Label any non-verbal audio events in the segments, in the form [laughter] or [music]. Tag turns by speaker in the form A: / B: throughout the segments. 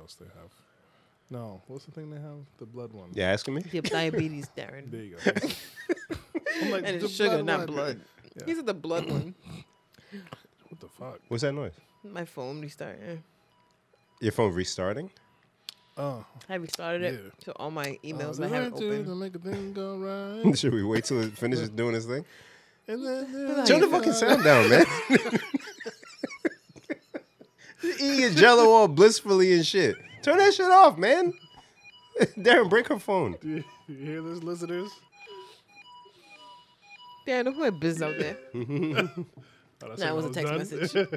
A: else they have? No, what's the thing they have? The blood one.
B: You asking me?
C: You have diabetes, Darren.
A: There you go.
C: [laughs]
A: I'm like,
C: and
A: the
C: it's sugar, not
A: one.
C: blood.
A: Yeah.
C: He said the blood one.
A: What the fuck?
B: What's that noise?
C: My phone restarted.
B: Your phone restarting? [laughs]
A: Oh,
C: I restarted it,
A: Yeah.
C: so all my emails
A: Uh,
C: I have
A: do to
C: open.
A: make a thing
C: [laughs]
A: go right.
B: Should we wait [laughs] till it finishes doing its thing?
A: And then-
C: But
B: Turn the
C: I- [laughs]
B: fucking sound down, man. [laughs] You Eating your jello all blissfully and shit. Turn that shit off, man. [laughs] Darren, break her phone.
A: Do you, you hear this, listeners?
C: Darren, who had biz out
A: [laughs]
C: there?
A: Oh, that's
C: Nah, it
A: when
C: was
A: I
C: a text message.
A: done?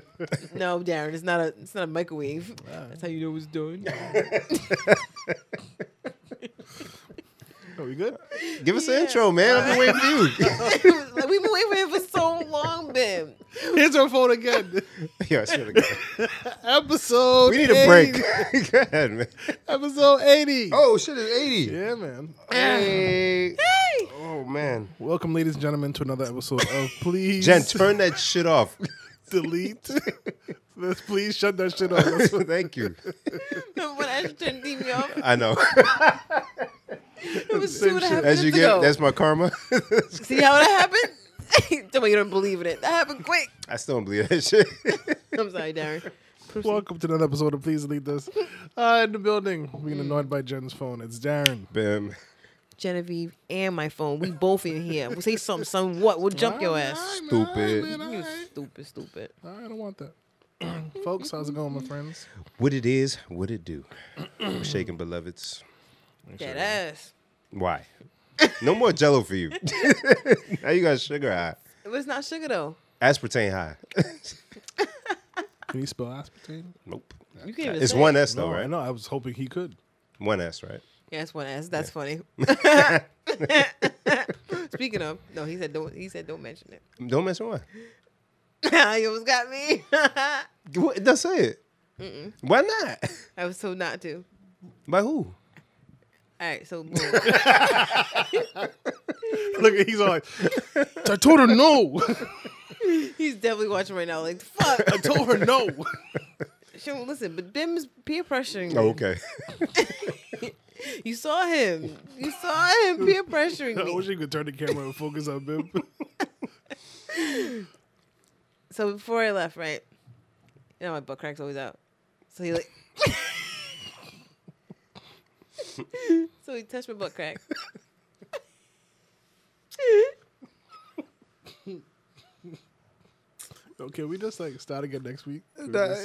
C: no, Darren, it's not a it's not a microwave. That's how you know
A: [laughs]
C: it's done.
A: [laughs]
C: [laughs]
A: Are we
C: [laughs]
A: good?
B: Give us
C: Yeah.
B: an intro, man. I've been waiting for you. [laughs]
C: like we've been waiting for him for so long, Ben.
A: Here's our phone again.
B: Yo, I swear to God.
A: [laughs] Episode.
B: We need a
A: 80.
B: break. [laughs] Go ahead, man.
A: Episode 80.
B: Oh, shit, it's 80.
A: [laughs] Yeah, man.
C: [laughs]
B: Hey.
C: Hey,
B: Oh, man.
A: Welcome, ladies and gentlemen, to another episode
B: [laughs]
A: of Please
B: Jen, turn that shit off. [laughs]
A: Delete. [laughs] Let's please shut that shit off. That's what-
B: Thank you.
C: when I turned TV off,
B: I
A: [laughs]
B: know.
C: it was two and a half
B: [laughs]
C: minutes
B: As you
C: ago.
B: get, that's my karma. [laughs]
C: See how that happened? [laughs] Tell me you don't believe in it. That happened quick.
B: I still don't believe that shit.
C: I'm sorry, Darren.
A: Welcome to another episode of Please Delete
C: [laughs]
A: This. Uh, in the building,
C: Mm.
A: being annoyed by Jen's phone. It's Darren.
B: Bam.
C: Genevieve and my phone. We both in here. We'll say something, something what? We'll jump your ass.
A: Alright, man,
B: Stupid.
A: alright, man,
C: You
A: alright.
C: stupid, stupid.
A: Alright, I don't want that. [clears throat] Folks, how's it going, my friends?
B: What it is, what it do. I'm shaking, beloveds.
C: That ass.
B: Why? No more jello for you. [laughs] now you got sugar high.
C: It was not sugar though.
B: Aspartame high. [laughs]
A: Can you spell aspartame?
B: nope.
C: You can't even
B: It's
C: say
B: one e-
C: it.
B: S though,
A: no, I
B: right?
A: know. I was hoping he
C: [laughs]
A: could.
B: One S, right?
C: Yeah, it's one ass. That's
B: [laughs]
C: funny. [laughs] Speaking of, no, he said don't. He said don't mention it. [laughs]
B: Don't mention one.
C: you almost got me. [laughs]
B: What? It does say it. Why not? [laughs]
C: I was told not to.
B: By who?
C: All right, so boom.
B: [laughs]
A: Look, he's all like, I told her no. [laughs]
C: he's definitely watching right now. Like
B: [laughs]
C: fuck. [laughs]
A: I told her no. [laughs]
C: She don't listen, but Bim's peer pressuring. Me.
B: Oh, [laughs] okay.
C: You saw him. You saw him peer pressuring
B: [laughs]
A: I wish
C: me.
A: you could turn the camera and focus on Bim. [laughs]
C: So before I left, right? You know my butt crack's always out. So he like. so he touched my butt crack.
A: okay, we just like start again next week.
C: [laughs]
B: I,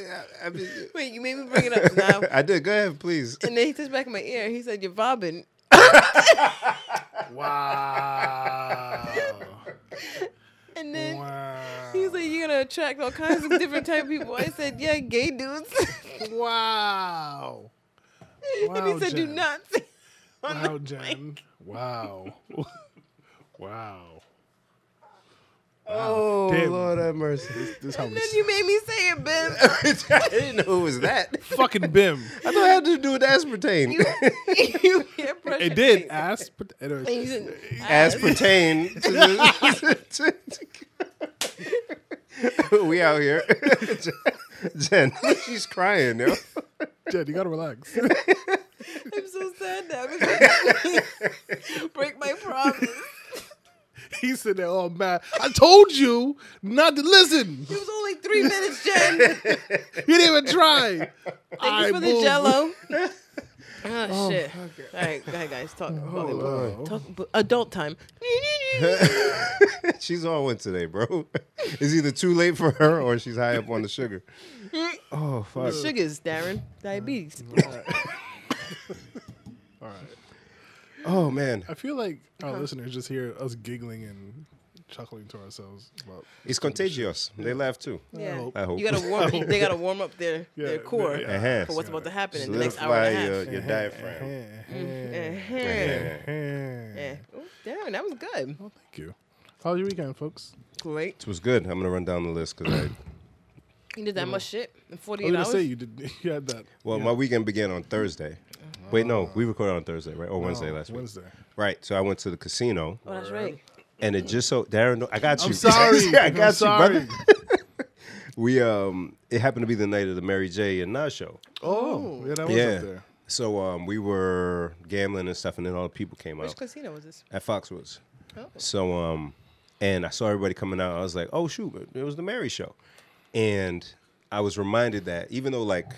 B: I mean,
C: Wait, you made me bring it up now.
B: [laughs] I did. Go ahead, please.
C: And then he touched back in my ear. He said, "You're bobbing."
A: Wow.
C: And then
A: wow.
C: he was like, "You're gonna attract all kinds of different type of people." I said, "Yeah, gay dudes." [laughs]
A: Wow.
C: and he
A: Wow,
C: said, "Do
A: Jen.
C: not." say-"
A: Wow, Jen. Wow. [laughs] wow.
B: Oh,
A: Damn.
B: Lord have mercy.
A: This is how
C: And
A: we
C: then you made me say it, Ben.
B: [laughs] I didn't know it was
C: [laughs]
B: that.
A: [laughs] fucking Bim.
B: I thought it had to do with aspartame.
C: You, [laughs] you peer pressured [laughs]
A: It did.
C: me.
A: Ass. But,
C: And
A: anyways,
C: you
A: [laughs]
C: said,
B: as pertain to the. [laughs] we out here. [laughs] Jen, she's crying, yo.
A: Jen, you gotta relax. [laughs]
C: "I'm so sad now." because- Break my promise.
A: He's sitting there all mad. I told you not to listen.
C: It was only three minutes,
A: [laughs]
C: Jen. Thank
A: You didn't even try.
C: you
A: I Oh,
C: for the
A: moved. [laughs]
C: Jello. Oh, shit! All right, go ahead, guys. Talk.
A: Oh, Wow.
C: talk adult time.
B: she's on one today, bro. It's either too late for her or she's high up on the sugar. Oh, fuck.
C: [laughs] Sugars, Darren. Diabetes.
A: Oh. All right.
B: Oh, man.
A: I feel like our listeners just hear us giggling and chuckling to ourselves. About
B: It's contagious. They laugh too.
C: Yeah.
A: hope.
B: I hope.
C: You gotta warm. they gotta warm up their
A: [laughs] Yeah,
C: their core
A: yeah. uh,
B: Uh-huh.
C: for what's about to happen in the next hour
B: Solidify
C: and a
A: eh,
B: your, your
C: half.
B: [laughs] diaphragm.
C: Uh-huh.
B: Yeah.
C: Mm-hmm. Yeah.
A: Yeah.
C: Ooh, Darren, that was good.
A: eh. Well, thank you. How was your weekend, folks?
C: Great.
B: It was good. I'm going to run down the list because I.
C: You did that much shit in
A: I was
C: 48
A: gonna
C: hours.
A: say you Mm. Oh, did. [laughs] You had that.
B: Well,
A: yeah.
B: my weekend began on Thursday. Wait, no, we recorded on Thursday, right? Or Wednesday
A: Oh,
B: last week.
A: Wednesday.
B: Right. So I went to the casino,
C: oh, that's right.
B: and it just so Darren, I got you. [laughs]
A: I'm sorry.
B: I got
A: I'm
B: you,
A: sorry.
B: brother. We um, it happened to be the night of the Mary J. and Nas show.
A: Oh, yeah, that was
B: yeah.
A: up there.
B: So um, we were gambling and stuff, and then all the people came
C: Which
B: out
C: casino was this?
B: at Foxwoods.
A: Oh.
B: So um, and I saw everybody coming out. I was like, oh shoot, it was the Mary show, and I was reminded that even though like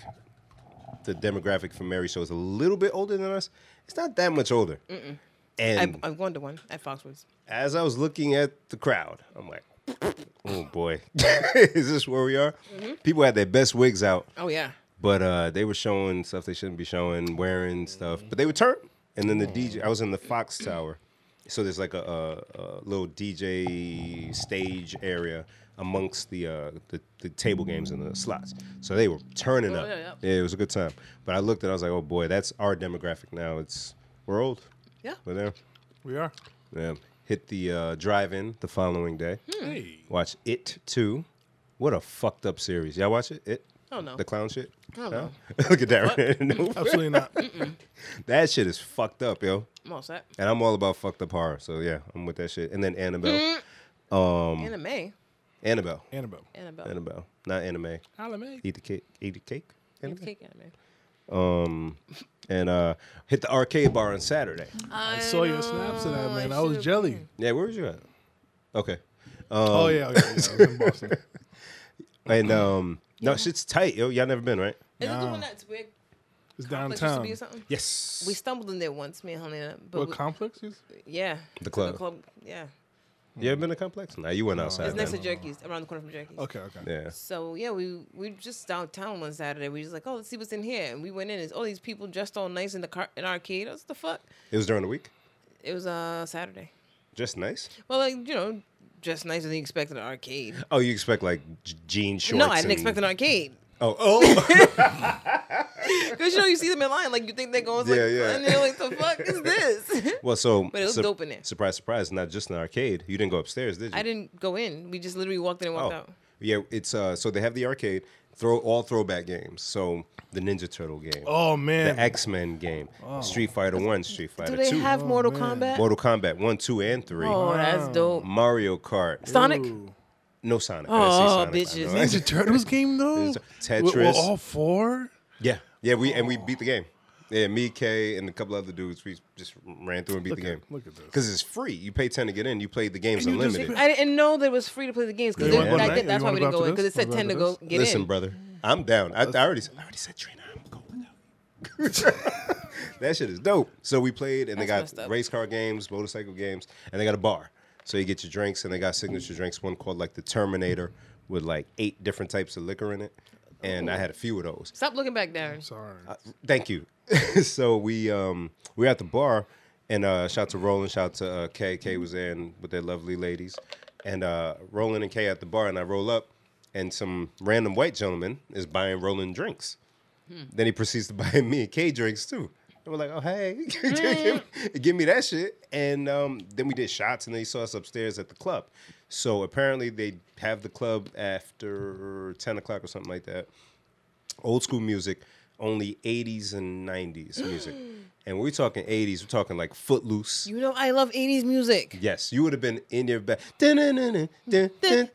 B: the demographic for Mary show is a little bit older than us, it's not that much older.
C: I'm,
B: And
C: I'm going to one at Foxwoods.
B: as I was looking at the crowd, I'm like, oh boy, [laughs] is this where we are?
C: Mm-hmm.
B: People had their best wigs out.
C: Oh yeah.
B: But uh, they were showing stuff they shouldn't be showing, wearing stuff. But they would turn. And then the
C: Mm.
B: DJ, I was in the Fox Tower. So there's like a, a, a little DJ stage area amongst the, uh, the the table games and the slots. So they were turning up.
C: Oh, yeah, yeah.
B: it was a good time. But I looked and I was like, oh boy, that's our demographic now. It's we're old.
C: Yeah.
B: We're there.
A: We are.
B: Yeah. Um, Hit the uh, drive-in the following day.
C: Hmm.
A: Hey.
B: Watch It Too. What a fucked up series. Y'all watch it? It.
C: Oh, no.
B: The clown shit.
C: Oh,
B: No?
C: no.
B: [laughs] Look at that. Right? Nope.
A: Absolutely not.
B: That shit is fucked up, yo.
C: I'm all set.
B: And I'm all about fucked up horror. So yeah, I'm with that shit. And then Annabelle.
C: Mm.
B: Um,
C: Anime.
B: Annabelle.
A: [laughs] Annabelle.
C: Annabelle.
B: Annabelle. Not anime.
A: Anime.
B: Eat the cake. Eat the cake.
C: Give
B: Annabelle?
C: me cake anime.
B: And uh, hit the arcade bar on Saturday.
C: Uh-huh.
A: I saw your snaps of
C: Oh,
A: that, man. I was
C: should've-
A: jelly.
B: Yeah, where was you at? Okay. Um,
A: oh, yeah. yeah, yeah, I was in Boston.
B: And um, no, shit's tight, yo. Y'all never been, right?
C: Is it the
A: Nah.
C: one that's weird?
A: It's
C: [laughs] Complex used to
A: downtown.
C: be or something?
B: Yes.
C: We stumbled in there once, me and Helena. But
A: What
C: we-
A: complex is?
C: yeah.
B: The club.
C: The club. Yeah.
B: you ever been to Complex? Nah, you went outside.
C: It's next to
B: then.
C: Jerky's, around the corner from Jerky's.
A: Okay, okay.
B: yeah.
C: So yeah, we we were just downtown one Saturday. We just like, oh, let's see what's in here, and we went in. It's all these people dressed all nice in the car in arcade. What the fuck?
B: It was during the week.
C: It was uh Saturday.
B: Just nice.
C: Well, like you know, dressed nicer than you expected an arcade.
B: Oh, you expect like j- jean shorts?
C: no, I didn't
B: and-
C: expect an arcade
B: Oh,
C: [laughs]
B: oh.
C: because you know you see them in line, like you think they're going,
B: Yeah,
C: like,
B: yeah.
C: and you're like, the
B: [laughs]
C: fuck is this?
B: well, so
C: But it was dope in there.
B: Surprise, surprise! Not just an arcade. You didn't go upstairs, did you?
C: I didn't go in. We just literally walked in and walked
B: Oh,
C: out.
B: yeah. It's uh. So they have the arcade. Throw all throwback games. So the Ninja Turtle game,
A: Oh, man.
B: the X Men game, Street Fighter One, Street Fighter
C: Do they
B: Two,
C: have Mortal
A: man.
C: Kombat?
B: Oh, Mortal Kombat One, Two, and Three,
C: Oh, that's dope.
B: Mario Kart,
C: Sonic.
A: Ooh.
B: no Sonic.
C: Oh,
B: I didn't see Sonic. I
C: bitches. [laughs]
B: know.
A: Ninja Turtles game, though?
B: It's
A: Were- were
B: Tetris.
A: all four?
B: Yeah, yeah. We and we
A: Oh.
B: beat the game. Yeah, me, Kay, and a couple other dudes. We just ran through and beat
A: Look
B: the
A: at-
B: game.
A: look at this.
B: Because it's free. You pay ten to get in. You play the games
A: And you just
B: unlimited.
A: pay-
C: I didn't know that it was free to play the games because
A: You wanna
B: go
C: I
B: tonight?
C: think that's
A: You
C: why
A: wanna go
C: we didn't go
A: after
C: in because it
A: this?
C: said
A: Wanna go
C: ten to
A: after
C: go
A: this?
C: get
B: Listen,
C: in.
B: brother, I'm down. I, I already, I already said Trina, I'm going out. that [laughs] shit is dope. So we played, and
C: That's
B: they
C: messed
B: got
C: up.
B: race car games, motorcycle games, and they got a bar. So you get your drinks, and they got signature drinks. One called like the Terminator with like eight different types of liquor in it, and
A: Oh.
B: I had a few of those.
C: Stop looking back, Darren.
A: Sorry.
B: Thank you. [laughs] so we um we were at the bar, and uh, shout to Roland, shout to uh, Kay. Kay was there and with their lovely ladies, and uh, Roland and Kay at the bar, and I roll up, and some random white gentleman is buying Roland drinks. Then he proceeds to [laughs] buy me and Kay drinks too. And we're like, oh hey, [laughs] give, give me that shit. And um, then we did shots, and they saw us upstairs at the club. So apparently they have the club after ten o'clock or something like that old school music, only 80s and 90s music. and when we're talking 80s, we're talking like Footloose.
C: You know I love '80s music.
B: yes, you would have been in your back.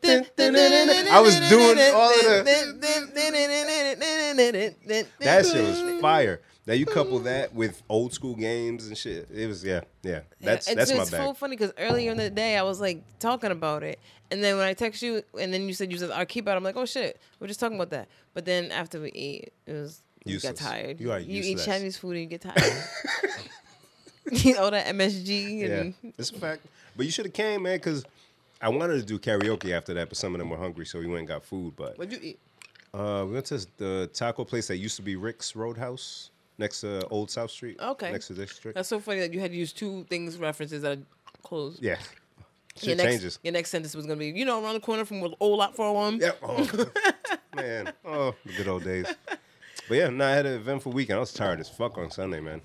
B: I was doing all of the.
C: the.
B: That shit was fire. Now you
C: Oh.
B: couple that with old school games and shit. It was yeah, yeah. That's
C: it's,
B: that's my
C: it's so
B: bag.
C: funny because earlier in the day I was like talking about it, and then when I text you, and then you said you said our keep out. I'm like, oh shit, we're just talking about that. But then after we eat, it was you
B: Useless.
C: got tired.
B: You are
C: eat
B: useless.
C: Chinese food and
B: [laughs]
C: you get tired. [laughs] all that MSG
B: Yeah,
C: and
B: it's a fact. But you should have came, man, because I wanted to do karaoke after that, but some of them were hungry, so we went and got food. But
C: what'd you eat?
B: Uh, we went to the taco place that used to be Rick's Roadhouse next to Old South Street.
C: Okay.
B: Next to District.
C: That's so funny that you had to use two things references that are closed. [laughs]
B: yeah. Shit
C: your next,
B: changes.
C: Your next sentence was gonna be, you know, around the corner from where the old lot for one.
B: Yeah. Oh, [laughs] man. Oh, the good old days. But yeah, no, I had an eventful weekend. I was tired as fuck on Sunday, man.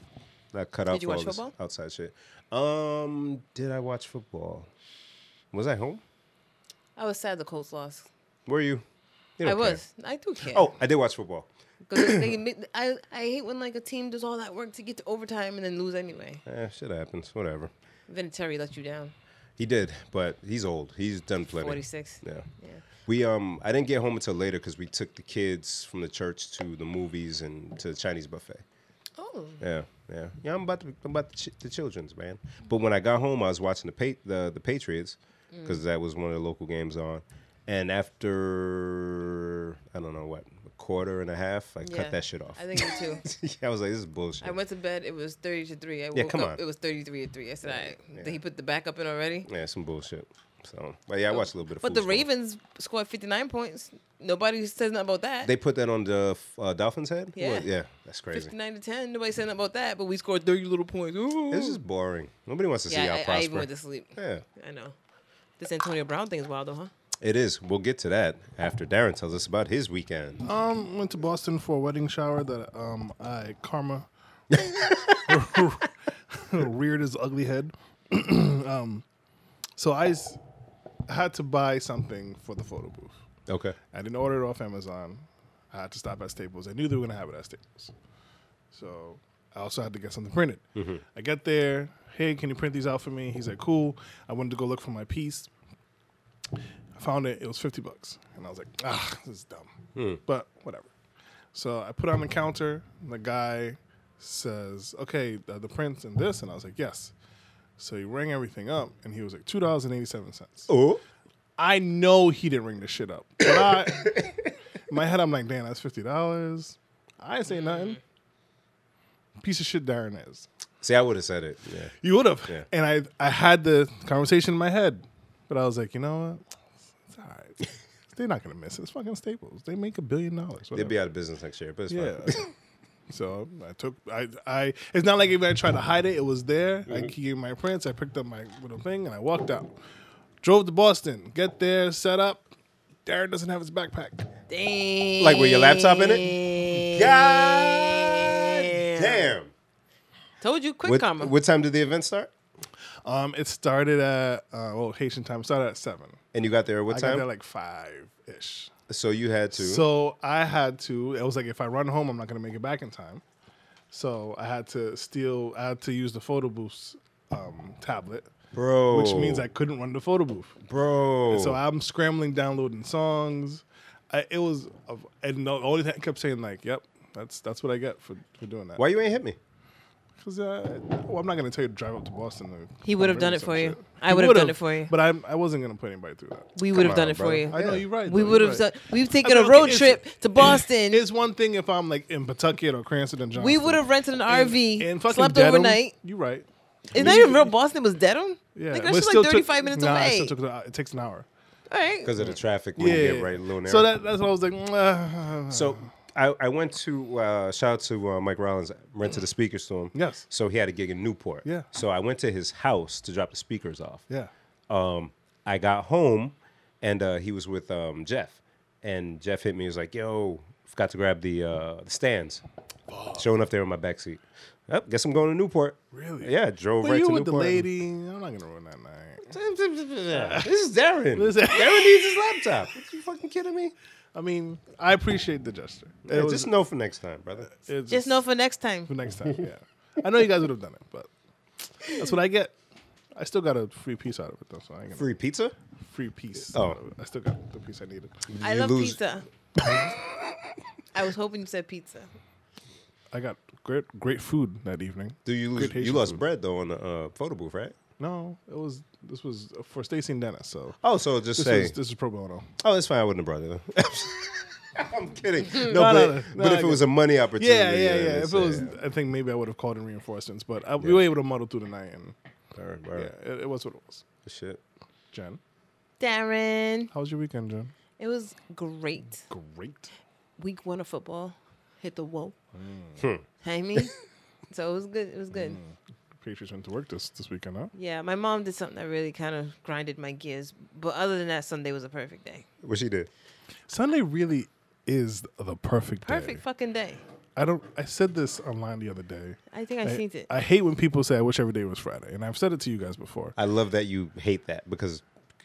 B: I cut out
C: you
B: for
C: watch
B: all this
C: football?
B: outside shit. Um, did I watch football? Was I home?
C: I was sad the Colts lost.
B: Where are you? You
C: I
B: don't care.
C: was. I do care.
B: Oh, I did watch football.
C: Because they, admit- I, I hate when like a team does all that work to get to overtime and then lose anyway.
B: Eh, shit happens. Whatever.
C: Vinatieri let you down.
B: He did, but he's old. He's done plenty.
C: Forty six.
B: Yeah.
C: Yeah.
B: We um I didn't get home until later because we took the kids from the church to the movies and to the Chinese buffet.
C: Oh,
B: Yeah, yeah, yeah. I'm about to I'm about the, ch- the childrens, man. But when I got home, I was watching the pa- the, the Patriots
C: Mm.
B: because that was one of the local games on. And after I don't know what a quarter and a half, I
C: Yeah.
B: cut that shit off.
C: I think me too.
B: [laughs] yeah, I was like, this is bullshit.
C: I went to bed. It was thirty to three. I woke
B: come
C: up.
B: on.
C: It was thirty-three to three. I said, "All right."
B: Yeah.
C: Did he put the back up in already?
B: yeah, some bullshit. So, but yeah, I watched a little bit of.
C: Oh, But the
B: foosball.
C: Ravens scored fifty-nine points. Nobody says nothing about that.
B: They put that on the uh, Dolphins' head.
C: Yeah.
B: Well, yeah, that's crazy.
C: Fifty-nine to ten. Nobody said nothing about that. But we scored thirty little points. Ooh.
B: This is boring. Nobody wants to see
C: yeah,
B: y'all
C: I, I
B: prosper.
C: even went to sleep.
B: yeah,
C: I know. This Antonio Brown thing is wild, though, huh?
B: it is. We'll get to that after Darren tells us about his weekend.
A: Um, went to Boston for a wedding shower that um I karma reared his ugly head. [clears throat] um, so I s- had to buy something for the photo booth.
C: Oh.
B: Okay.
A: I didn't order it off Amazon. I had to stop at Staples. I knew they were gonna have it at Staples, so I also had to get something printed. I get there. Hey, can you print these out for me? He's like, cool. I wanted to go look for my piece. I found it. It was fifty bucks, and I was like, ah, this is dumb. But whatever. So I put it on the counter. And the guy says, okay, the, the prints and this, and I was like, yes. So he rang everything up, and he was like, two dollars and eighty-seven cents.
B: Oh.
A: I know he didn't ring the shit up. But I, in my head, I'm like, damn, that's fifty dollars. I ain't say nothing. Piece of shit, Darren is.
B: See, I would have said it. Yeah.
A: You would have.
B: Yeah.
A: And I, I had the conversation in my head, but I was like, you know what? It's all right. They're not gonna miss it. It's fucking Staples. They make a billion dollars.
B: They'd
A: whatever.
B: be out of business next year, but it's
A: Yeah.
B: fine.
A: [laughs] so I took I I it's not like even I tried to hide it, it was there. I gave my prints, I picked up my little thing and I walked out. Drove to Boston, get there, set up. Darren doesn't have his backpack.
C: Damn.
B: Like, with your laptop in
C: it?
B: God
C: Damn. Told you, quick
B: What,
C: karma.
B: what time did the event start?
A: Um it started at uh well Haitian time, started at seven.
B: And you got there at what
A: I got
B: time?
A: there like five ish.
B: so you had to.
A: So I had to. It was like if I run home, I'm not gonna make it back in time. So I had to steal. I had to use the photo booth's um, tablet,
B: bro.
A: which means I couldn't run the photo booth.
B: Bro.
A: So I'm scrambling, downloading songs. I, it was, a- and the only thing I kept saying like, "Yep, that's that's what I get for, for doing that."
B: Why you ain't hit me?
A: Because uh, well, I'm not gonna tell you to drive up to Boston. and
C: He would've
A: bring
C: done it
A: some
C: for you.
A: shit.
C: I
A: He
C: would've
A: would've,
C: done it for you.
A: But I'm, I wasn't gonna put anybody through that.
C: we would have
B: Come
C: done
B: on,
C: it for
B: brother.
C: you.
A: I know you're right.
C: we
A: though,
C: would
A: you're
C: have
A: right.
C: done. We've taken
A: mean,
C: a
A: okay,
C: road
A: it's- [clears throat]
C: trip to Boston.
A: It's one thing if I'm like in Pawtucket or Cranston and Johnson.
C: we would have rented an RV,
A: and fucking
C: slept
A: Dedham.
C: overnight.
A: You right?
C: It's not even real Boston. It was Dedham.
A: Yeah,
C: like,
A: but
C: that's just
A: still
C: like
A: took-
C: 35 minutes
A: nah,
C: away.
A: It, still took, an- it takes an hour.
C: All right.
B: Because of the traffic when
A: Yeah,
B: you get right in Lone
A: so that,
B: Aaron.
A: that's what I was like. "Mwah."
B: So I, I went to uh, shout out to uh, Mike Rollins, rented the speakers to him.
A: Yes.
B: So he had a gig in Newport.
A: Yeah.
B: So I went to his house to drop the speakers off.
A: yeah,
B: Um, I got home and uh, he was with um, Jeff, and Jeff hit me. He was like, "Yo, forgot to grab the uh, the stands." Showing up there in my backseat. Yep, guess I'm going to Newport.
A: Really?
B: Yeah, drove
A: but
B: right
A: you
B: to
A: with the
B: Newport.
A: lady. I'm not gonna ruin that night.
B: [laughs] this is Darren.
A: Listen.
B: Darren needs his laptop. Are you fucking kidding me?
A: I mean, I appreciate the gesture. It
B: Yeah,
A: was-
B: just know for next time,
A: [laughs]
B: brother.
A: it's
C: Just know for next time.
A: for next time. Yeah, I know you guys would have done it, but that's what I get. I still got a free piece out of it though, so I ain't gonna
B: Free pizza?
A: free piece.
B: Oh.
A: out of it. I still got the piece I needed.
C: I
B: You
C: love
A: [laughs]
B: lose-
C: pizza. I was hoping you said pizza.
A: I got great great food that evening.
B: Do you lose,
A: Good
B: you
A: Haitian
B: lost
A: food.
B: bread though on the uh, photo booth, right?
A: No, it was this was for Stacy and Dennis. So
B: Oh, so just
A: this
B: say,
A: is this is pro bono.
B: oh, it's fine. I wouldn't have brought it. up. [laughs]
A: [laughs]
B: I'm kidding. No,
A: No,
B: but,
A: no, no. No,
B: but
A: I
B: if it
A: get
B: was a money opportunity,
A: Yeah, yeah, yeah. If
B: it's,
A: it was,
B: uh,
A: I think maybe I would have called in reinforcements, but I, we were able to muddle through the night, and
B: Alright, alright.
A: yeah, it, it was what it was.
B: Shit.
A: Jen,
C: Darren,
A: how was your weekend, Jen?
C: it was great.
A: Great.
C: Week one of football hit the whoa.
A: Hmm. [laughs]
C: I mean, so it was good. It was good.
A: Patriots went to work this this weekend, huh?
C: Yeah, my mom did something that really kind of grinded my gears. But other than that, Sunday was a perfect day.
B: What she did?
A: Sunday really is the perfect day.
C: Perfect fucking day.
A: I don't. I said this online the other day.
C: I think I, seen it.
A: I hate when people say I wish every day was Friday, and I've said it to you guys before.
B: I love that you hate that because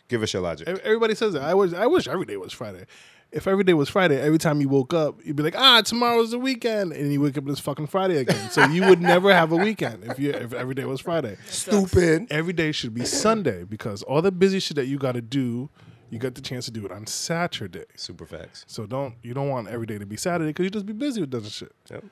B: give us your logic.
A: Ev- Everybody says that. I wish. I wish every day was Friday. If every day was Friday, every time you woke up, you'd be like, ah, tomorrow's the weekend, and you wake up and it's fucking Friday again. so you would never have a weekend if you if every day was Friday.
B: Stupid.
A: Every day should be Sunday because all the busy shit that you got to do, You got the chance to do it on Saturday.
B: Super facts.
A: So don't you don't want every day to be Saturday because you just be busy with other shit.
B: Yep.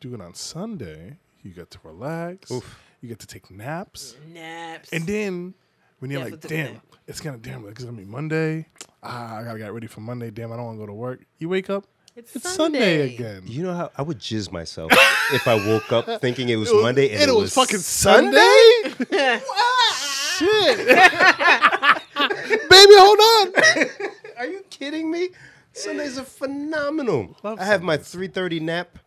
A: Do it on Sunday. You get to relax. You get to take naps.
C: Naps.
A: And then when you're
C: Yeah,
A: like,
C: for the-
A: damn, it's gonna damn, it's gonna be Monday. Ah, I gotta get ready for Monday. Damn, I don't want to go to work. You wake up,
C: It's
A: it's, Sunday.
C: Sunday.
A: again.
B: You know how I would jizz myself [laughs] if I woke up thinking it was, Monday and it,
A: was, fucking Sunday.
C: [laughs]
A: Shit, baby, hold on.
B: Are you kidding me? Sundays are phenomenal.
A: Love
B: I have my 3:30 nap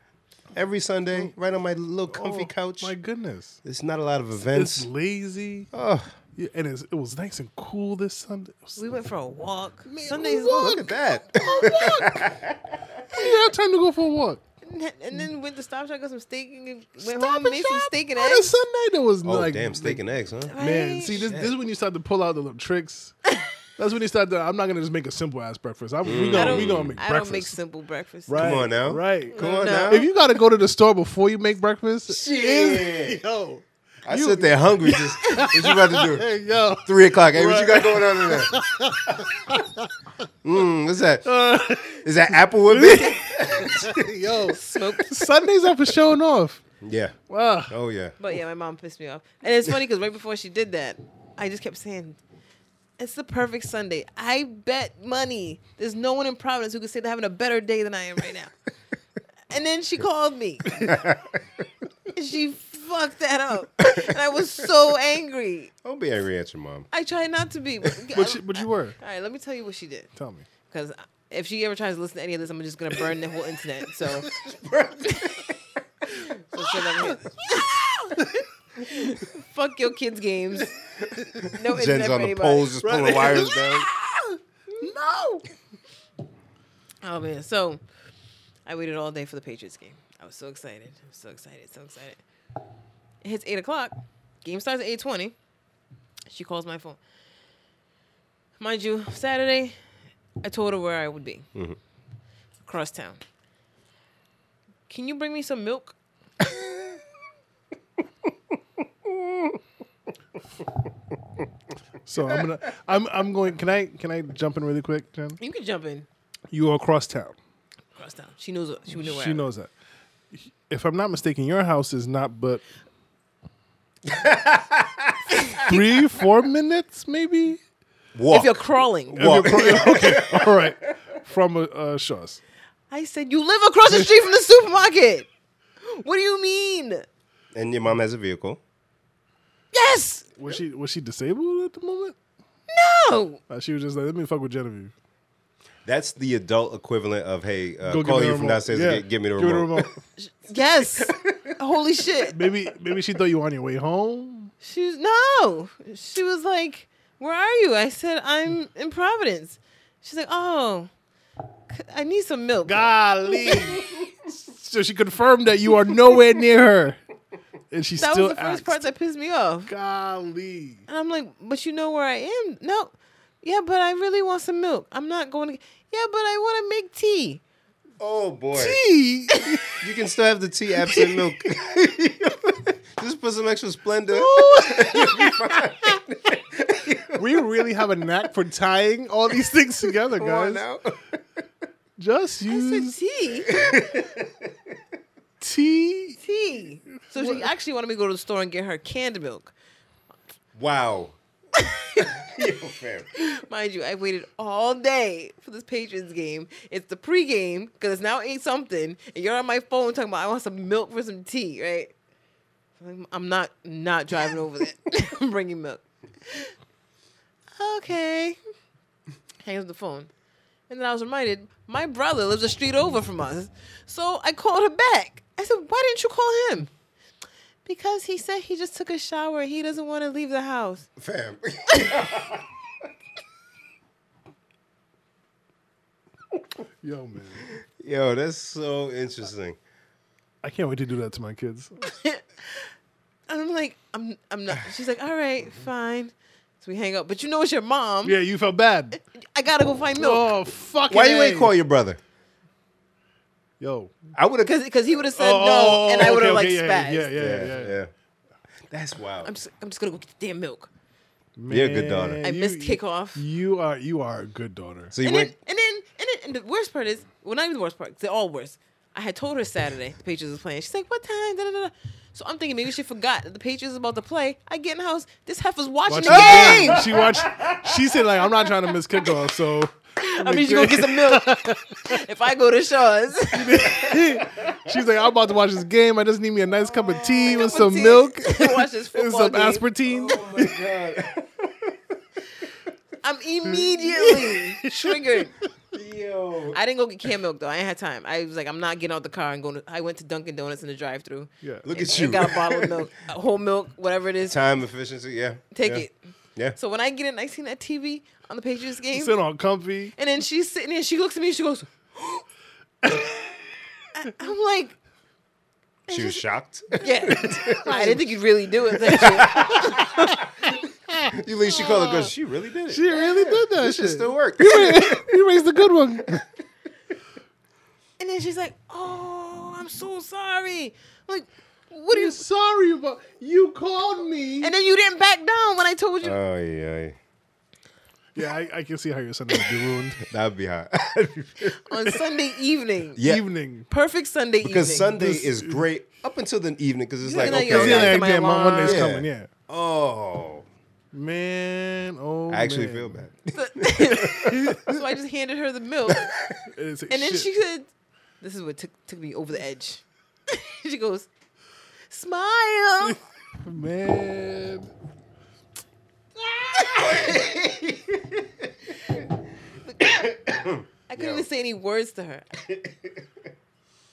B: every Sunday right on my little comfy
A: Oh,
B: couch.
A: My goodness,
B: It's not a lot of
A: it's
B: events.
A: lazy.
B: Ugh.
A: Yeah, and it's, it was nice and cool this Sunday. It was-
C: we went for a walk. Sundays
B: Look at that.
A: We didn't have time to go for a walk.
C: [laughs] and then went to Stop Shop, got some steak, and went
A: Stop
C: home,
A: and
C: made some
A: shop
C: steak and
A: on a
C: eggs.
A: Sunday. There was
B: oh,
A: like
B: damn, steak and eggs, huh?
A: Man,
C: Right?
A: see this, this is when you start to pull out the little
C: [laughs]
A: tricks. That's when you start to. I'm not gonna just make a simple ass breakfast. I'm, we
C: I
A: gonna
C: don't,
A: we gonna make
C: I
A: breakfast.
C: don't make simple breakfast.
A: Right,
B: Mm. on now.
A: right?
B: Come on
C: No.
B: now.
A: If you gotta go to the store before you make breakfast,
B: [laughs] Shit.
A: yo,
B: I sit there hungry. [laughs] Just what you about to do?
A: hey, yo,
B: Three o'clock. Hey, what you got going on in there? [laughs] mm, what's that? Is
A: uh,
B: that apple with me?
A: yo. [laughs]
C: Smoke.
A: Sundays are for showing off.
B: [laughs]
A: Ah,
B: yeah.
A: Wow.
B: Oh yeah.
C: But yeah, my mom pissed me off. And it's funny because right before she did that, I just kept saying, it's the perfect Sunday. I bet money there's no one in Providence who could say they're having a better day than I am right
A: [laughs]
C: now. and then she called me. And she fucked that up. And I was so angry.
B: Don't be angry at your mom.
C: I try not to be. But,
A: But you, but you were.
C: All right, let me tell you what she did.
A: Tell me.
C: Because if she ever tries to listen to any of this, I'm just going to burn the whole internet. So. So she'll never hear- Fuck your kids' games. No internet
B: Jen's
C: for
B: on the
C: anybody.
B: poles, just pulling wires [laughs] down.
A: No.
C: Oh man, so I waited all day for the Patriots game. I was so excited, so excited, so excited. It hits eight o'clock. Game starts at eight twenty. She calls my phone. Mind you, Saturday, I told her where I would be, across town. Can you bring me some milk?
A: So I'm gonna. I'm I'm going. Can I can I jump in really quick, Jen?
C: You can jump in.
A: You are across town.
C: Across town. She knows. What, she knew where.
A: She
C: I was.
A: knows that. If I'm not mistaken, your house is not
C: [laughs]
A: but three, four minutes, maybe.
B: Walk.
C: If you're crawling,
A: If you're cro- okay, all right. From uh, uh, Shaw's.
C: I said you live across the street from the supermarket. What do you mean?
B: [laughs] and your mom has a vehicle.
C: Yes.
A: Was she was she disabled at the moment?
C: No.
A: Uh, she was just like, let me fuck with Genevieve.
B: That's the adult equivalent of hey, uh,
A: Go
B: call
A: me
B: you
A: the
B: from
A: remote.
B: downstairs.
A: Yeah,
B: And get, give me the
A: give
B: remote.
C: Yes. Holy shit.
A: Maybe maybe she thought you were on your way home.
C: She's no. She was like, "Where are you?" I said, "I'm in Providence." She's like, "Oh, c- I need some milk."
A: Golly. [laughs] so she confirmed that you are nowhere near her, and she
C: that
A: still
C: was the first
A: asked.
C: part that pissed me off.
A: Golly.
C: And I'm like, "But you know where I am?" No. Yeah, but I really want some milk. I'm not going to. Yeah, but I want to make tea.
B: Oh boy,
A: Gee. [laughs]
B: you can still have the tea [laughs] absent milk. Just put some extra Splenda.
A: we really have a knack for tying all these things together,
B: Come on
A: guys.
B: now.
A: Just
C: I
A: use
C: said tea.
A: tea.
C: tea. So she actually wanted me to go to the store and get her canned milk.
B: [laughs] Wow. [laughs] Yo, fam.
C: Mind you, I waited all day for this Patriots game. It's the pregame because it's now eight something, and you're on my phone talking about I want some milk for some tea, right? I'm- I'm not not driving over there. [laughs] I'm bringing milk. Okay. Hang up the phone, and then I was reminded my brother lives a street over from us, so I called her back. I said, "Why didn't you call him?" Because he said he just took a shower. He doesn't want to leave the house.
B: Fam.
A: Yo, man.
B: Yo, that's so interesting.
A: I can't wait to do that to my kids.
C: [laughs] And I'm like, I'm I'm not. She's like, all right, fine. So we hang up. But you know it's your mom.
A: Yeah, you felt bad.
C: I gotta go find milk.
A: Oh, fuck.
B: Why you Uh, ain't call your brother?
A: Yo. Oh,
B: I would have.
C: Because he would have said no, and I would have like
A: yeah,
C: spazzed.
A: Yeah, yeah, yeah.
B: yeah, yeah. That's wild.
C: I'm just, I'm just gonna go get the damn milk.
B: You're a good daughter.
A: Man,
C: I
A: you-
C: missed kickoff.
A: You are you are a good daughter.
B: So you
C: and, then,
B: went.
C: and then and then and the worst part is well not even the worst part 'cause they're all worse i had told her saturday the patriots was playing she's like what time da, da, da, da. so i'm thinking maybe she forgot that the patriots is about to play i get in the house this heifer's watching
A: Watching
C: the game
A: She watched. She said like I'm not trying to miss kickoff. So
C: i mean she's gonna get
A: [laughs]
C: some milk if i go to shaw's
A: she's like I'm about to watch this game. I just need me a nice cup of tea
C: [laughs]
A: with
C: Cup of
A: some
C: tea.
A: milk
C: watch this
A: and
C: football
A: some
C: game.
A: aspartame.
C: i'm
B: [laughs]
C: immediately triggered
B: [laughs] Yo.
C: i didn't go get canned milk though i ain't had time i was like i'm not getting out the car and going to i went to dunkin' donuts in the drive-through
A: Yeah.
B: Look
C: and,
B: at you.
C: and got a bottle of milk a whole milk whatever it
B: [laughs]
C: is
B: Time efficiency. Yeah.
C: take
B: yeah.
C: it
B: Yeah.
C: so when i get in i seen that tv on the patriots game
A: Sit on comfy.
C: And then she's sitting there. She looks at me. She goes, [gasps] I, am like,
B: she
C: [laughs]
B: was [laughs] shocked.
C: yeah. I didn't think you'd really do it. Like,
B: [laughs]
C: she-
B: you least she called and goes. She really did it.
A: She really did that
B: this
A: shit.
B: shit still work. [laughs]
A: you raised a good
C: [laughs]
A: one.
C: and then she's like, oh, I'm so sorry. I'm like, what are you?
A: Sorry, about you called me.
C: And then you didn't back down when I told you.
B: oh yeah.
A: Yeah, I, I can see how your Sunday would be [laughs] ruined.
B: That'd be hot. [laughs]
C: on Sunday evening.
B: yeah.
A: Evening.
C: Perfect Sunday
B: Because
C: evening.
B: Sunday
A: This-
B: is great up until the evening because it's
C: Yeah,
B: like
C: like,
A: Yeah,
C: yo,
B: okay.
C: yeah.
A: like,
C: my
A: damn, my
C: alarm.
A: Monday's
B: Yeah.
A: coming. Yeah,
B: Oh.
A: man. Oh,
B: I actually
A: man.
B: feel bad.
C: [laughs] so I just handed her the milk.
A: It's like,
C: And then
A: shit.
C: she said, this is what took, took me over the edge. [laughs] she goes, smile.
A: man.
C: I couldn't
B: Yo.
C: even say any words to her.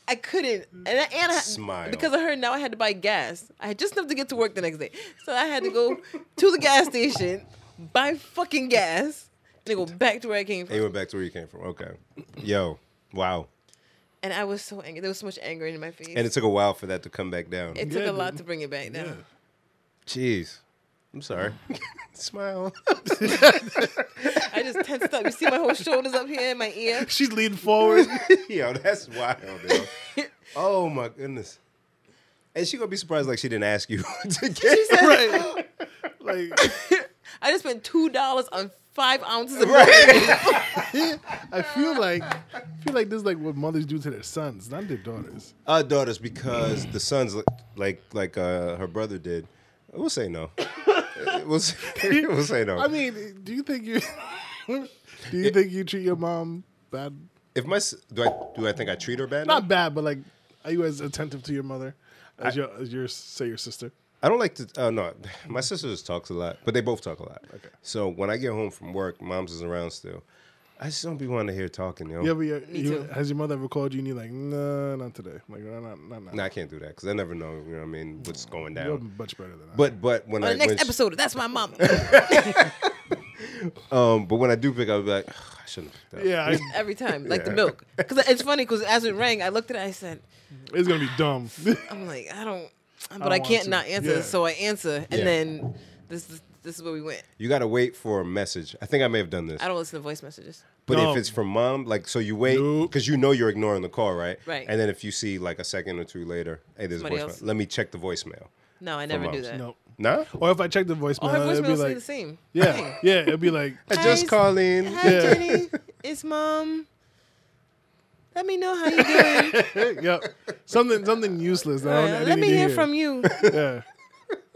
C: I couldn't, and I, and I,
B: Smile.
C: because of her. Now I had to buy gas. I had just enough to get to work the next day, so I had to go to the gas station, buy fucking gas, and then go back to where I came
B: They
C: from.
B: went back to where you came from. Okay. Yo. Wow.
C: And I was so angry. There was so much anger in my face.
B: And it took a while for that to come back down.
C: it
A: Yeah,
C: took a
A: dude.
C: lot to bring it back down.
B: Jeez. I'm
C: [laughs]
B: sorry. Smile. [laughs]
C: I just tensed up. You see my whole shoulders up here, my ear.
A: She's leaning [laughs] forward.
B: Yo, that's wild, yo.
C: [laughs]
B: Oh my goodness. And she gonna be surprised like she didn't ask you [laughs] to get
C: She [laughs] said,
A: right. Like, [laughs]
C: I just spent two dollars on five ounces of milk.
B: right.
A: I feel like, I feel like this is like what mothers do to their sons, not their daughters.
B: [gasps] Our daughters because the sons li- like like uh, her brother did. We'll say
C: [laughs]
B: no. we'll, say, [laughs] we'll say no.
A: I mean, do you think you, [laughs] do you think you treat your mom bad?
B: if my s- do I do I think I treat her bad? now?
A: Not bad, but like, are you as attentive to your mother as your, as your say your sister?
B: I don't like to. Oh no, [laughs] my sister just talks a lot, but they both talk a lot. Okay. So when I get home from work, mom's is around still. I just don't be wanting to hear talking, yo.
A: You ever, you,
C: Me
A: you-
C: too.
A: has your mother ever called you and you're like, nah, not today. Like, nah, nah, nah, nah.
B: No, I can't do that because I never know. You know what I mean? What's going
A: You're
B: down?
A: much better than I.
B: But but when
C: On
B: I
C: the next
B: when she-
C: episode, of that's my mama.
B: um but when I do pick up, I'll be like, "Ugh, I shouldn't. Have picked up."
A: yeah, I,
C: Every time, like the
B: Yeah.
C: milk. Because it's funny, because as it rang, I looked at it, I said,
A: it's gonna be dumb. [laughs]
C: I'm like, I don't, but I,
A: don't want
C: can't
A: to.
C: not answer.
A: Yeah.
C: So I answer, and
B: Yeah.
C: then this is this is where we went.
B: You gotta wait for a message. I think I may have done this.
C: I don't listen to voice messages.
B: But
A: No.
B: if it's from mom, like so you wait
A: Nope.
B: because you know you're ignoring the call, right?
C: Right.
B: And then if you see like a second or two later, hey, there's a
C: Somebody
B: voicemail.
C: else.
B: Let me check the voicemail.
C: No, I never do
B: moms.
C: that.
A: no.
B: No.
A: Or if I check the
C: All
A: voicemail,
C: her
A: it'd be
C: voicemails say
A: like,
C: the same.
A: yeah, yeah, it'd be
C: [laughs]
A: like,
B: I
C: Hi,
B: just calling. [laughs]
C: Hi,
A: Yeah.
C: Jenny. It's mom. Let me know
A: [laughs]
C: how you doing.
A: yep, something, something useless. That I don't, I
C: Let
A: didn't
C: me
A: need to
C: hear from you.
A: Yeah,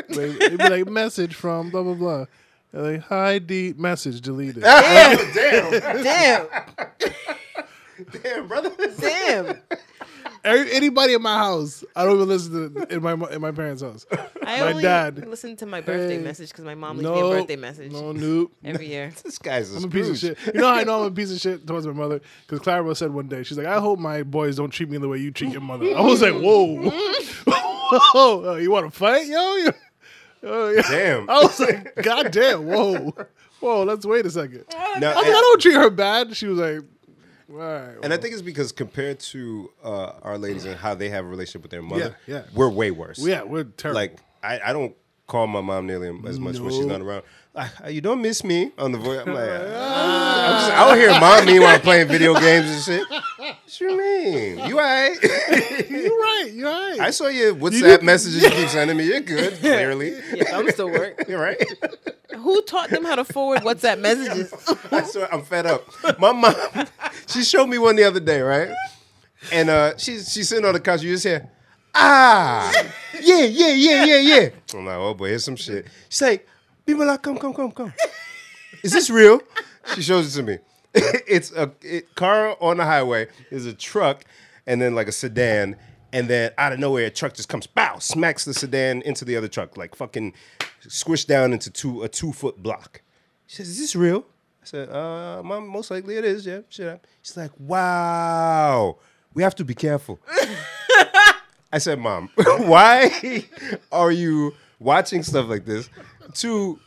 A: Like, it'd be like message from blah blah blah. And like, hi, D. Message deleted.
C: Damn,
B: Damn,
C: damn,
B: damn, brother.
C: damn.
A: Every- Anybody in my house, I don't even listen to in my mo- in my parents' house.
C: [laughs]
A: My
C: I only
A: dad.
C: listen to my birthday
A: Hey.
C: message because my mom leaves me
A: No
C: a birthday message
A: No,
C: [laughs]
A: nope. [laughs]
C: every year.
B: This guy's a
A: I'm a piece of shit. You know how I know I'm a piece
C: [laughs]
A: of shit towards my mother? Because Clara said one day, she's like, I hope my boys don't treat me the way you treat your mother. I
C: [laughs]
A: was like, whoa. [laughs] whoa. uh, you want to fight, yo? [laughs] You- oh, yeah.
B: Damn.
A: I was like, God damn,
B: [laughs]
A: whoa. Whoa, let's wait a second. I
B: No,
A: was like, I
B: and-
A: don't treat her bad. She was like, all right.
B: And I think it's because compared to uh, our ladies and how they have a relationship with their mother,
A: Yeah, yeah.
B: we're way worse.
A: well, yeah, we're terrible.
B: Like I, I don't call my mom nearly as much when she's
A: No.
B: not around. Like, you don't miss me on the voice. I'm
A: [laughs]
B: like, "Ah." I'm just out here, mom. Meanwhile, I'm playing video games and shit. What you mean? You all right? [laughs]
A: You're right. You're right.
B: I saw your WhatsApp messages you keep sending me. You're
A: [laughs]
B: good, clearly.
C: Yeah, I'm still work.
B: [laughs] You're right.
C: Who taught them how to forward
A: [laughs]
C: WhatsApp messages?
B: I swear, I'm fed up. My mom, she showed me one the other day, right? And uh, she's she's sitting on the couch. You just hear, ah, yeah, yeah, yeah, yeah, yeah. I'm like, oh boy, here's some shit. She's like, Bimala, come, come, come, come. Is this real? She shows it to me. [laughs] it's a it, car on the highway. Is a truck, and then like a sedan, and then out of nowhere, a truck just comes, bow, smacks the sedan into the other truck, like fucking squished down into two a two foot block. She says, "Is this real?" I said, "Uh, mom, most likely it is. Yeah, shit." happened." She's like, "Wow, we have to be careful." I said, "Mom, [laughs] why are you watching stuff like this?" To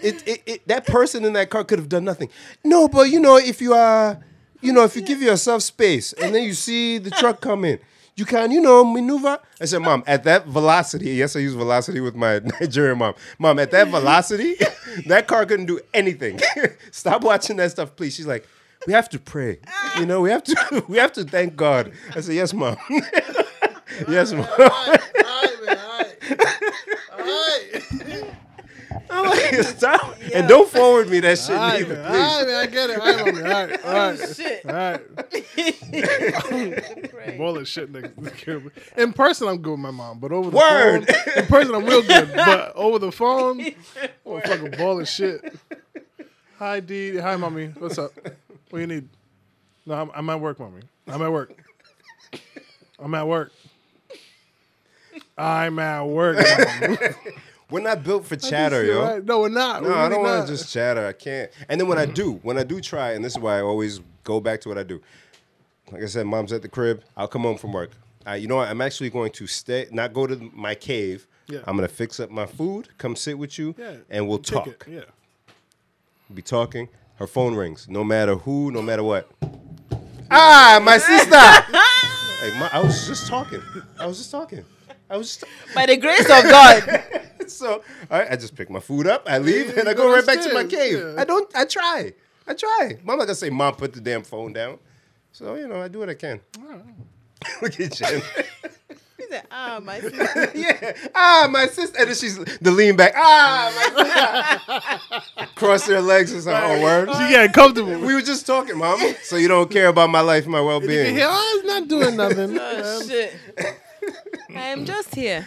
B: it, it, it that person in that car could have done nothing. No, but you know, if you are, you know, if you give yourself space and then you see the truck come in, you can, you know, maneuver. I said, Mom, at that velocity, yes, I use velocity with my [laughs] Nigerian mom. Mom, at that velocity, [laughs] that car couldn't do anything. [laughs] Stop watching that stuff, please. She's like, we have to pray. You know, we have to [laughs] we have to thank God. I said, Yes, mom. [laughs] yes, mom. [laughs] I'm like, stop. And don't forward me that shit neither, please.
A: I get it. All right, all right, all right.
C: Shit.
A: All right. All that shit niggas kill me. In person, I'm good with my mom, but over the
B: Word.
A: phone, in person, I'm real good. But over the phone, I'm a fucking ball of shit. Hi, D. Hi, mommy. What's up? What you need? No, I'm, I'm at work, mommy. I'm at work. I'm at work. I'm at work. Mom.
B: We're not built for chatter, yo.
A: Right? No, we're not.
B: No,
A: We're
B: I don't
A: really
B: want
A: not.
B: to just chatter. I can't. And then when I do, when I do try, and this is why I always go back to what I do. Like I said, mom's at the crib. I'll come home from work. Uh, you know what? I'm actually going to stay, not go to my cave.
A: Yeah.
B: I'm gonna fix up my food. Come sit with you,
A: Yeah,
B: and we'll
A: take
B: talk.
A: it. Yeah.
B: Be talking. Her phone rings. No matter who, no matter what. Ah, my [laughs] sister. like, my, I was just talking. I was just talking. I was just.
C: By the grace of God.
B: So all right, I just pick my food up, I leave,
A: Yeah,
B: and I
A: you
B: go
A: go
B: right back to my
A: downstairs,
B: cave.
A: yeah.
B: I don't. I try. I try. Mom not gonna say, "Mom, put the damn phone down." So you know, I do what I can. [laughs] Look at Jen.
C: He said, ah, my sister.
B: yeah. Ah, my sister. And then she's the lean back. Ah, my sister. [laughs] Cross their legs and say, "Oh, word."
A: She getting comfortable.
B: We were just talking, Mom. So you don't care about my life, my well-being.
A: Hell, I was not doing [laughs] nothing.
C: Oh, shit. I am just here.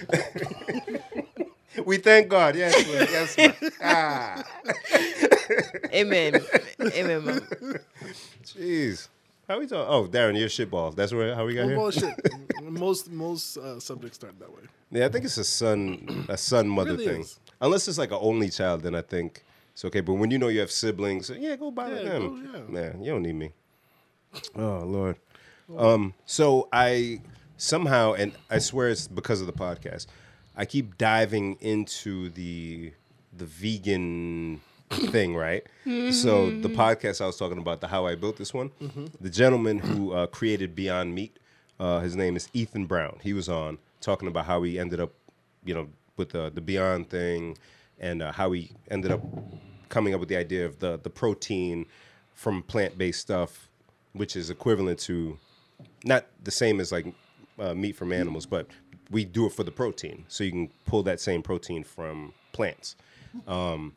B: We thank God. Yes, Lord.
A: [laughs]
B: yes. Lord. Ah,
C: Amen. Amen, mom.
B: jeez. How we talking? Oh, Darren, you're shitball. That's where how we got here.
A: Bullshit. most most uh, subjects start that way.
B: Yeah, I think it's a son a son mother
A: Really
B: thing.
A: is.
B: Unless it's like an only child, then I think it's okay. But when you know you have siblings, yeah, go bother
A: Yeah,
B: them.
A: go- yeah.
B: Man, you don't need me. Oh Lord. Um, so I somehow, and I swear it's because of the podcast, I keep diving into the the vegan thing, right? So the podcast I was talking about, the How I Built This One, the gentleman who uh, created Beyond Meat, uh, his name is Ethan Brown. He was on talking about how he ended up, you know, with the the Beyond thing, and uh, how he ended up coming up with the idea of the the protein from plant based stuff, which is equivalent to not the same as like uh, meat from animals, but we do it for the protein, so you can pull that same protein from plants. Um,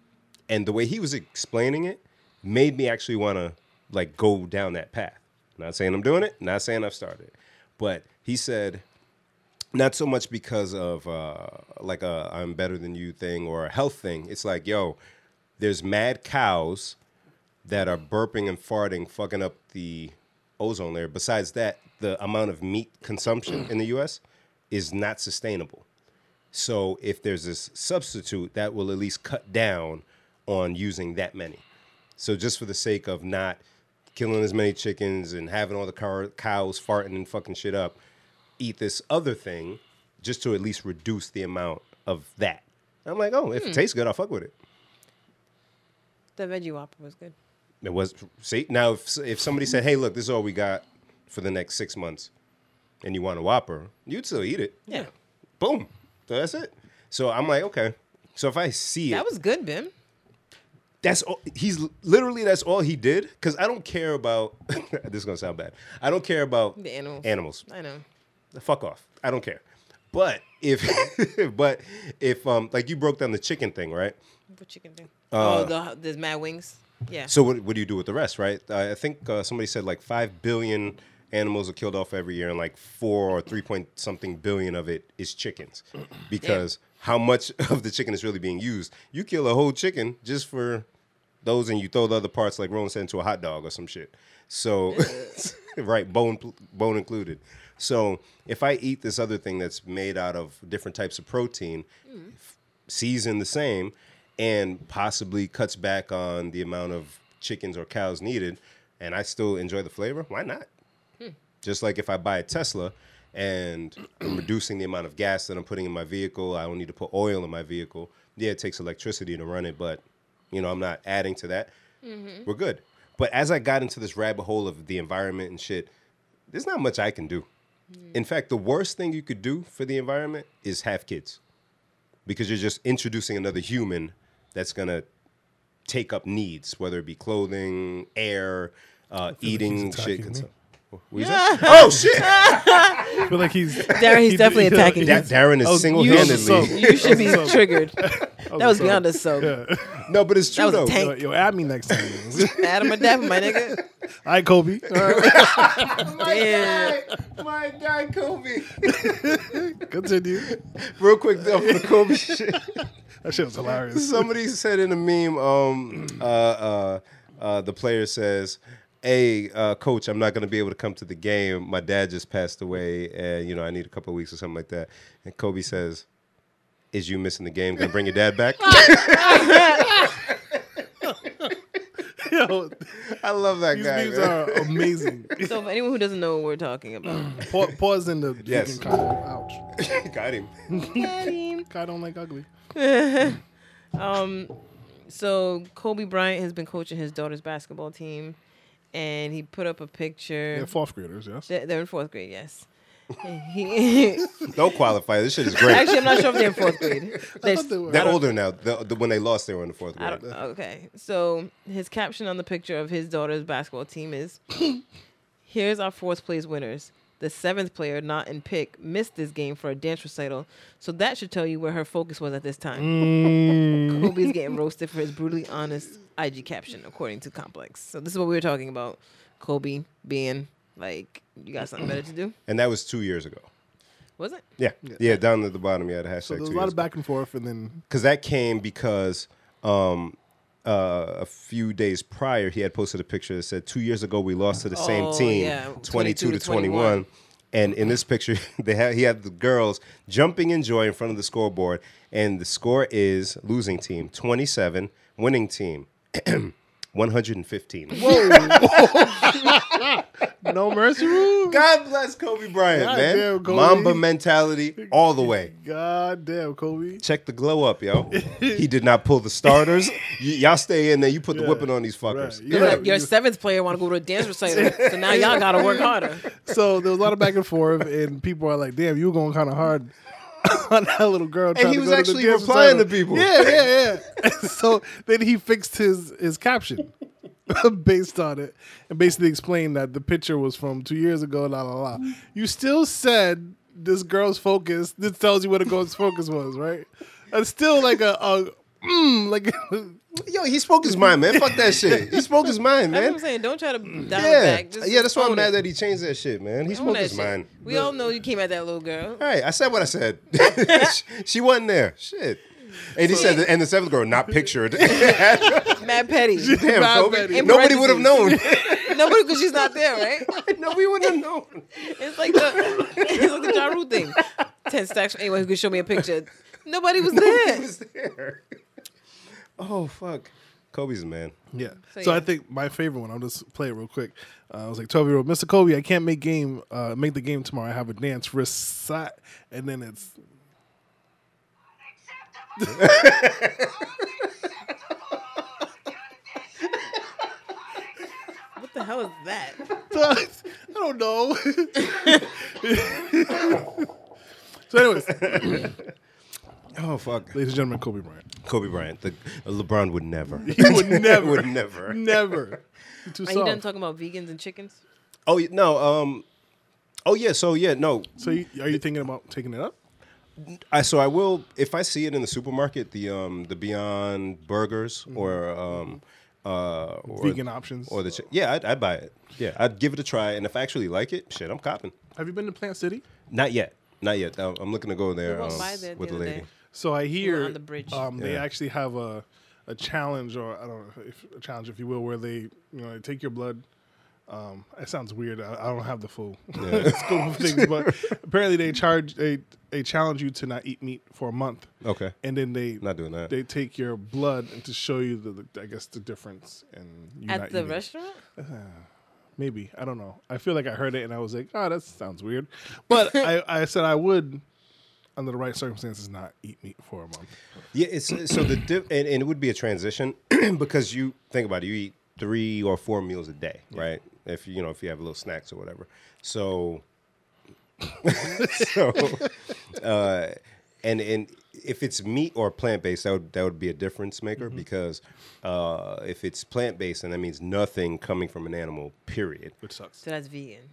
B: and the way he was explaining it made me actually want to like go down that path. Not saying I'm doing it, not saying I've started, but he said not so much because of uh, like a I'm better than you thing or a health thing. It's like, yo, there's mad cows that are burping and farting, fucking up the ozone layer. Besides that, the amount of meat consumption in the US is not sustainable. So if there's this substitute, that will at least cut down on using that many. So just for the sake of not killing as many chickens and having all the cow- cows farting and fucking shit up, eat this other thing just to at least reduce the amount of that. I'm like, oh, if it tastes good, I'll fuck with it.
C: The veggie whopper was good.
B: It was see now if if somebody said, "Hey, look, this is all we got for the next six months," and you want a Whopper, you'd still eat it.
C: Yeah.
B: Boom. So that's it. So I'm like, okay. So if I see it,
C: That was good, Bim.
B: that's all he's literally that's all he did because i don't care about [laughs] this is gonna sound bad i don't care about
C: The animals.
B: animals
C: I know.
B: fuck off i don't care but if [laughs] but if um like you broke down the chicken thing right
C: What chicken thing?
A: Uh,
C: oh, the, the mad wings. Yeah.
B: so what, what do you do with the rest right i I think uh, somebody said like five billion animals are killed off every year and like four or three point something billion of it is chickens because how much [laughs] of the chicken is really being used you kill a whole chicken just for those and you throw the other parts like Roland said into a hot dog or some shit so [laughs] right bone bone included so if i eat this other thing that's made out of different types of protein season the same and possibly cuts back on the amount of chickens or cows needed and I still enjoy the flavor, why not? Just like if I buy a Tesla and I'm reducing the amount of gas that I'm putting in my vehicle, I don't need to put oil in my vehicle. Yeah, it takes electricity to run it, but you know, I'm not adding to that. We're good. But as I got into this rabbit hole of the environment and shit, there's not much I can do. In fact, the worst thing you could do for the environment is have kids because you're just introducing another human that's gonna take up needs, whether it be clothing, air, uh, eating,
A: he's
B: shit.
A: attacking
B: Consum- What you
C: [laughs]
B: say? [laughs] oh shit!
A: I feel like he's
C: Darren,
A: [laughs]
C: he's definitely attacking
B: Da- Darren
A: Oh,
B: is
A: you
C: You
A: Handedly.
C: should,
B: single-handedly.
C: you should be
A: Assault.
C: triggered. That was beyond a soap.
B: no, but it's true
C: was a
B: though.
C: tank.
A: Yo, yo, add me next time. [laughs]
C: Adam or Dapper, my nigga.
A: All right, Kobe. [laughs] All right, Oh
B: [laughs]
C: Damn.
B: My guy, Kobe.
A: continue.
B: [laughs] Real quick though, for the [laughs] Kobe shit.
A: That shit was hilarious.
B: Somebody said in a meme, um, [clears throat] uh, uh, uh, the player says, "Hey, uh, coach, I'm not gonna be able to come to the game. My dad just passed away, and you know I need a couple of weeks or something like that." And Kobe says, "Is you missing the game gonna bring your dad
C: [laughs]
B: back?"
A: [laughs] Yo,
B: [laughs] I love that
A: these
B: guy.
A: memes
B: man.
A: are
B: [laughs]
A: amazing.
C: So, for anyone who doesn't know what we're talking about,
A: Pa- Pause in the
B: Yes.
A: vegan comment. Ouch.
C: uh,
B: [laughs] Got him.
C: [laughs] Daddy.
A: I don't like ugly.
C: Um, so Kobe Bryant has been coaching his daughter's basketball team, and he put up a picture.
A: Yeah, fourth graders. Yes.
C: They're- They're in fourth grade, yes. [laughs] And he-
B: Don't qualify. This shit is great.
C: Actually, I'm not sure if they're in
A: [laughs]
C: fourth grade. They're-
A: thought they were.
B: They're older now. The, the, when they lost, they were in the fourth
C: I
B: grade.
C: don't, okay. So his caption on the picture of his daughter's basketball team is [coughs] Here's our fourth place winners. The seventh player, not in pick, missed this game for a dance recital. So that should tell you where her focus was at this time.
B: Mm.
C: [laughs] Kobe's getting roasted for his brutally honest IG caption, according to Complex. So this is what we were talking about. Kobe being like, you got something better to do?
B: And that was two years ago.
C: Was it?
B: Yeah. Yeah, down at the bottom. Yeah, the hashtag
A: So there was
B: two
A: a lot
B: years
A: of back and forth, and then
B: because that came because um, uh, a few days prior he had posted a picture that said two years ago we lost to the same
C: Oh,
B: team,
C: yeah,
B: 22 to 21.
C: 21.
B: And in this picture, [laughs] they had, he had the girls jumping in joy in front of the scoreboard, and the score is losing team 27, winning team [clears throat] 115.
A: no mercy [laughs] rule.
B: God bless Kobe Bryant,
A: God
B: man.
A: damn, Kobe.
B: Mamba mentality all the way.
A: God damn, Kobe.
B: Check the glow
A: [laughs]
B: up, yo. he did not pull the starters. Y- y'all stay in there. You put the
A: Yeah,
B: whipping on these fuckers.
A: Right.
C: You're
A: Yeah.
C: like, your seventh player want to go to a dance recital. so now y'all got to work harder.
A: So there was a lot of back and forth, and people are like, "Damn, you were going kind of hard [laughs] on that little girl." trying
B: he
A: to
B: was
A: go to the
B: actually
A: dance
B: replying
A: recital."
B: to people.
A: Yeah, yeah, yeah. [laughs] so then he fixed his his caption [laughs] based on it, and basically explained that the picture was from two years ago. La la la. You still said this girl's focus. This tells you what a girl's focus was, right? It's still like a, a mm, like [laughs]
B: Yo, he spoke his mind, man. Fuck that shit. He spoke his mind,
C: That's
B: [laughs]
C: what
B: man.
C: I'm saying. Don't try to dial it
B: Yeah,
C: back. Just
B: yeah. That's why
C: own
B: I'm mad
C: it.
B: that he changed that shit, man. He
C: Own
B: spoke
C: that
B: his
C: shit.
B: mind.
C: We all know you came at that little girl.
B: All right, I said what I
C: [laughs]
B: said. [laughs] she wasn't there. Shit. And he said, that- and the seventh girl not pictured. [laughs] Damn,
C: Mad petty.
B: Kobe.
C: In
B: Nobody would have known.
C: [laughs] Nobody, because she's not there,
B: [laughs]
C: right?
B: Nobody
A: [laughs]
B: would have known.
C: It's like the it's like the Ja Rule thing. Ten stacks for anyone who could show me a picture. Nobody was
B: He
C: there.
B: was there. Oh fuck, Kobe's a man.
A: Yeah. So,
C: So,
A: I
C: yeah.
A: think my favorite one. I'll just play it real quick. Uh, I was like, twelve year old Mr. Kobe. I can't make game. Uh, make the game tomorrow. I have a dance recite, and then it's [laughs]
C: What the hell is that?
A: I don't know. [laughs] so, anyways, ladies
B: Oh fuck. [laughs]
A: and gentlemen, Kobe Bryant.
B: Oh, Kobe Bryant. The, LeBron would
A: [laughs]
B: never.
A: He would
B: [laughs]
A: never.
B: would never.
A: Never. You're Too
C: Are you done
A: soft.
C: talking about vegans and chickens?
B: Oh y- no. Um. Oh yeah. So yeah. No.
A: So you, are you thinking about taking it up?
B: I so I will if I see it in the supermarket. The um the Beyond Burgers or um uh or,
A: Vegan options.
B: or the chi- yeah I'd, I'd buy it. Yeah, I'd give it a try, and if I actually like it, shit, I'm copping.
A: Have you been to Plant City?
B: Not yet. Not yet. I'm I'm looking to go there
C: walked
B: um,
C: by there the
B: with a
C: other
B: lady.
C: day.
A: So I hear
C: on the bridge.
A: Um, They
B: Yeah.
A: actually have a a challenge, or I don't know, if, a challenge, if you will, where they you know they take your blood. Um, it sounds weird. I, I don't have the full [laughs] scope of things, but apparently they charge they they challenge you to not eat meat for a month,
B: Okay.
A: and then they
B: Oh. Not doing that.
A: They take your blood and to show you the, the I guess the difference and you
C: At
A: not
C: the
A: eating.
C: restaurant?
A: Maybe I don't know. I feel like I heard it and I was like, oh, that sounds weird, but I, I said I would under the right circumstances not eat meat for a month.
B: Yeah, it's uh, so the diff, and, and it would be a transition [clears throat] because you think about it, you eat three or four meals a day, right? If you know if you have little snacks or whatever. So, [laughs]
A: [laughs]
B: so, uh, and and if it's meat or plant based, that would that would be a difference maker
A: Mm-hmm.
B: because uh, if it's plant based, then that means nothing coming from an animal, period.
A: Which sucks.
C: So that's vegan.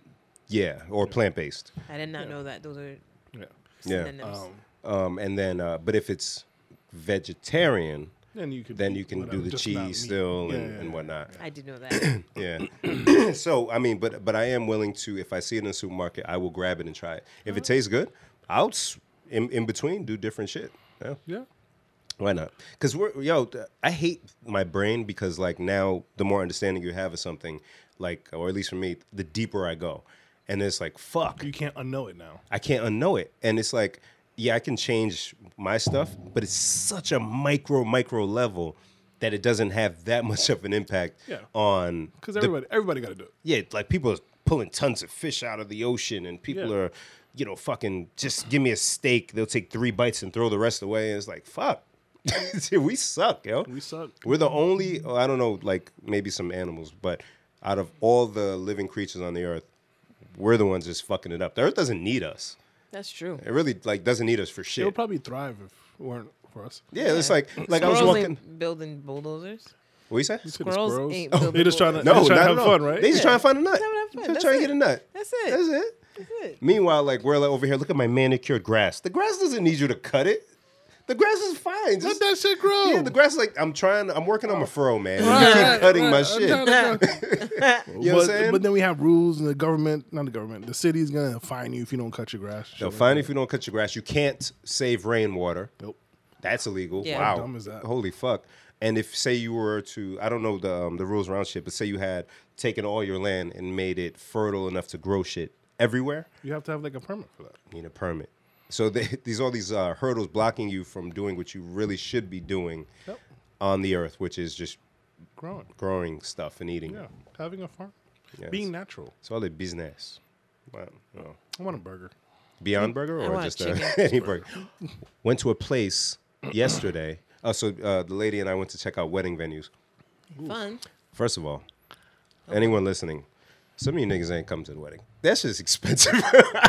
B: Yeah, or plant based.
C: I did not know that. Those are
A: Yeah.
B: Yeah.
C: synonyms.
A: Um,
B: Um, and then, uh, but if it's vegetarian,
A: then you could
B: then
A: eat
B: you can
A: whatever,
B: do the
A: just not
B: cheese
A: meat.
B: still
A: Yeah,
B: and,
A: yeah,
B: and
A: yeah.
B: whatnot.
C: I did know that.
B: Yeah. [clears throat] so I mean, but but I am willing to if I see it in the supermarket, I will grab it and try it.
A: Uh-huh.
B: If it tastes good, I'll s- in, in between do different shit. Yeah.
A: Yeah.
B: Why not? Because we're yo, th- I hate my brain because like now the more understanding you have of something, like or at least for me, the deeper I go, and it's like fuck,
A: You can't unknow it now.
B: I can't unknow it. And it's like, yeah, I can change my stuff, but it's such a micro, micro level that it doesn't have that [laughs] much of an impact
A: Yeah.
B: on.
A: Because everybody everybody got to do it.
B: Yeah, like people are pulling tons of fish out of the ocean and people
A: Yeah.
B: are, you know, fucking just give me a steak. They'll take three bites and throw the rest away. And it's like, fuck. [laughs] Dude, we suck, yo.
A: We suck.
B: We're the only, oh, I don't know, like maybe some animals, but out of all the living creatures on the earth, we're the ones just fucking it up. The earth doesn't need us.
C: That's true.
B: It really like doesn't need us for
A: It
B: shit.
A: would probably thrive if it weren't for us.
B: yeah, it's like like I was
C: Squirrels
B: walking.
C: ain't building bulldozers.
B: What you say?
A: To the
C: Squirrels
A: squirrels.
C: ain't built
A: they just trying to,
B: Oh. No,
A: they just trying to have
B: not at all.
A: fun, right?
B: They just trying to find a nut.
C: They're having fun.
B: They're
C: That's
B: trying to
C: it.
B: get a nut.
C: That's it.
B: That's it.
C: That's it.
B: Meanwhile, like we're like over here. Look at my manicured grass. The grass doesn't need you to cut it. The grass is fine.
A: Let
B: Just,
A: that shit grow.
B: yeah, the grass. is Like I'm trying. I'm working on my furrow, man.
A: Right,
B: you keep
A: right,
B: cutting my
A: right. I'm
B: shit.
A: trying to
B: [laughs]
A: grow.
B: You know what
A: but,
B: I'm saying?
A: but then we have rules, and the government, not the government, the city's going to fine you if you don't cut your grass.
B: They'll
A: shit like
B: find if you don't cut your grass. You can't save rainwater.
A: that. Nope.
B: That's illegal.
C: Yeah.
B: Wow.
A: How dumb is that?
B: Holy fuck. And if say you were to I don't know the um, the rules around shit, but say you had taken all your land and made it fertile enough to grow shit everywhere,
A: You have to have like a permit for that.
B: you need a permit. So they, [laughs] these all these uh, hurdles blocking you from doing what you really should be doing
A: Yep.
B: on the earth, which is just
A: Growing.
B: growing stuff and eating.
A: Yeah. Having a farm.
B: Yes.
A: Being natural.
B: It's all a business. But, you know.
A: I want a burger.
B: Beyond Burger
C: I
B: or
C: want
B: just
C: chicken.
B: [laughs] a, any burger? Went to a place yesterday. Oh, so uh, the lady and I went to check out wedding venues.
C: Fun.
B: First of all, anyone listening, some of you niggas ain't come to the wedding. That's just expensive.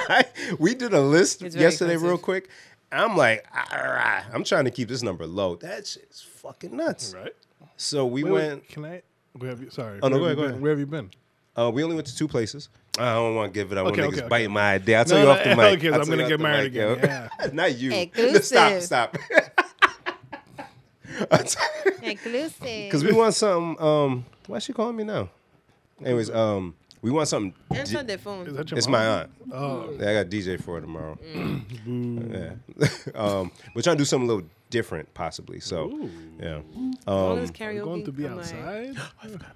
B: [laughs] we did a list
C: It's very
B: yesterday, real
C: expensive.
B: quick. I'm like, "Ah, I'm trying to keep this number low. That shit's fucking nuts.
A: Right?
B: So we
A: Wait, wait,
B: went.
A: can I? Where have you, sorry.
B: Oh, no,
A: where
B: go
A: have
B: ahead,
A: you been? Where have you been?
B: Uh, we only went to two places. I don't want to give it. I want
A: Okay,
B: niggas
A: okay, okay.
B: biting my idea. I'll tell
A: No,
B: you
A: no,
B: off the mic.
A: okay, 'cause I'm
B: I'll tell you
A: gonna
B: off
A: get
B: the
A: married
B: mic, yo.
A: again,
B: [laughs] Not you.
C: Exclusive.
B: Stop. [laughs] Stop. [laughs]
C: Inclusive.
B: Because we want something. Um, why she calling me now? Anyways, um, we want something.
C: Answer
B: di-
C: their phone.
A: Is that your
B: it's
A: mom?
B: my uh, aunt.
A: Oh, Mm.
B: Yeah, I got DJ for her tomorrow. yeah. [laughs] um, we're trying to do something a little different, possibly. So, yeah.
C: All this karaoke.
A: I'm going to be
C: I'm like,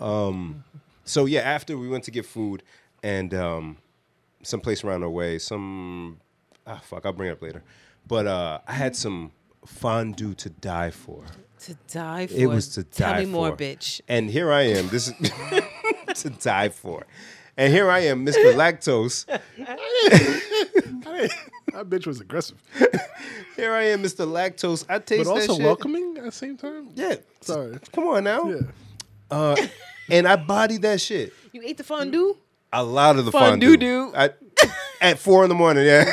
A: outside.
B: [gasps] So yeah, after we went to get food and um, someplace around our way, some ah fuck, I'll bring it up later. But uh, I had some fondue to die for.
C: to die for.
B: It was to
C: Tell
B: die
C: me more,
B: for.
C: bitch.
B: And here I am. This is [laughs] to die for. And here I am, Mr. Lactose.
A: [laughs] that bitch was aggressive,
B: Here I am, Mr. Lactose. I taste
A: but also
B: that shit.
A: welcoming at the same time.
B: Yeah.
A: Sorry.
B: Come on now.
A: Yeah.
B: And I bodied that shit.
C: You ate the fondue?
B: A lot of the
C: Fondue,
B: fondue.
C: dude.
B: I, [laughs] at four in the morning, yeah.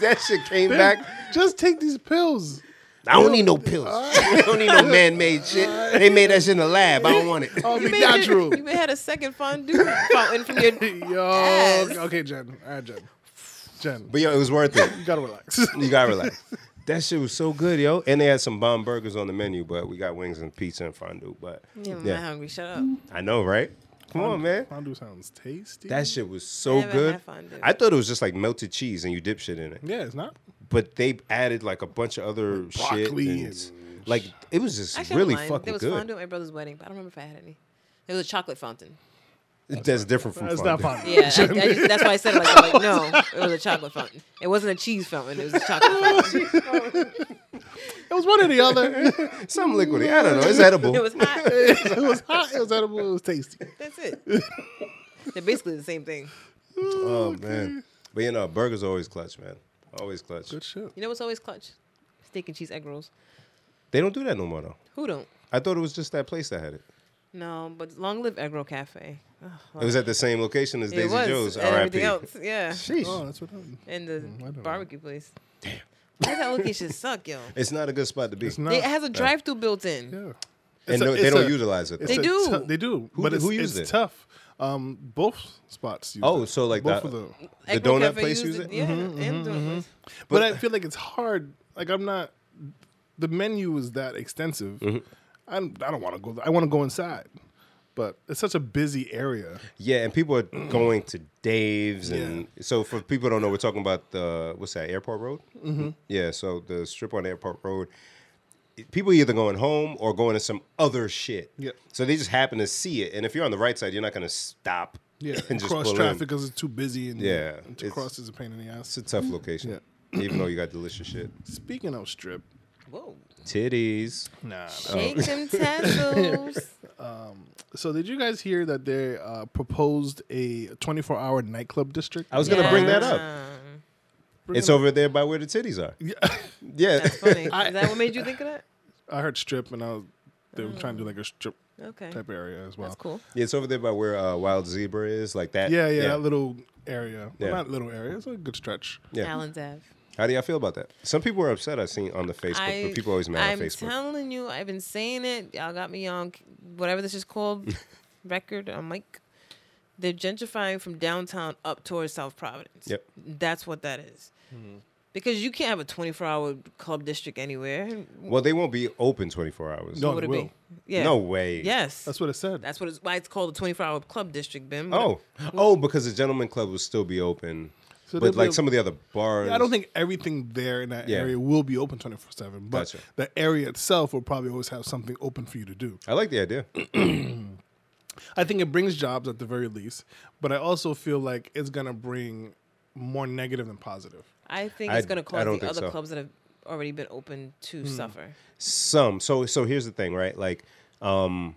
B: that shit came back. [laughs]
A: Just take these pills.
B: I don't need no pills. [laughs] I don't need no man-made shit. They made that shit in the lab. I don't want it.
A: Oh,
C: You
A: me
C: may had-
A: natural.
C: You may had a second fondue fountain from your
A: Yo.
C: ass.
A: Okay, Jen. All right, Jen. Jen,
B: But yo, it was worth it.
A: you gotta relax. [laughs]
B: You gotta relax. That shit was so good, yo. And they had some bomb burgers on the menu, but we got wings and pizza and fondue. But
C: Yeah, I'm not
B: yeah,
C: hungry. Shut up.
B: I know, right? Come on, man.
A: Fondue sounds tasty.
B: That shit was so
C: never
B: good.
C: had fondue.
B: I thought it was just like melted cheese and you dip shit in it.
A: yeah, it's not.
B: But they added like a bunch of other shit.
A: broccoli
B: and-
A: and-
B: like it was just
C: Actually,
B: really
C: I'm lying.
B: fucking
C: There was
B: good.
C: fondue at my brother's wedding, but I don't remember if I had any. It was a
B: [laughs]
C: chocolate fountain.
B: That's different from
A: It's
B: fondue.
A: not fondue.
C: Yeah, I, I just, that's why I said it like, that. Like, no, it was a chocolate fountain. It wasn't a cheese fountain. It was
B: [laughs]
C: a chocolate fountain.
A: It was one or the
C: [laughs]
A: other.
B: [laughs] Some liquidy. I don't know. It's edible.
C: It was hot.
A: it was hot. It was edible. It was tasty.
C: That's it. They're basically the same thing.
B: oh man. But you know, burgers always clutch, man. Always clutch.
A: Good shit.
C: You know what's always clutch? Steak and cheese egg rolls.
B: They don't do that no more though.
C: Who don't?
B: I thought it was just that place that had it.
C: No, but long live egg roll cafe. Ugh,
B: It was at the same location as
C: it
B: Daisy
C: was,
B: Joe's.
C: and everything
B: R.I.P.
C: else.
B: [laughs]
C: Yeah,
A: Oh,
B: Sheesh.
A: that's what happened.
C: and the
A: I don't know.
C: barbecue place. Damn. Why does that location
A: [laughs]
C: suck, yo?
B: It's not a good spot to be.
A: It's not.
C: It has a drive-through built in.
A: yeah.
B: And
A: It's a-
B: no- they
A: it's
B: don't
A: a-
B: utilize it.
A: it's
B: though.
C: They
A: a
C: do.
A: tou- they do.
B: Who-
A: but it's,
B: who used
A: it's
B: it?
A: tough. Um, both spots. Use
B: Oh,
A: it.
B: so like
A: both
B: that-
A: of them.
B: The
C: Egg roll
B: donut
C: cafe
B: place
C: used
B: use it?
C: Yeah,
A: Mm-hmm,
C: and the donut place.
A: But I feel like it's hard. Like I'm not. The menu is that extensive. I'm, I don't want to go. there. I want to go inside. But it's such a busy area.
B: Yeah, and people are
A: Mm.
B: going to Dave's, and so for people who don't know, we're talking about the what's that Airport Road? Mm-hmm. Yeah, so the strip on Airport Road. it- People either going home or going to some other shit.
A: Yep.
B: So they just happen to see it, and if you're on the right side, you're not going to stop.
A: [laughs] Yeah,
B: [laughs] And just
A: cross
B: pull
A: traffic
B: In.
A: because it's too busy and
B: Yeah,
A: and to
B: it's-
A: cross is a pain in the ass.
B: It's a tough location, even though you got
A: [clears throat]
B: delicious shit.
A: Speaking of strip,
C: Whoa.
B: Oh. Titties.
A: nah.
B: [laughs]
C: Shake them tassels.
A: So did you guys hear that they uh, proposed a 24-hour nightclub district?
B: I was gonna bring that up.
C: Yeah.
B: It's over there by where the titties are. [laughs]
A: [laughs]
B: Yeah.
C: That's funny. Is that what made you think of that?
A: I heard strip, and I was, they were trying to do like a strip
C: Okay.
A: type area as well.
C: Eh? That's cool.
B: Yeah, it's over there by where uh, Wild Zebra is, like that.
A: Yeah, yeah, that little area. Well,
B: Yeah.
A: not little area. It's a good stretch.
B: Yeah.
C: Allen's Ave.
B: How do y'all feel about that? Some people were upset. I've seen on the Facebook, but people always mad
C: I'm
B: on Facebook.
C: telling you, I've been saying it. Y'all got me on whatever this is called,
B: [laughs]
C: record on mic. They're gentrifying from downtown up towards South Providence.
B: Yep.
C: That's what that is.
B: Mm-hmm.
C: Because you can't have a 24 hour club district anywhere.
B: well, they won't be open 24 hours.
A: No,
C: Would
A: they
C: it
A: will.
C: be? Yeah.
B: No way.
C: Yes.
A: That's what it said.
C: That's what it's why it's called the 24 hour club district, Ben. What-
B: Oh, oh, because the gentleman club will still be open,
A: So they'll
B: but like
A: be-
B: some of the other bars.
A: Yeah, I don't think everything there in that
B: Yeah.
A: area will be open 24 7, but
B: Gotcha.
A: the area itself will probably always have something open for you to do.
B: I like the idea.
A: I think it brings jobs at the very least, but I also feel like it's going to bring more negative than positive.
C: I think
B: I-
C: it's going
B: I
C: to cause
B: don't
C: the
B: think
C: other
B: so. Hmm.
C: clubs that have already been open to suffer.
B: Some. So so here's the thing, right? Like, um,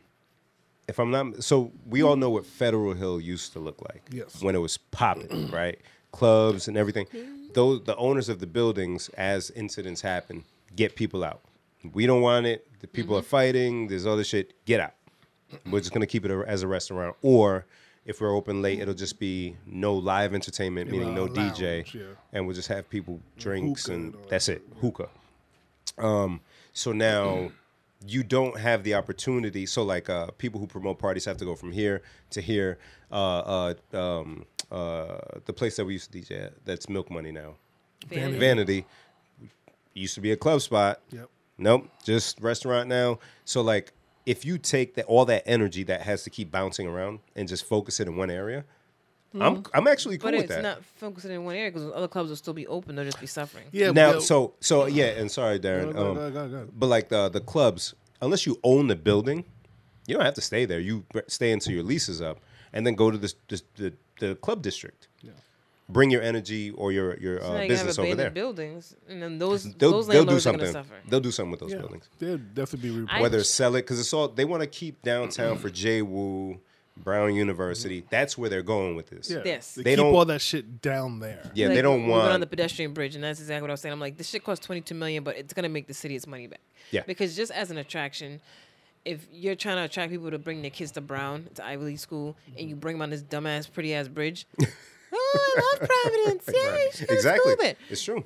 B: if I'm not so, we all know what Federal Hill used to look like.
A: Yes.
B: When it was popping, right? Clubs and everything. Those the owners of the buildings, as incidents happen, get people out. We don't want it. The people are fighting. There's other shit. Get out. We're just gonna keep it a- as a restaurant, or if we're open late, it'll just be no live entertainment, meaning no
A: uh,
B: DJ,
A: lounge, yeah.
B: and we'll just have people drinks
A: Hookah
B: and
A: and all
B: that's it, hookah. Um, So now you don't have the opportunity. So like uh, people who promote parties have to go from here to here. Uh, uh, um, uh, the place that we used to DJ at, that's Milk Money now,
A: Vanity.
B: Vanity, used to be a club spot.
A: Yep.
B: Nope, just restaurant now. So like if you take that all that energy that has to keep bouncing around and just focus it in one area, I'm I'm actually cool
C: Mm-hmm. But
B: with
C: it's
B: that.
C: not focusing in one area because other clubs will still be open. They'll just be suffering.
A: [laughs] Yeah,
B: now,
A: but-
B: so so yeah, and sorry,
A: Go,
B: Darren.
A: go,
B: um,
A: go, go, go.
B: But like the the clubs, unless you own the building, you don't have to stay there. You b- stay until your lease is up, and then go to this, this the the club district.
A: Yeah.
B: Bring your energy or your your
C: So now
B: uh,
C: you
B: business
C: have
B: over
C: abandoned
B: there.
C: buildings, and then those
B: [laughs] They'll,
C: those
B: they'll do
C: landlords are going
B: something.
C: to suffer.
B: They'll do something with those
A: yeah,
B: buildings.
A: they'd definitely be.
C: I-
A: Reported.
B: Whether sell it because it's all they want to keep downtown for Jay Wu Brown University. That's where they're going with this.
A: yeah.
C: Yes.
A: They,
B: They
A: keep
B: don't-
A: all that shit down there.
B: Yeah, they
C: Like,
B: don't
C: we went on
B: want
C: the pedestrian bridge, and that's exactly what I was saying. I'm like, this shit costs 22 million, but it's going to make the city its money back.
B: Yeah.
C: Because just as an attraction, if you're trying to attract people to bring their kids to Brown to Ivy League school, and
B: Mm-hmm.
C: you bring them on this dumbass, pretty
B: [laughs]
C: ass bridge. oh, I love Providence! Yay,
B: Right.
C: she's
B: exactly.
C: Stupid.
B: It's true.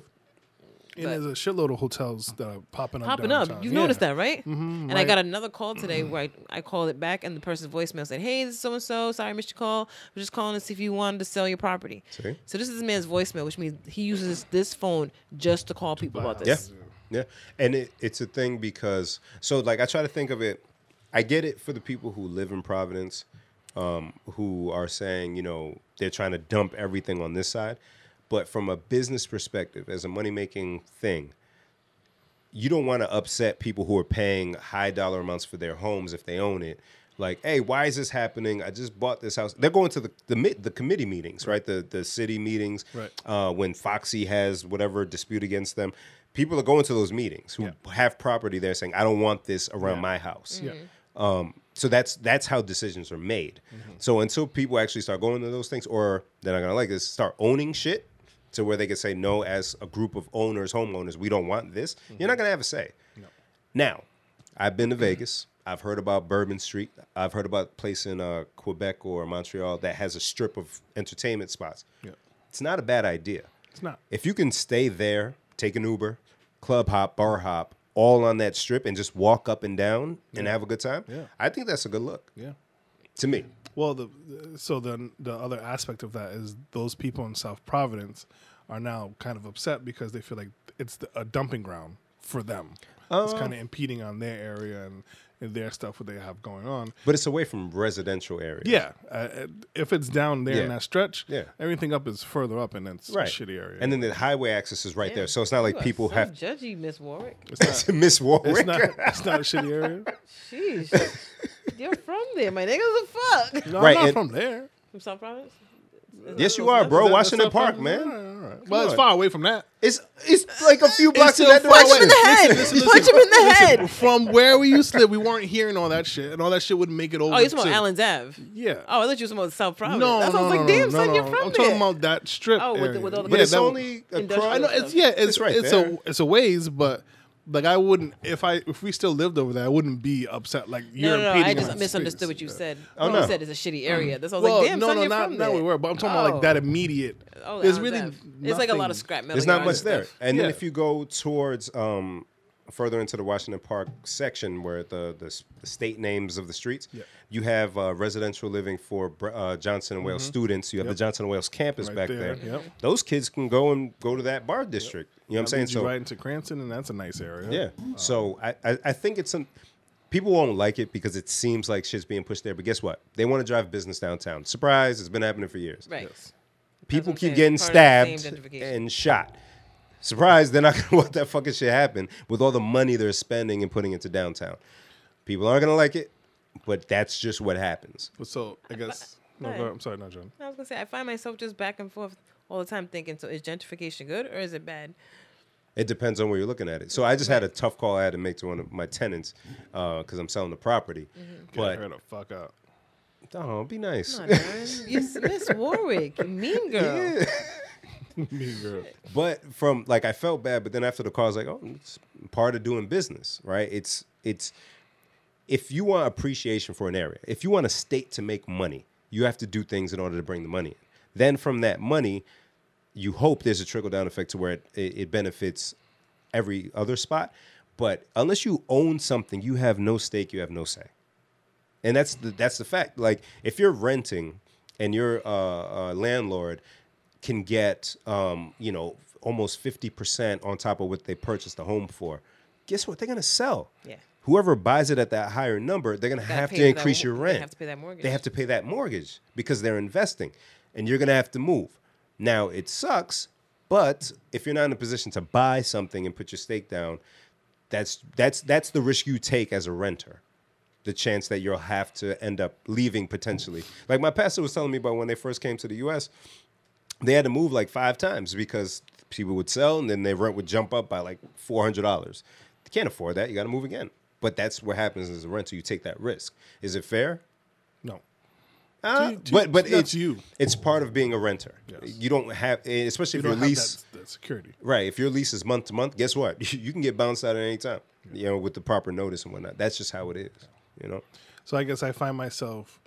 A: And
C: But-
A: there's a shitload of hotels that are popping up.
C: popping up.
A: downtown.
C: You've
A: Yeah. Mm-hmm.
C: noticed that, right? and I
A: right.
C: got another call today where I, I called it back, and the person's voicemail said, "Hey, this is so and so. Sorry, I missed your call. I'm just calling to see if you wanted to sell your property."
B: See?
C: So this is this man's voicemail, which means he uses this phone just to call people about
A: buy
C: this.
A: houses.
B: Yeah, and it, it's a thing because so like I try to think of it. I get it for the people who live in Providence, um, who are saying you know they're trying to dump everything on this side, but from a business perspective, as a money making thing, you don't want to upset people who are paying high dollar amounts for their homes if they own it. Like, hey, why is this happening? I just bought this house. They're going to the the, mi- the committee meetings, right? The the city meetings.
A: Right.
B: Uh, when Foxy has whatever dispute against them, people are going to those meetings who have property there, saying, "I don't want this around my house."
A: Yeah. Mm-hmm.
B: Um, so that's that's how decisions are made.
A: Mm-hmm.
B: So until people actually start going to those things, or they're not gonna like this, start owning shit to where they can say no as a group of owners, homeowners, we don't want this.
A: Mm-hmm.
B: You're not gonna have a say. Now, I've been to Vegas. I've heard about Bourbon Street. I've heard about a place in uh, Quebec or Montreal that has a strip of entertainment spots.
A: Yeah.
B: It's not a bad idea.
A: It's not.
B: If you can stay there, take an Uber, club hop, bar hop, all on that strip and just walk up and down and have a good time,
A: Yeah.
B: I think that's a good look
A: Yeah.
B: to me.
A: Well, the the- so the the other aspect of that is those people in South Providence are now kind of upset because they feel like it's the, a dumping ground for them.
B: Oh.
A: it's kind of impeding on their area and, and their stuff what they have going on.
B: But it's away from residential areas.
A: Yeah, uh, if it's down there in
B: Yeah.
A: that stretch,
B: Yeah.
A: everything up is further up and it's
B: Right.
A: a shitty area.
B: And then the highway access is right there. So it's not
C: You
B: like
C: are
B: people
C: so
B: have
C: judgy, Miss
A: [laughs]
C: Warwick.
B: to [laughs] miss Warwick.
A: it's not it's not a shitty
B: [laughs]
A: area.
C: Sheesh, you're from there, my nigga. What the fuck?
A: No,
B: Right,
A: I'm not
B: and-
A: from there.
C: From South Providence?
B: yes, you are, bro.
A: That- that's
B: Washington
A: South
B: Park,
A: Providence?
B: man.
A: All right, all right. Well, it's
B: on.
A: far away from that.
B: It's it's like a few blocks in
A: still
B: that
A: far
C: Punch him
B: away.
C: in the head. Punch him in the head.
A: From where we used to live, we weren't hearing all that shit, and all that shit wouldn't make it over.
C: Oh, you're talking
A: to-
C: about Allen's Ave.
A: Yeah.
C: Oh, I thought you were talking about South Providence.
A: no,
C: That's
A: no,
C: why I was
A: no,
C: like,
A: no,
C: damn,
A: no,
C: son,
A: no.
C: you're from
A: I'm
C: there.
A: talking about that strip.
C: Oh, with the-
A: area.
C: with all the-
B: But
C: Yeah,
B: it's
A: that-
B: only
C: industrial
B: across.
A: I know it's yeah, it's
B: It's right
A: it's
B: there.
A: a it's a ways, but like I wouldn't if I if we still lived over there, I wouldn't be upset. Like
C: No,
A: you're
C: no, no,
A: impeding
C: I
A: on
C: just
A: the
C: misunderstood
A: space.
C: what you said.
B: Oh,
C: Oh,
B: no.
C: You said it's a shitty area. That's all I was
A: Well,
C: like, damn,
A: no,
C: son,
A: no,
C: you're
A: not
C: from
A: not
C: there.
A: we were, but I'm talking about
C: Oh.
A: like that immediate.
C: Oh,
A: there's
C: Allen's
A: really
C: Ave. It's like a lot
A: nothing-
C: of scrap metal.
B: There's not
C: yards
B: much
C: and
B: there.
C: stuff.
B: And then
A: Yeah.
B: if you go towards um, further into the Washington Park section, where the the, s- the state names of the streets,
A: Yeah.
B: you have uh, residential living for Br- uh, Johnson and Wales
C: Mm-hmm.
B: students. You have the Johnson and Wales campus
A: Right
B: back
A: there,
B: there.
A: yep.
B: Those kids can go and go to that bar district. You know what I'm saying?
A: Leads you
B: So
A: right into Cranston, and that's a nice area.
B: yeah. So I, I, I think it's an people won't like it because it seems like shit's being pushed there. But guess what? They want to drive business downtown. Surprise! It's been happening for years.
C: Right.
B: People
C: That's
B: keep
C: what I'm
B: getting
C: saying. Part of the
B: stabbed
C: same gentrification.
B: and shot. Surprise, they're not gonna [laughs] let that fucking shit happen with all the money they're spending and putting into downtown. People aren't gonna like it, but that's just what happens.
A: But so I guess no,
C: Right.
A: go, I'm sorry, not John.
C: I was going to say, I find myself just back and forth all the time thinking, so is gentrification good or is it bad?
B: It depends on where you're looking at it. So I just had a tough call I had to make to one of my tenants because I'm selling the property.
A: Get her
B: But
A: the fuck out.
C: [laughs]
B: oh, be nice.
C: Come
A: [laughs]
C: on, man. You Miss Warwick, you mean girl.
A: Mean girl.
B: but from like I felt bad, but then after the call, I was like, oh, it's part of doing business, right? It's it's if you want appreciation for an area, if you want a state to make money, you have to do things in order to bring the money in. Then from that money, you hope there's a trickle down effect to where it, it, it benefits every other spot. But unless you own something, you have no stake, you have no say and that's the that's the fact. Like if you're renting and your uh, uh, landlord can get um, you know almost fifty percent on top of what they purchased the home for, guess what? They're gonna sell.
C: Yeah.
B: Whoever buys it at that higher number, they're gonna
C: Gotta
B: have
C: pay
B: to
C: for that
B: increase
C: mo-
B: your
C: they
B: rent.
C: have to pay that mortgage.
B: They have to pay that mortgage because they're investing, and you're gonna have to move. Now it sucks, but if you're not in a position to buy something and put your stake down, that's that's that's the risk you take as a renter the chance that you'll have to end up leaving potentially. Like my pastor was telling me about when they first came to the US, they had to move like five times because people would sell and then their rent would jump up by like $400. You can't afford that. You got to move again. But that's what happens as a renter. You take that risk. Is it fair?
A: No.
B: Uh,
A: To- to-
B: but but
A: that's
B: it's
A: you.
B: It's part of being a renter.
A: Yes.
B: You don't have, eh,
A: You
B: especially if your
A: don't have
B: lease.
A: that, that security.
B: Right. If your lease is month to month, guess what? [laughs] You can get bounced out at any time. You know, with the proper notice and whatnot. That's just how it is. You know.
A: So I guess I find myself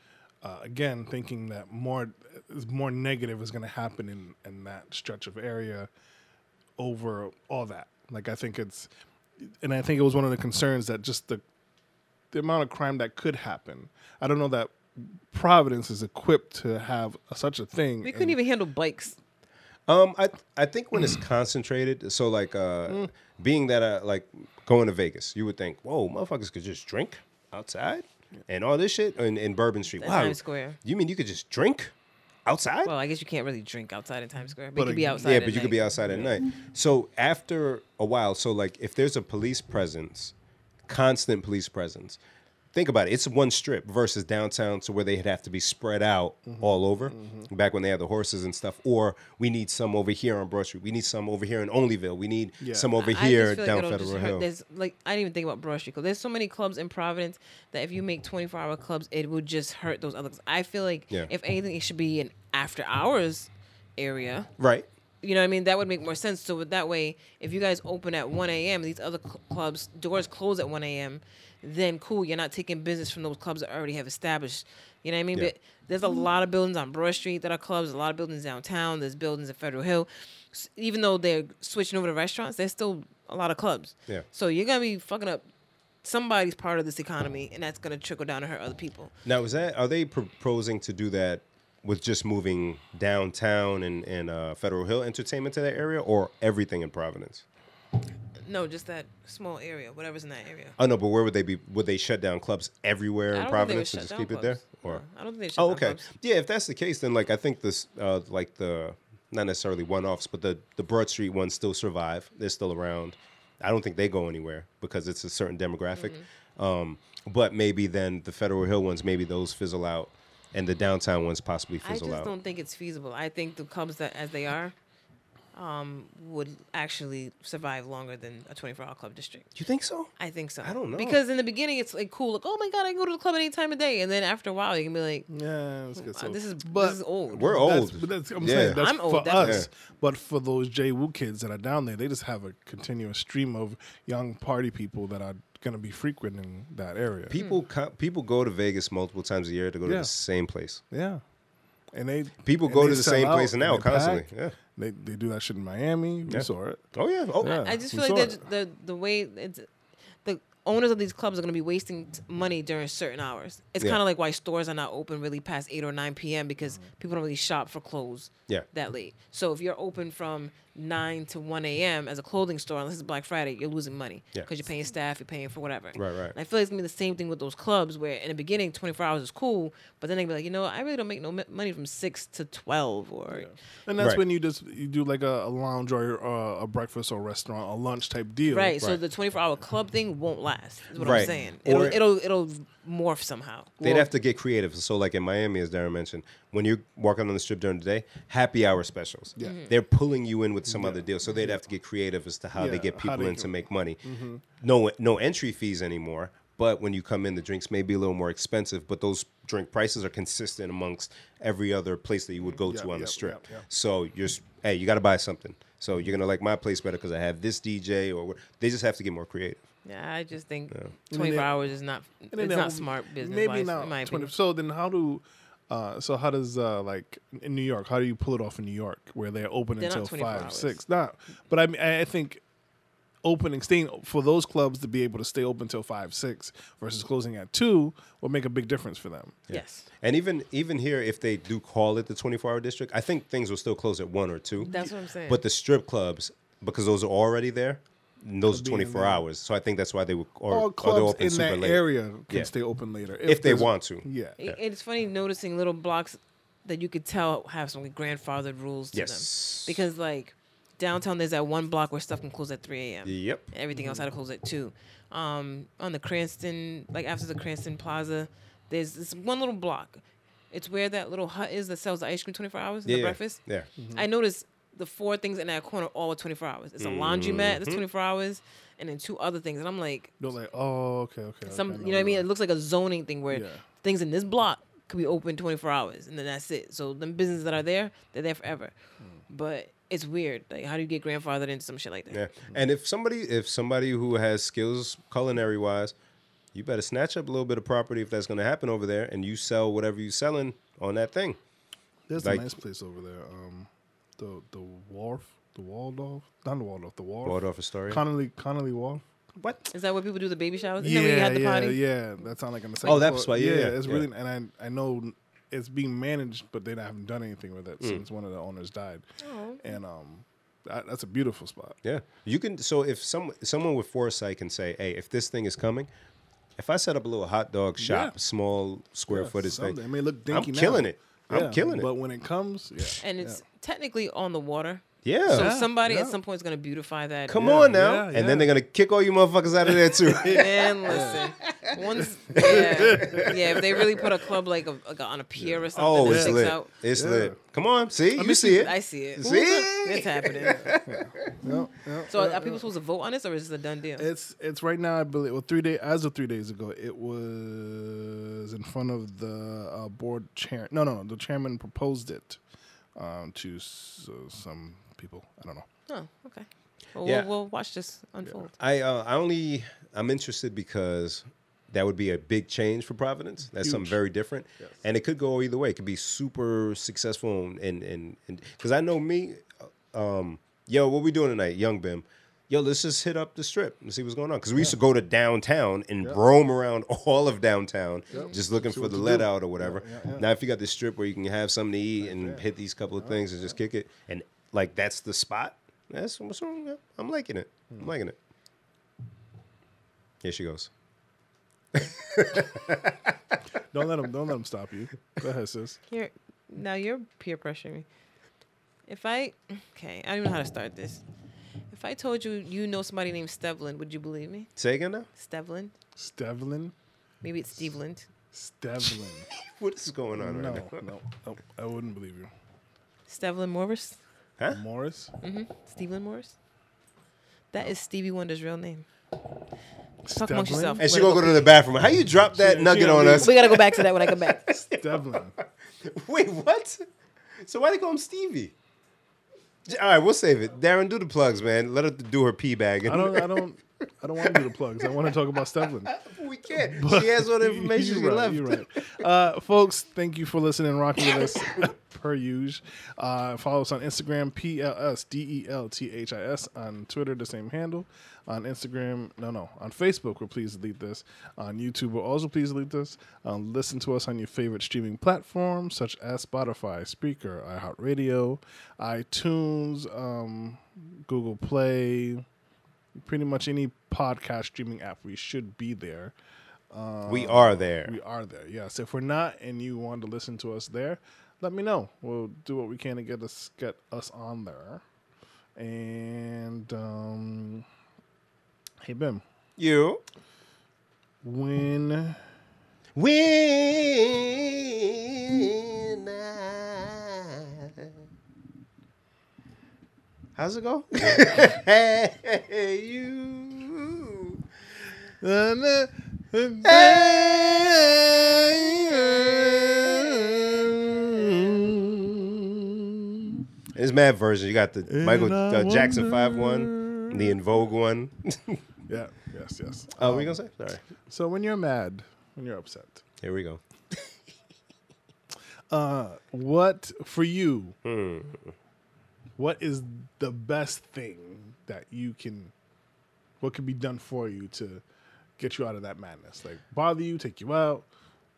A: uh, again thinking that more more negative is going to happen in in that stretch of area over all that. Like I think it's, and I think it was one of the concerns that just the, the amount of crime that could happen. I don't know that Providence is equipped to have such a thing.
C: We couldn't
A: and-
C: even handle bikes.
B: Um, I I think when it's
C: Hmm.
B: concentrated, so like uh, being that uh, like going to Vegas, you would think, whoa, motherfuckers could just drink outside and all this shit in, in Bourbon Street.
C: That's
B: wow,
C: Times Square.
B: You mean you could just drink outside?
C: Well, I guess you can't really drink outside in Times Square, but,
A: But
C: you
A: a-
C: could be
A: yeah,
C: outside.
B: yeah,
C: at
B: but you could be
C: night.
B: outside at night. So after a while, so like if there's a police presence, constant police presence. Think about it. It's one strip versus downtown to where they'd have to be spread out all over. Back when they had the horses and stuff, or we need some over here on Broad Street. We need some over here in Onlyville. We need
A: Yeah.
B: some over
C: I- I just
B: here
C: feel like
B: down
C: it'll just
B: Federal
C: hurt-
B: Hill.
C: There's like I didn't even think about Broad Street. 'cause There's so many clubs in Providence that if you make 24 hour clubs, it would just hurt those other. I feel like
B: Yeah.
C: if anything, it should be an after hours area.
B: Right.
C: You know what I mean? That would make more sense. So with that way, if you guys open at 1 a.m., these other cl- clubs doors close at 1 a.m., then cool, you're not taking business from those clubs that already have established. You know what I mean?
B: Yeah.
C: But there's a lot of buildings on Broad Street that are clubs. A lot of buildings downtown. There's buildings at Federal Hill. S- even though they're switching over to restaurants, there's still a lot of clubs.
B: Yeah.
C: So you're gonna be fucking up somebody's part of this economy, and that's gonna trickle down to hurt other people.
B: Now is that are they proposing to do that with just moving downtown and, and uh, Federal Hill entertainment to that area or everything in Providence?
C: No, just that small area, whatever's in that area.
B: Oh no, but where would they be? Would they shut down clubs everywhere
C: I
B: in
C: don't
B: Providence and
C: think they
B: just
C: would shut
B: keep
C: down
B: it there?
C: clubs.
B: Or
C: No, I don't think they shut
B: oh,
C: down
B: okay,
C: clubs.
B: yeah. If that's the case, then like I think this, uh, like the not necessarily one offs, but the the Broad Street ones still survive. They're still around. I don't think they go anywhere because it's a certain demographic.
C: Mm-hmm.
B: Um, but maybe then the Federal Hill ones, maybe those fizzle out, and the downtown ones possibly
C: I
B: fizzle
C: just
B: out.
C: don't think it's feasible. I think the Cubs that as they are um, would actually survive longer than a 24-hour club district.
B: You think so?
C: I think so.
B: I don't know.
C: because in the beginning it's like cool, like oh my god, I can go to the club any time of day, and then after a while you can be like,
A: yeah, let's get
C: wow,
A: so-
C: Uh, this is
A: but
C: this is old.
B: We're
A: That's,
B: old.
A: but that's, I'm
B: Yeah.
A: saying that's
C: I'm old,
A: for
C: definitely.
A: us. But for those J Wu kids that are down there, they just have a continuous stream of young party people that are going to be frequenting that
C: hmm.
A: area.
B: People co- people go to Vegas multiple times a year to go to
A: Yeah.
B: the same place.
A: yeah, and they
B: People
A: and
B: go
A: they
B: to the
A: sell
B: same
A: out
B: place
A: and
B: now
A: they
B: constantly.
A: pack.
B: Yeah.
A: They they do that shit in Miami. We
B: Yeah.
A: saw it.
B: Oh yeah. Oh
A: Yeah.
C: I just
A: we
C: feel like
A: saw
C: they're
A: it.
C: just- the the way it's the owners of these clubs are going to be wasting t- money during certain hours. It's
B: Yeah. Mm-hmm.
C: kind of like why stores are not open really past 8 or 9 p.m. because people don't really shop for clothes
B: Yeah.
C: that late. So if you're open from 9 to 1 a.m. as a clothing store, unless it's Black Friday, you're losing money
B: Yeah.
C: because you're paying staff, you're paying for whatever.
B: Right, right.
C: And I feel like it's going to be the same thing with those clubs where in the beginning, 24 hours is cool, but then they be like, you know, what, I really don't make no m- money from 6 to 12 or.
A: And that's
B: Right.
A: when you just you do like a, a lounge or uh, a breakfast or restaurant, a lunch type deal.
C: Right, so
B: Right.
C: the 24 hour club thing won't last. Is what
B: Right.
C: I'm saying. It'll,
B: Or-
C: it'll it'll morph somehow.
B: They'd have to get creative. So, like in Miami, as Darren mentioned, when you're walking on the strip during the day, happy hour specials. Yeah. They're pulling you in with some other deal. So they'd have to get creative as to how they
A: Yeah,
B: get
A: how
B: people
A: they Mm-hmm.
B: in
A: do
B: to
A: it.
B: make money. No, no entry fees anymore. But when you come in, the drinks may be a little more expensive, but those drink prices are consistent amongst every other place that you would go
A: Yep,
B: to on
A: yep,
B: the strip.
A: yep, yep.
B: So you're, s- hey, you got to buy something. So you're gonna like my place better because I have this DJ, or what. They just have to get more creative.
C: Yeah, I just think
A: then
C: 24
A: they-
C: hours is not
A: And then
C: it's
A: that
C: not
A: would-
C: smart business.
A: Maybe
C: wise,
A: not
C: In my
A: 20
C: opinion.
A: So then, how do? Uh, so how does uh, like in New York? How do you pull it off in New York, where they're open
C: They're not
A: until
C: 24
A: five,
C: hours.
A: six? Not, but I mean, I I think opening, staying for those clubs to be able to stay open till five, six versus closing at two will make a big difference for them.
C: Yes,
B: And even even here, if they do call it the 24 hour district, I think things will still close at one or two.
C: That's what I'm saying.
B: But the strip clubs, because those are already there, those are
A: be in
B: 24
A: there.
B: hours. So I think that's why they would or,
A: All
B: or they're
A: clubs
B: open
A: in
B: super
A: that
B: late
A: area can
B: Yeah.
A: stay open later
B: if they
A: there's-
B: want to.
A: Yeah,
C: It- it's funny noticing little blocks that you could tell have some grandfathered rules to
B: Yes.
C: them because like downtown there's that one block where stuff can close at 3 a.m.
B: Yep.
C: Everything
A: Mm-hmm.
C: else had to close at two. Um, on the Cranston, like after the Cranston Plaza, there's this one little block. It's where that little hut is that sells the ice cream 24 hours,
B: Yeah,
C: the
B: yeah,
C: breakfast.
B: yeah.
A: Mm-hmm.
C: I noticed the four things in that corner all were 24 hours. It's a
A: Mm-hmm.
C: laundromat that's 24 hours, and then two other things. And I'm like,
A: they're like, oh, okay, okay.
C: some,
A: okay,
C: you know what I mean? It looks like a zoning thing where
A: Yeah.
C: things in this block could be open 24 hours, and then that's it. So the businesses that are there, they're there forever.
A: Mm.
C: But it's weird. Like, how do you get grandfathered into some shit like that?
B: Yeah. And if somebody if somebody who has skills culinary wise, you better snatch up a little bit of property if that's going to happen over there, and you sell whatever you're selling on that thing.
A: There's
B: Like-
A: a nice place over there. Um, the the wharf, the Waldorf, not the Waldorf, the Waldorf,
B: Waldorf Astoria.
A: Connolly Connolly Waldorf.
B: what?
C: Is that where people do the baby showers? Is
A: yeah,
C: that where you had the
A: yeah,
C: party?
A: yeah. That sounds like on the second.
B: that's
A: floor.
B: why, yeah, yeah,
A: it's
B: yeah.
A: really, and I I know it's being managed, but they haven't done anything with
B: Mm.
A: it since one of the owners died.
C: Oh.
A: And um, that, that's a beautiful spot.
B: Yeah, you can. So if some someone with foresight can say, "Hey, if this thing is coming, if I set up a little hot dog shop,
A: Yeah.
B: small square footage
A: Something. It
B: thing,
A: may look dinky.
B: I'm
A: now.
B: killing it. I'm
A: Yeah,
B: killing it.
A: But when it comes, yeah.
C: And it's technically on the water.
B: yeah,
C: So somebody
A: yeah.
C: at some point is gonna beautify that.
B: come
A: Yeah,
B: on now."
A: yeah,
B: and
A: yeah.
B: then they're gonna kick all you motherfuckers out of there
C: [laughs]
B: too.
C: Man, listen.
B: [laughs]
C: Once, yeah, yeah. If they really put a club like, a, like on a pier or something,
B: oh,
C: that
B: it's
C: sticks
B: lit.
C: out.
B: It's
A: Yeah.
B: lit. Come on, see, you see it.
C: I see it.
B: See?
C: It's happening.
A: Yep, yep,
C: So
A: yep,
C: are
A: yep.
C: people supposed to vote on this, or is this a done deal?
A: It's it's right now. I believe well, three day as of three days ago, it was in front of the uh, board chair. No, no, no. The chairman proposed it um, to s- uh, some people. I don't know.
C: Oh, okay. Well,
B: Yeah.
C: we'll, we'll watch this unfold.
B: I uh, I only I'm interested because that would be a big change for Providence. That's something
A: Huge.
B: very different, and it could go either way. It could be super successful and and and because I know me, um, yo, what we doing tonight, Young Bim? Yo, let's just hit up the strip and see what's going on. Because we used to go to downtown and roam around [laughs] all of downtown, just looking for
A: what
B: the
A: to
B: let
A: do.
B: out or whatever. Now, if you got this strip where you can have something to eat and hit these couple of things and just kick it, and like that's the spot. That's what's wrong. with that? I'm liking it. I'm
A: Hmm.
B: liking it. Here she goes.
A: Don't let them. Don't let them stop you. Go ahead, sis.
C: Here, now you're peer pressuring me. If I, okay, I don't even know how to start this. If I told you you know somebody named Stevlin, would you believe me?
B: Say again now.
C: Stevlin?
A: Stevlin.
C: Maybe it's Steveland.
A: Stevlin.
B: What is going on
A: No,
B: right now?
A: no, no. I wouldn't believe you.
C: Stevlin Morris?
B: Huh?
A: Morris.
C: Steveland Morris? That is Stevie Wonder's real name. Talk amongst
A: Stevlin?
C: yourself.
B: And she
C: Let
B: gonna
C: it
B: go to the bathroom. How you drop that
A: She-
B: nugget
A: she
B: on
A: gonna
B: us?
C: We gotta go back to that when I
B: [laughs]
C: come back.
A: Stevlin.
B: Wait, what? So why they call him Stevie? J- All right, we'll save it. Darren, do the plugs, man. Let her do her pee bag.
A: I don't. I don't. I don't want to do the plugs. I want to talk about Stevlin.
B: [laughs] we can't. She has all the information she
A: [laughs] You're right,
B: left.
A: you're right. Uh, folks, thank you for listening and rocking with us
B: [laughs]
A: per usual. Uh, follow us on Instagram, E P-L-S-D-E-L-T-H-I-S. On Twitter, the same handle. On Instagram, no, no. On Facebook, we're Please Delete This. On YouTube, we're also Please Delete This. Um, listen to us on your favorite streaming platforms, such as Spotify, Speaker, iHeartRadio, iTunes, um, Google Play. Pretty much any podcast streaming app, we should be there.
B: We are there.
A: We are there. Yes. If we're not and you want to listen to us there, let me know. We'll do what we can to get us get us on there. And um Hey Bim,
B: You
A: when
B: when I... How's it [laughs] go? hey, you. It's mad version. You got the Michael
A: I
B: uh, Jackson
A: wonder-
B: five one, the In Vogue one. [laughs]
A: Yeah, yes, yes.
B: oh, what you gonna say? Sorry.
A: So when you're mad, when you're upset,
B: Here we go.
A: what for you what is the best thing that you can what can be done for you to get you out of that madness like bother you take you out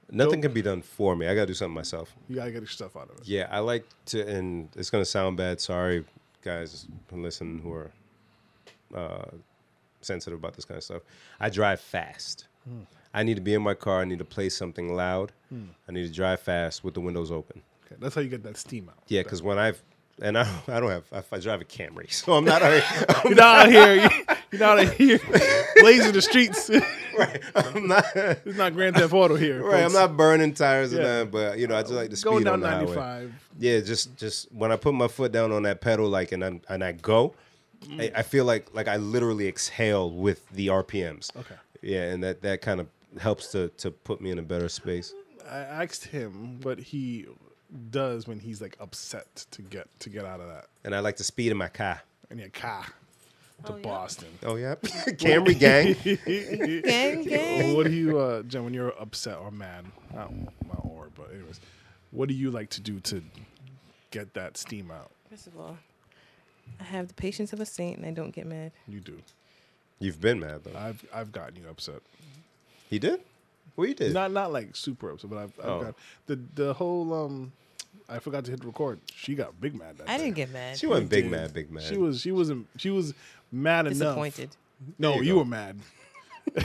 B: Nothing can be done for me. I gotta do something myself.
A: you gotta get your stuff out of it
B: Yeah, I like to, and it's gonna sound bad. Sorry, guys, who listen who are uh, sensitive about this kind of stuff. I drive fast. I need to be in my car. I need to play something loud. I need to drive fast with the windows open.
A: okay. that's how you get that steam out
B: Yeah, because when I've and I, I don't have I, I drive a Camry, [laughs] so I'm not out
A: [laughs] you're not out here you're not out here [laughs] blazing the streets [laughs] it's
B: here. I'm not [laughs] right.
A: not grand theft auto here
B: I'm
A: folks.
B: not burning tires and
A: Yeah.
B: nothing, but you know I just like to speed
A: going
B: on
A: down
B: the highway.
A: 95
B: Yeah, just just when I put my foot down on that pedal, like and I, and I go, I, I feel like like I literally exhale with the RPMs.
A: Okay.
B: Yeah, and that that kind of helps to to put me in a better space.
A: i asked him what he does when he's like upset to get to get out of that
B: And I like to speed in my car.
A: in your car to
C: Oh, yeah.
A: boston
B: Oh
A: [laughs]
B: yeah, [laughs] Camry gang.
C: Gang, gang.
A: what do you, uh, Jen, when you're upset or mad? Not my or, but anyways, what do you like to do to get that steam out?
C: First of all, I have the patience of a saint and I don't get mad.
A: You do.
B: You've been mad though.
A: I've I've gotten you upset.
B: He did. Well, you did.
A: Not not like super upset, but I've, I've
B: Oh.
A: got the the whole um. I forgot to hit record. She got big mad. That
C: I
A: day.
C: didn't get mad.
B: she wasn't big
A: Dude,
B: mad. Big mad.
A: She was she wasn't she was mad enough.
C: disappointed.
A: No,
B: There
A: you,
B: you go.
A: were mad. [laughs]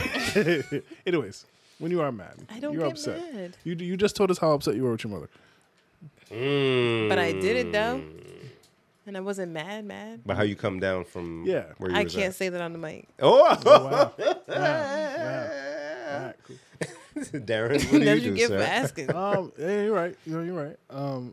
A: Anyways, when you are mad,
C: I don't
A: you're
C: get
A: upset.
C: mad.
A: You you just told us how upset you were with your
B: [laughs]
A: mother.
B: Mm.
C: But I did it though. And I wasn't mad, mad.
B: But how you come down from?
A: Yeah.
B: Where you
C: I
B: was
C: can't
B: at.
C: say that on the mic.
B: Oh,
A: Wow. wow. wow. All right, cool.
B: [laughs] Darren, what do you
C: That's what you
B: do,
C: get
B: sir?
C: for
B: [laughs]
C: asking. [laughs]
A: Um, yeah, you're right. You know, you're right. Um,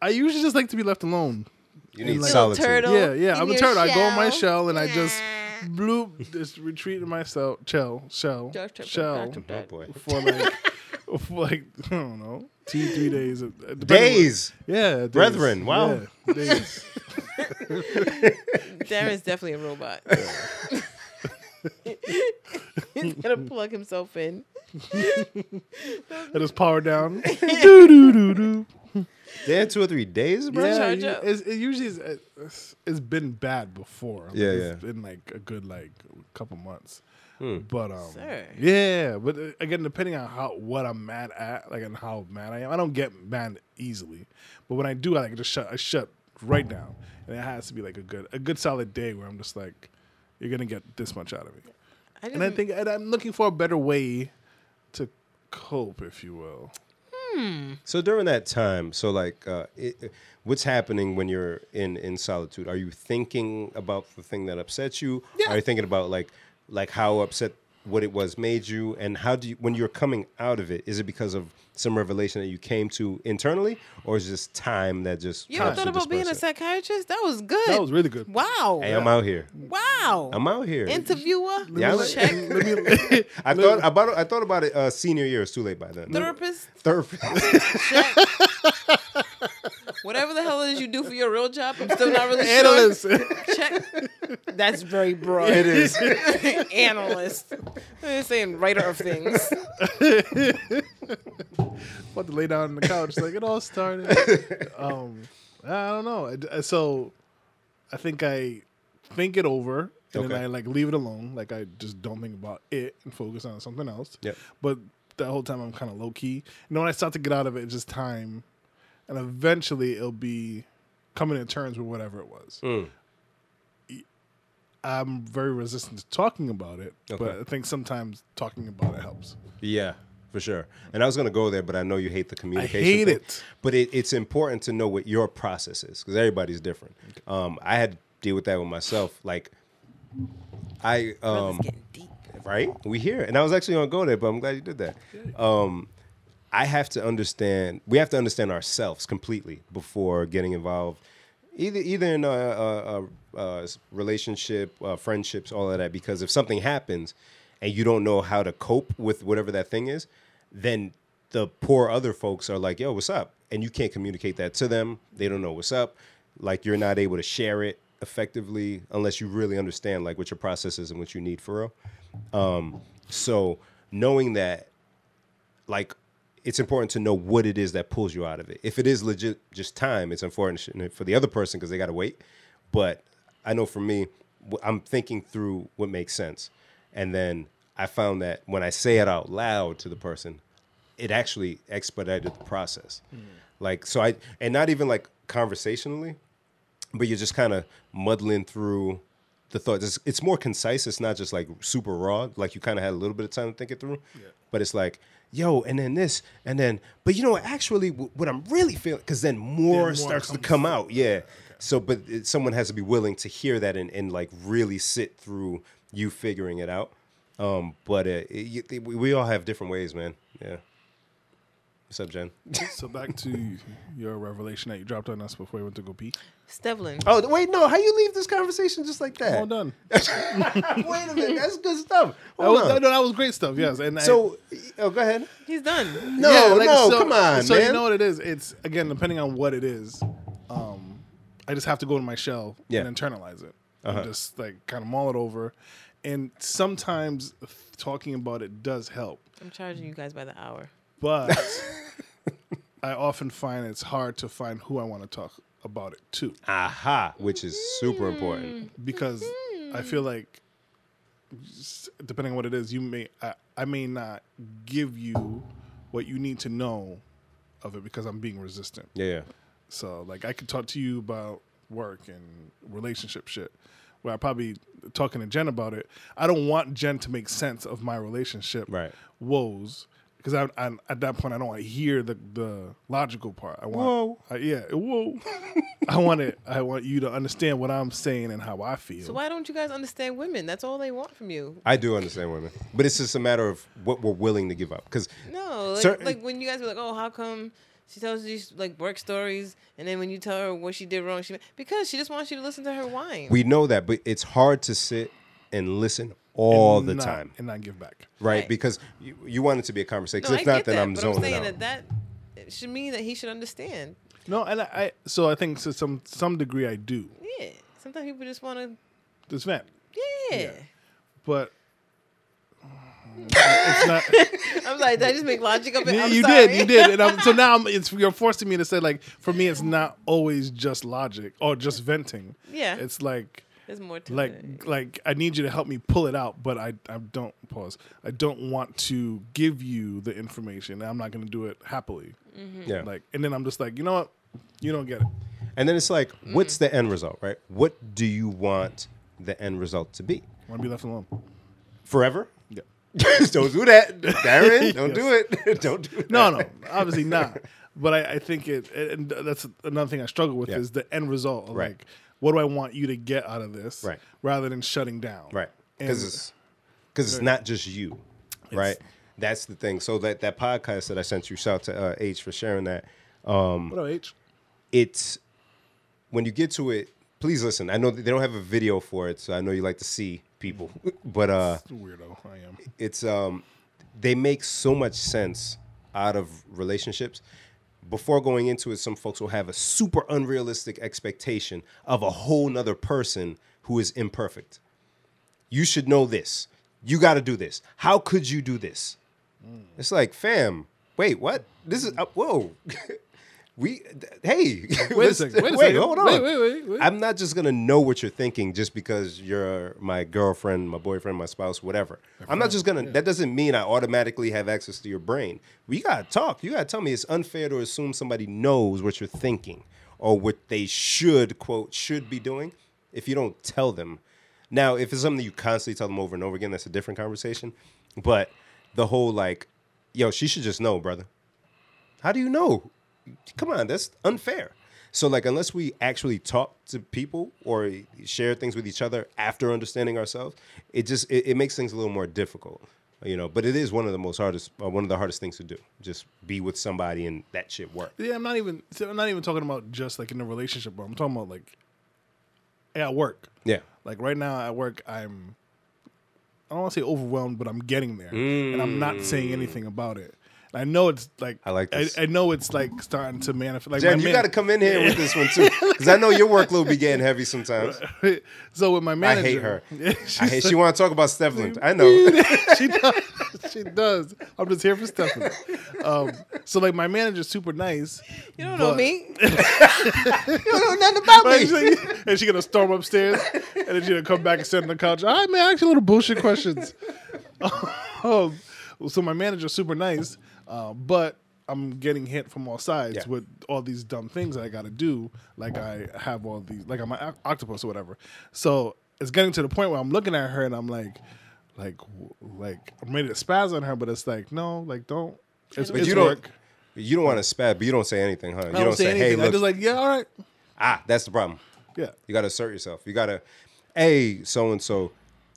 A: I usually just like to be left alone.
B: You need
A: like-
B: solitude.
C: turtle.
A: Yeah, yeah.
C: in
A: I'm a
C: your
A: turtle. I go in my
C: shell.
A: shell and I just bloop, just retreat in my shell, shell, shell, shell
B: Oh boy.
A: for like, [laughs] for like I don't know, two three days. uh, depending on-
B: Days.
A: Yeah, days.
B: Brethren, wow.
A: Yeah, days.
C: Darren's definitely a robot. [laughs] He's gonna plug himself in.
A: Let us power
B: [laughs]
A: down. do, do, do, do.
B: They had two or three days, bro.
A: Yeah,
C: charge
A: you-
C: up.
A: it's, it usually is, uh, it's, it's been bad before. Like,
B: Yeah,
A: it's
B: yeah. Hmm.
A: been like a good like couple months. But um,
C: Sir.
A: yeah. But uh, again, depending on how what I'm mad at, like and how mad I am, I don't get mad easily. But when I do, I like just shut. I shut right down, and it has to be like a good a good solid day where I'm just like, you're gonna get this much out of me.
C: I didn't,
A: And I think and I'm looking for a better way to cope, if you will.
B: So during that time, so like, uh, it, what's happening when you're in in solitude? Are you thinking about the thing that upset you?
A: Yeah.
B: Are you thinking about like like how upset what it was made you, and how do you when you're coming out of it? Is it because of some revelation that you came to internally, or is it just time that just
C: you ever
B: helps
C: thought about being a
B: disperse it?
C: psychiatrist? That was good.
A: That was really good.
C: wow.
B: Hey, I'm out here.
C: wow.
B: I'm out here.
C: Interviewer.
B: Yeah, I'm- [laughs]
C: check.
A: Let
C: [laughs]
A: me-
B: I thought about it, I thought about it uh, senior year. It's too late by then.
C: Therapist.
B: Therapist. [laughs]
C: Check. Whatever the hell it is you do for your real job, I'm still
B: [laughs]
C: not really
A: analyst. [laughs]
C: sure. Check. That's very broad.
B: it is.
C: [laughs] Analyst. I'm saying writer of things.
A: about to lay down on the couch. Like it all
B: [laughs]
A: started. Um, I don't know. I d- I- So I think I think it over and then
B: Okay.
A: I like leave it alone. Like I just don't think about it and focus on something else.
B: Yep.
A: But the whole time I'm kind of low key. And when I start to get out of it, it's just time, and eventually it'll be coming to terms with whatever it was.
B: Mm.
A: I'm very resistant to talking about it, but
B: Okay.
A: I think sometimes talking about it helps.
B: Yeah, for sure. And I was gonna go there, but I know you hate the communication.
A: hate
B: thing.
A: it.
B: But it, it's important to know what your process is because everybody's different. Um, I had to deal with that with myself. Like, I [laughs] um,
C: it's getting deep.
B: right? We here, and I was actually gonna go there, but I'm glad you did that. Um, I have to understand. We have to understand ourselves completely before getting involved, either either in a, a, a, a relationship, uh, friendships, all of that. Because if something happens and you don't know how to cope with whatever that thing is, then the poor other folks are like, "Yo, what's up?" And you can't communicate that to them. They don't know what's up. Like you're not able to share it effectively unless you really understand like what your process is and what you need for real. Um, so knowing that, like, it's important to know what it is that pulls you out of it. If it is legit, just time, it's unfortunate for the other person because they got to wait. But I know for me, wh- I'm thinking through what makes sense, and then I found that when I say it out loud to the person, it actually expedited the process. Like so, I and not even like conversationally, but you're just kind of muddling through the thoughts. It's, it's more concise. It's not just like super raw. Like you kind of had a little bit of time to think it through. But it's like, yo, and then this, and then, but you know what? Actually, w- what I'm really feeling, because then more,
A: more
B: starts to
A: comes
B: come out. Yeah. So, but it, someone has to be willing to hear that and, and like really sit through you figuring it out. Um, but uh, it, you- it, we- we all have different ways, man. Yeah. What's up, Jen?
A: So back to your revelation that you dropped on us before we went to go pee.
C: Stevlin.
B: Oh, wait, no. How you leave this conversation just like that?
A: Well done.
B: Wait a minute, that's good stuff.
A: That
B: Hold
A: was,
B: on.
A: no, that was great stuff. Yes, and I-
B: so, oh, go ahead.
C: He's done.
B: No,
A: yeah, like,
B: no,
A: so-
B: come on,
A: So
B: man.
A: you know what it is? It's again depending on what it is. Um, I just have to go to my shell
B: Yeah. Uh-huh.
A: and internalize it. And just like kind of mull it over, and sometimes talking about it does help,
C: I'm charging you guys by the hour.
B: [laughs]
A: but I often find it's hard to find who I want to talk about it too,
B: Aha, which is super
C: Mm.
B: important.
A: because I feel like s- depending on what it is, you may I, I may not give you what you need to know of it because I'm being resistant.
B: Yeah.
A: So like I could talk to you about work and relationship shit. Where I probably talking to Jen about it. I don't want Jen to make sense of my relationship
B: Right.
A: woes because I, I at that point I don't want to hear the the logical part. I want
B: Whoa.
A: I, yeah whoa. [laughs] I want it. I want you to understand what I'm saying and how I feel.
C: So why don't you guys understand women? That's all they want from you.
B: I do understand women, but it's just a matter of what we're willing to give up. Because
C: No, like,
B: Certain-
C: like when you guys were like, oh, how come she tells these like work stories, and then when you tell her what she did wrong, she because she just wants you to listen to her whine.
B: we know that, but it's hard to sit and listen all the
A: Not-
B: time,
A: and not give back.
B: right?
C: Right.
B: Because you, you want it to be a conversation. 'cause
C: no, I
B: if
C: get
B: not,
C: that,
B: then I'm
C: but
B: zoning
C: I'm saying
B: out.
C: that that it should mean that he should understand.
A: No, and I, I so I think to some some degree I do
C: Yeah, sometimes people just want to.
A: this vent,
C: Yeah.
A: but [sighs] it's not.
C: I'm like, did I just make logic
A: [laughs]
C: up? it?
A: Yeah,
C: [laughs] I'm
A: you
C: sorry.
A: did, you did, and I'm, so now I'm, it's you're forcing me to say like for me it's not always just logic or just venting.
C: Yeah.
A: it's like
C: There's more to
A: like
C: it.
A: like I need you to help me pull it out, but I I don't pause. I don't want to give you the information. and I'm not going to do it happily.
C: Mm-hmm.
B: yeah.
A: Like, and then I'm just like, you know what, you don't get it.
B: and then it's like,
C: Mm.
B: what's the end result, right? What do you want the end result to be?
A: Want to be left alone?
B: Forever?
A: Yeah.
B: [laughs] don't do that,
C: [laughs]
B: Darren.
A: Yes.
B: Don't do it. [laughs] don't do it.
A: No, no, [laughs] obviously not. But I, I think it, and that's another thing I struggle with
B: Yeah.
A: is the end result. Of
B: Right.
A: Like, what do I want you to get out of this?
B: Right.
A: Rather than shutting down.
B: Right.
A: And-
B: Because it's because it's not just you, right? That's the thing. So that that podcast that I sent you, shout out to uh, H for sharing that.
A: What up, H?
B: It's when you get to it, please listen. I know that they don't have a video for it, so I know you like to see people, [laughs] but uh,
A: Weirdo, I am.
B: it's um, they make so much sense out of relationships. Before going into it, some folks will have a super unrealistic expectation of a whole nother person who is imperfect. you should know this. You got to do this. How could you do this? It's like, fam, wait, what? This is, uh, whoa. [laughs] we, th- hey.
A: Wait
B: [laughs]
A: a
B: let's-
A: second, wait a
B: wait,
A: second.
B: hold on.
A: Wait, wait, wait, wait.
B: I'm not just going to know what you're thinking just because you're my girlfriend, my boyfriend, my spouse, whatever. I'm not just going to, that doesn't mean I automatically have access to your brain. We got to talk. You got to tell me it's unfair to assume somebody knows what you're thinking or what they should, quote, should be doing if you don't tell them. Now, if it's something that you constantly tell them over and over again, that's a different conversation. But the whole like, yo, she should just know, brother. How do you know? Come on, that's unfair. So like, unless we actually talk to people or share things with each other after understanding ourselves, it just it, it makes things a little more difficult, you know. But it is one of the most hardest, uh, one of the hardest things to do. Just be with somebody and that shit work.
A: Yeah, I'm not even. so I'm not even talking about just like in a relationship, bro. I'm talking about like at work.
B: Yeah,
A: Like right now at work, I'm. I don't want to say overwhelmed, but I'm getting there, and I'm not saying anything about it. And I know it's like
B: I like this.
A: Mm. I, I know it's like starting to manifest. Like
B: Jen,
A: my
B: you
A: man-
B: got to come in here with this one
A: [laughs]
B: too, because I know your workload be getting heavy sometimes.
A: [laughs] so with my
B: I
A: manager, [laughs]
B: hate her.
A: She's
B: I hate,
A: like-
B: she want to talk about Stefflin. I know.
A: she does. She does. I'm just here for Stephanie. Um, so like my manager's super nice.
C: You don't know
A: but- [laughs]
C: me. you don't know nothing about
A: Right,
C: me.
A: she's like- [laughs] and she gonna storm upstairs, and then she gonna come back and sit on the couch. All right, man, ask you a little bullshit questions. [laughs] um, so my manager's super nice, uh, but I'm getting hit from all sides
B: Yeah.
A: with all these dumb things that I gotta do. Like I have all these, like I'm an oc- octopus or whatever. So it's getting to the point where I'm looking at her and I'm like, like, w- like I'm ready to spaz on her, but it's like, no, like don't. It's,
B: But
A: it's
B: you don't.
A: work.
B: You don't want to spat, but you don't say anything, huh? You
A: I don't, say,
B: "Hey,
A: anything.
B: look,
A: I'm just like, yeah, all right,
B: ah, that's the problem."
A: yeah.
B: You got to assert yourself. You got to, hey, so and so,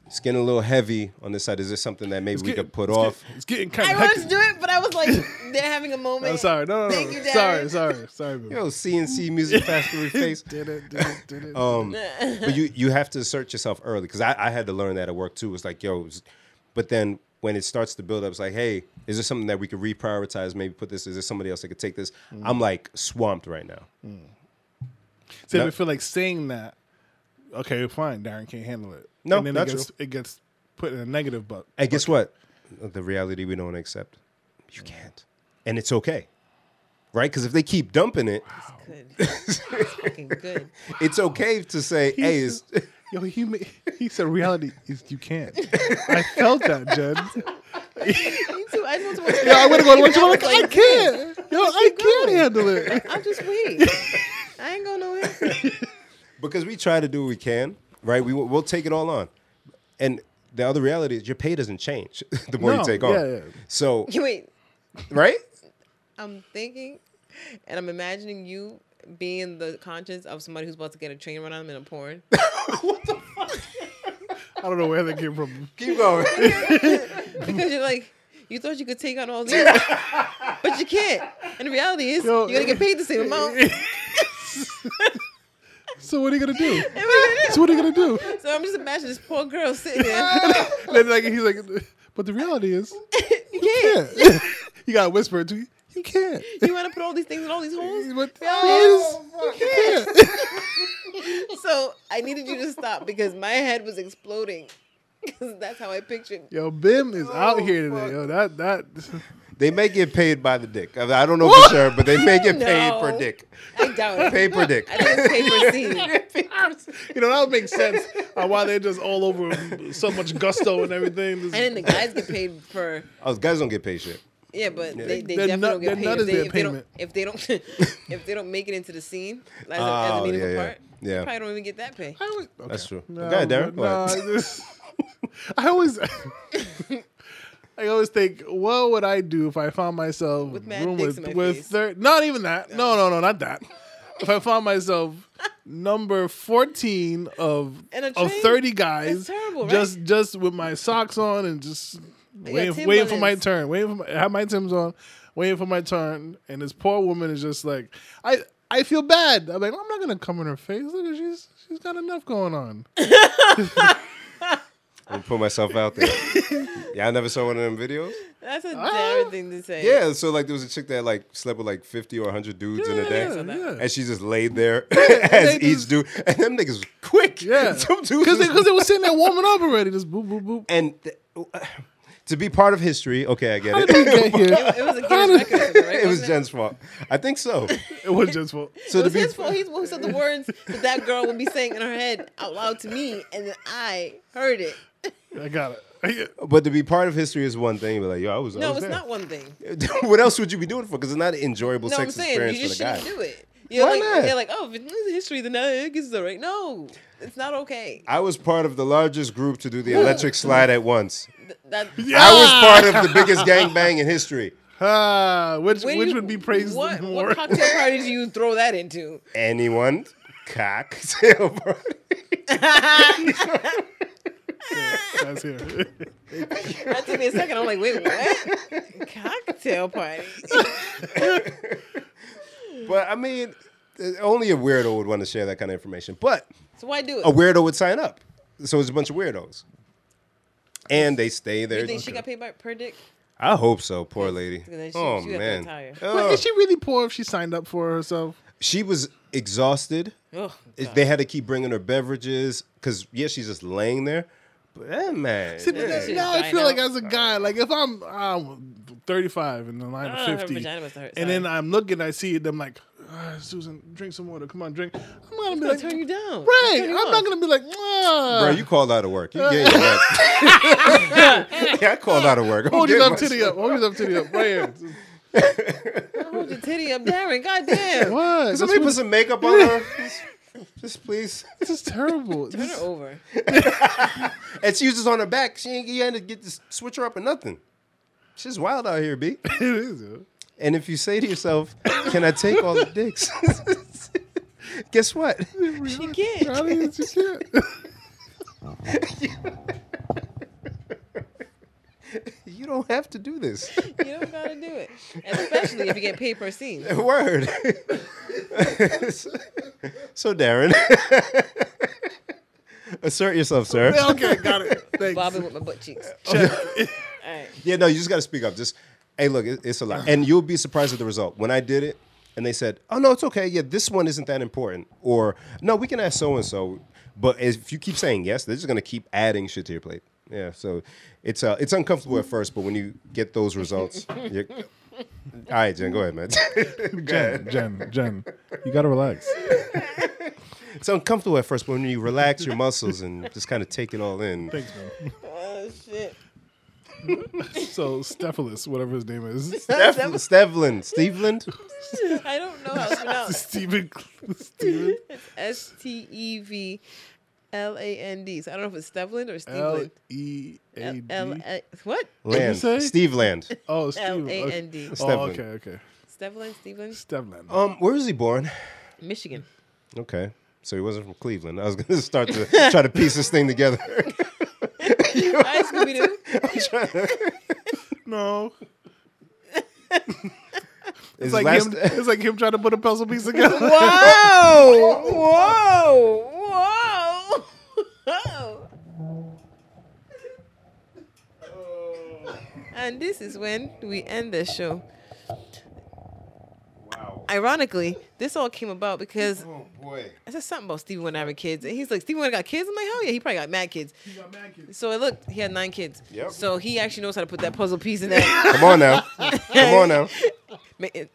B: skin a little heavy on this side. Is this something that maybe we
A: Get-
B: could put
A: it's get-
B: off?
A: it's getting kind
C: I
A: of
C: wanted to do it, but I was like, they're
A: [laughs]
C: having a moment.
A: I'm Oh, sorry. No, no, no.
C: Thank you, Darren.
A: sorry, sorry, sorry. baby.
B: Yo, CNC Music
A: [laughs]
B: Factory face.
A: Did it, did it, did it.
B: Um, but you you have to assert yourself early because I, I had to learn that at work too. It's like yo, it's- but then when it starts to build up, it's like hey, is there something that we could reprioritize? Maybe put this. Is there somebody else that could take this?
A: Mm-hmm.
B: I'm like swamped right now.
A: See,
B: no.
A: I feel like saying that. Okay, fine. Darren can't handle it.
B: No,
A: and then
B: not
A: it gets, it gets put in a negative bu- bucket.
B: And guess what? The reality we don't accept. You can't. And it's okay. right? Because if they keep dumping it,
C: Good. It's fucking good.
B: it's okay
A: [laughs]
B: to say, "Hey, it's, [laughs]
A: Yo, he ma- [laughs] he said reality is you can't. I felt that, Jed.
C: Me too. I just
A: [laughs]
C: want to
A: Yo, I want to go to
C: I
A: one.
C: was
A: Like, I
C: like,
A: can't. Yo, I can't handle it.
C: I'll just wait. I ain't going nowhere.
A: [laughs]
B: because we try to do what we can, right? We will, we'll take it all on." And the other reality is your pay doesn't change [laughs] the more
A: No,
B: you take on.
A: yeah, yeah.
B: So
C: You wait.
B: right?
C: I'm thinking, and I'm imagining you being the conscience of somebody who's about to get a train run on them in a porn.
A: [laughs] I don't know where that came from.
B: Keep going.
C: because you're like, you thought you could take on
B: [laughs]
C: all these, but you can't. And the reality is,
A: Yo.
C: you're gonna get paid the same amount.
B: [laughs]
A: [laughs]
C: And
A: So what are you gonna do?
C: what are you gonna
A: So what are you gonna do?
C: do? So I'm just imagining this poor girl sitting there.
A: And [laughs] then, like he's like, but the reality is,
C: You
A: you [laughs]
C: can't.
A: can't. you gotta whisper it to you. You can't.
C: You want to put all these things in all these holes.
A: But the
C: Yo.
A: reality is, you can't.
C: So I needed you to stop because my head was exploding. Because that's how I pictured.
A: Yo, Bim is out
B: Oh,
A: here today.
B: fuck.
A: Yo, that that.
B: They may get paid by the dick. I, mean, I don't know for sure, but they
A: [laughs]
B: may get paid
C: No.
B: per dick.
C: I doubt it.
B: Paid per dick.
C: I think it's pay per scene.
B: [laughs]
A: You know that would make sense on why they're just all over with so much gusto and everything. This-
C: And then the guys get paid for
B: Oh, guys don't get paid shit.
C: yeah, but they, they
A: Their
C: definitely
A: nut-
C: don't
A: their
C: get paid
A: nut
C: if
A: is
C: they,
A: their
C: if they don't
A: payment.
C: if they don't [laughs] if they don't make it into the scene as a, as a
B: Oh,
C: meaningful
B: yeah, yeah.
C: part.
B: Yeah.
C: They probably don't even get that pay.
A: I always- okay.
B: That's true.
A: No,
B: Okay, Darren, go
A: no,
B: ahead.
A: this- [laughs] I always, [laughs] I always think, what would I do if I found myself
C: With mad
A: room
C: dicks
A: with
C: in my
A: with
C: face.
A: thir- not even that. No, no, no, not that. If I found myself number fourteen of
C: In a
A: of
C: train?
A: thirty guys,
C: That's terrible, right?
A: just just with my socks on and just waiting,
C: Tim
A: waiting for
C: Bunnings.
A: my turn, waiting for my, have my Tim's on, waiting for my turn, and this poor woman is just like, I I feel bad. I'm like, I'm not gonna come in her face. Look, at she's she's got enough going on.
B: I'm gonna put myself
A: [laughs]
B: out there. Y'all never saw one of them videos?
C: That's a
A: Ah.
C: damn thing to say.
B: Yeah, so like there was a chick that like slept with like 50 or 100 dudes in a
C: Yeah,
B: day.
C: yeah,
A: yeah.
B: And she just laid there [laughs] as
A: they
B: each
A: just-
B: dude. And them niggas was quick. [laughs]
A: Yeah,
B: Some dudes
A: because they,
B: was-
A: 'cause they were sitting there warming up already. Just boop boop boop.
B: and th- [sighs] to be part of history, okay, I get
A: How did we
B: it.
A: get here?
C: It was a Guinness
B: [laughs]
C: record, right?
B: it was
C: Wasn't
B: Jen's fault. I think
C: [laughs]
B: so.
A: It was just for
B: So
C: it
B: to
C: was
B: be
C: his fault. He's the one who said the words that that girl would be saying in her head out loud to me, and then I heard it.
A: I got it. I get-
B: but to be part of history is one thing, but like, yo, I was I
C: No,
B: was
C: it's
B: there.
C: not one thing.
B: [laughs] what else would you be doing for? Because it's not an enjoyable
C: No, I'm
B: sex
C: saying
B: experience
C: you just
B: for the guy.
C: shouldn't do it. You're
B: Why
C: like
B: not?
C: they're like, oh, if it's in history, then I guess it's all right. No, it's not okay.
B: I was part of the largest group to do the electric slide at once.
C: Th-
A: [laughs]
C: That,
B: I was part of the
C: [laughs]
B: biggest gangbang in history.
A: Ah, which
C: when
A: which
C: you-
A: would be praised
C: What,
A: more? [laughs]
C: what cocktail party do you throw that into?
B: Anyone? Cocktail party.
A: That's here.
C: That took me a second. I'm like, wait, what?
A: [laughs]
C: cocktail party?
B: But I mean, only a weirdo would want to share that kind of information. But
C: So why do it?
B: a weirdo would sign up. So it's a bunch of weirdos. And they stay there.
C: you think she got paid by per dick?
B: I hope so, poor lady.
C: Because then she-
B: oh
C: she got that
B: man.
C: tire.
A: But
B: Ugh.
A: is she really poor if she signed up for herself?
B: She was exhausted.
C: Oh,
B: It- They had to keep bringing her beverages because yeah, she's just laying there. But eh, man,
A: See, but
B: eh,
A: that-
C: she's
A: now I
C: dying
A: feel like
C: out.
A: as a guy, like if I'm, I'm 35 and the line
C: Ah,
A: of
C: her
A: 50,
C: vagina must hurt,
A: and then
C: sorry.
A: I'm looking, I see it, I'm like, ah, Susan, drink some water. Come on, drink. I'm gonna be
C: I'll
A: like,
C: turn you down.
A: right?
C: Turn you
A: I'm not
C: off.
A: gonna be like,
B: bro,
A: ah.
B: you called out of work. You getting your rest.
C: [laughs]
B: [laughs] yeah, I called out of work. I'm
A: Hold your
B: getting
A: left
B: my-
A: titty
C: uh,
A: up. Hold your left titty up. Right here.
C: Hold your titty up, Darren. Goddamn.
A: What?
B: Can
A: That's
B: somebody
A: what-
B: put some makeup on
C: [laughs]
B: her? Just- Just please.
A: This is terrible. This
C: Turn
A: is-
C: her over.
B: And she was just on her back. She ain't you had to get this switch her up or nothing. She's wild out here, B.
A: [laughs] it is. yo.
B: And if you say to yourself, "Can I take all the dicks?" [laughs] Guess what?
C: She can't.
A: I mean, it's just shit.
C: [laughs]
B: You don't have to do this. [laughs]
C: You don't gotta do it, especially if you get paid per
A: [laughs]
C: scene.
B: Word. [laughs] so, Darren, [laughs] assert yourself, sir.
A: okay, got it. [laughs] Thanks.
C: Bobbing with my butt cheeks. All right.
B: Yeah, no, you just got to speak up. Just, hey, look, it, it's a lot. And you'll be surprised at the result. When I did it, and they said, oh, no, it's okay. Yeah, this one isn't that important. Or, no, we can ask so and so. But if you keep saying yes, they're just going to keep adding shit to your plate. Yeah, so it's uh, it's uncomfortable at first, but when you get those results, you're, [laughs] All right, Jen, go ahead, man. [laughs] Go ahead.
A: Jen, Jen, Jen, you gotta relax.
B: It's uncomfortable at first, but when you relax your muscles and just kind of take it all in,
A: Thanks, man.
C: Oh shit.
A: [laughs] So Stephelis, whatever his name is, [laughs]
C: [laughs]
B: Steph- Stevlin, Steveland,
C: [laughs] I don't know how it's pronounced.
A: Stephen, Stephen,
C: S T E V L A N D. So I don't know if it's Stevland or
A: L
C: Steveland.
A: E A
C: L
A: D.
C: L A what?
B: Land,
A: say?
B: Steveland.
A: Oh, Stephen.
C: L E A N D.
A: Oh,
B: Stevlin.
A: okay, okay.
C: Stevland, Steveland,
A: Stevland.
B: Um, where was he born?
A: [laughs]
C: Michigan.
B: Okay, so he wasn't from Cleveland. I was [laughs] gonna start to try to piece this
A: [laughs]
B: thing together.
C: Hi, Scooby Doo.
A: No,
B: His
A: it's like
B: last-
A: him. It's like him trying to put a puzzle [laughs] piece together.
C: Whoa! Whoa! Whoa! and this is when we end the show.
B: Wow.
C: Ironically, this all came about because
B: Oh boy.
C: I said something about Stevie Wonder having kids, and he's like, Stevie Wonder got kids. I'm like, hell yeah, he probably got mad kids. So I looked, he had nine kids.
B: Yep.
C: So he actually knows how to put that puzzle piece in
B: [laughs]
C: there. [laughs]
B: Come on now. Come on now.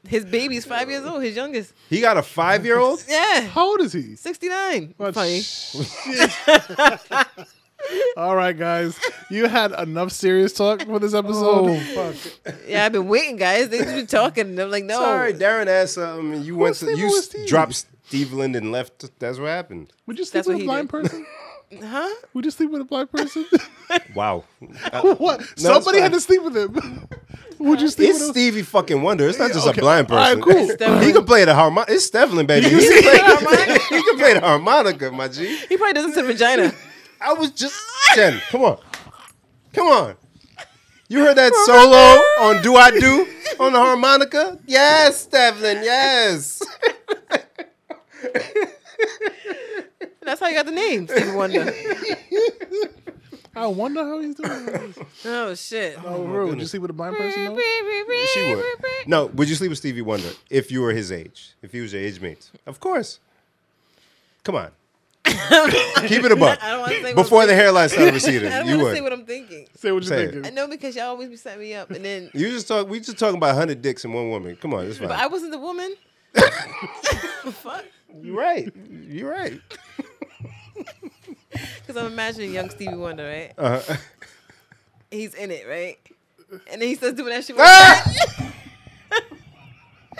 C: his baby's five years old, his youngest.
B: He got a five-year-old.
A: [laughs]
C: Yeah,
A: How old is he?
C: 69.
A: Well,
C: Funny. [laughs]
A: All right, guys, you had enough serious talk for this episode.
C: Oh, Yeah, I've been waiting, guys. They've been talking. and I'm like,
A: Oh.
C: no.
B: Sorry, Darren asked something. and You went
A: Who's
B: to
A: Steve?
B: you
A: Who's
B: s-
A: Steve?
B: dropped Steveland and left. That's what happened.
A: Would you sleep
C: That's
A: with
C: what
A: a
C: he
A: blind
C: did.
A: person?
C: Huh?
A: Would you sleep with a blind person? [laughs]
B: Wow. Uh,
A: what? Somebody had
B: fine.
A: to sleep with him. [laughs] Would you sleep
B: It's
A: with him?
B: Stevie fucking Wonder. It's not just
A: okay.
B: a blind
A: All right,
B: person.
A: cool.
C: Stevlin.
B: He can play the harmonica. It's Stevlin, baby. He can, play, [laughs] he can play the harmonica, my G.
C: He probably doesn't say [laughs] vagina.
B: I was just Jen. Come on, come on. You heard that solo on "Do I Do" on the harmonica? Yes, Stevlin. Yes.
C: That's how he got the name, Stevie Wonder.
A: I wonder how he's doing. this.
C: oh, shit.
A: Oh, bro, would you sleep with a blind person? Though?
B: She would. No, would you sleep with Stevie Wonder if you were his age? If he was your age mate? Of course. Come on. Keep it a buck.
C: [laughs] I don't want to say what
B: Before
C: I'm
B: the hairline started
C: [laughs] thinking. I
B: receding,
C: don't
B: you
C: want to say
B: would.
C: what I'm thinking.
A: Say what you're
B: Say it.
A: thinking.
C: I know because y'all always be setting me up. And then,
B: You just talk. We just talking about hundred dicks in one woman. Come on, it's fine.
C: but I wasn't the woman. Fuck.
B: You're right. You're right.
C: Because I'm imagining young Stevie Wonder, right?
B: Uh-huh.
C: He's in it, right? And then he starts doing that shit. With [laughs]
B: Ah!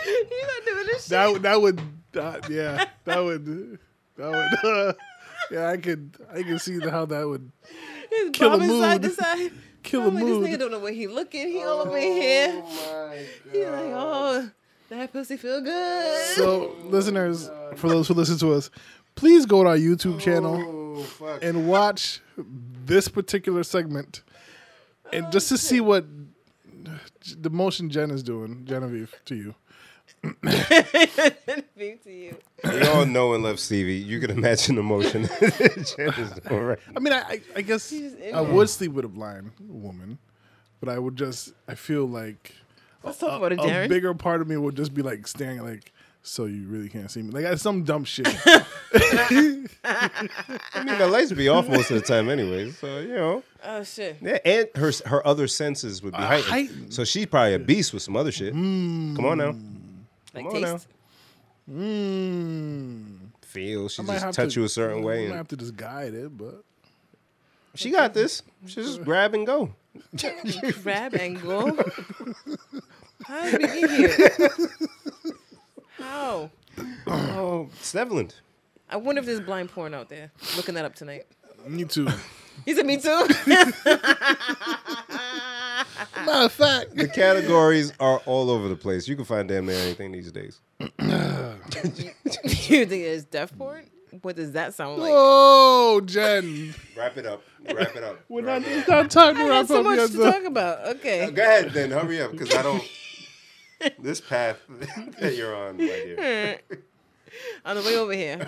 C: He's not doing this shit.
A: That would- that would that, yeah that would [laughs] that would [laughs] yeah I could I can see how that would
C: He's
A: kill a
C: bobbing side to
A: mood.
C: side.
A: kill
C: I'm
A: the
C: like,
A: mood.
C: this nigga don't know where he looking. He all over here. He like, oh, that pussy feel good.
A: So, listeners, for those who listen to us, please go to our YouTube channel
B: Oh, fuck.
A: and watch this particular segment, and just to see what the motion Jen is doing, Genevieve, to you.
C: Beam to you.
B: We all know and love Stevie. You can imagine the motion. [laughs] Jen is doing right.
A: I mean, I, I, I guess
C: just in
A: I
C: there.
A: would sleep with a blind woman, but I would just I feel like
C: Let's talk about it,
A: a
C: Darren.
A: bigger part of me would just be like staring like. So you really can't see me, like that's some dumb shit.
B: I mean,
A: Uh,
B: the lights be off most of the time, anyway. So you know,
C: oh shit.
B: yeah. And her her other senses would be heightened.
A: Uh, heightened.
B: So she's probably a beast with some other shit. Come on now,
C: Like
B: on
C: taste.
B: now.
A: Mm.
B: feel. She
A: I might
B: just
A: have
B: touch
A: to-
B: you a certain way,
A: I might
B: and
A: have to just guide it, but
B: she got this. She just grab and go.
C: Grab and go. How did we get here? How?
B: Oh, Stevland.
C: I wonder if there's blind porn out there. Looking that up tonight.
A: me too.
C: He said, "Me too." [laughs]
A: Matter of fact, [laughs]
B: The categories are all over the place. You can find damn near anything these days.
C: you think it's deaf porn? What does that sound like?
A: oh Jen,
B: Wrap it up. Wrap
A: [laughs]
B: it up.
A: we're not. It's not time to
C: I
A: wrap
C: have so
A: up.
C: much
A: yet,
C: to
A: though.
C: talk about.
B: [laughs]
C: Okay.
B: Go ahead then. Hurry up, because
A: [laughs]
B: I don't. This path [laughs] that you're on, my dear.
C: On the way over here.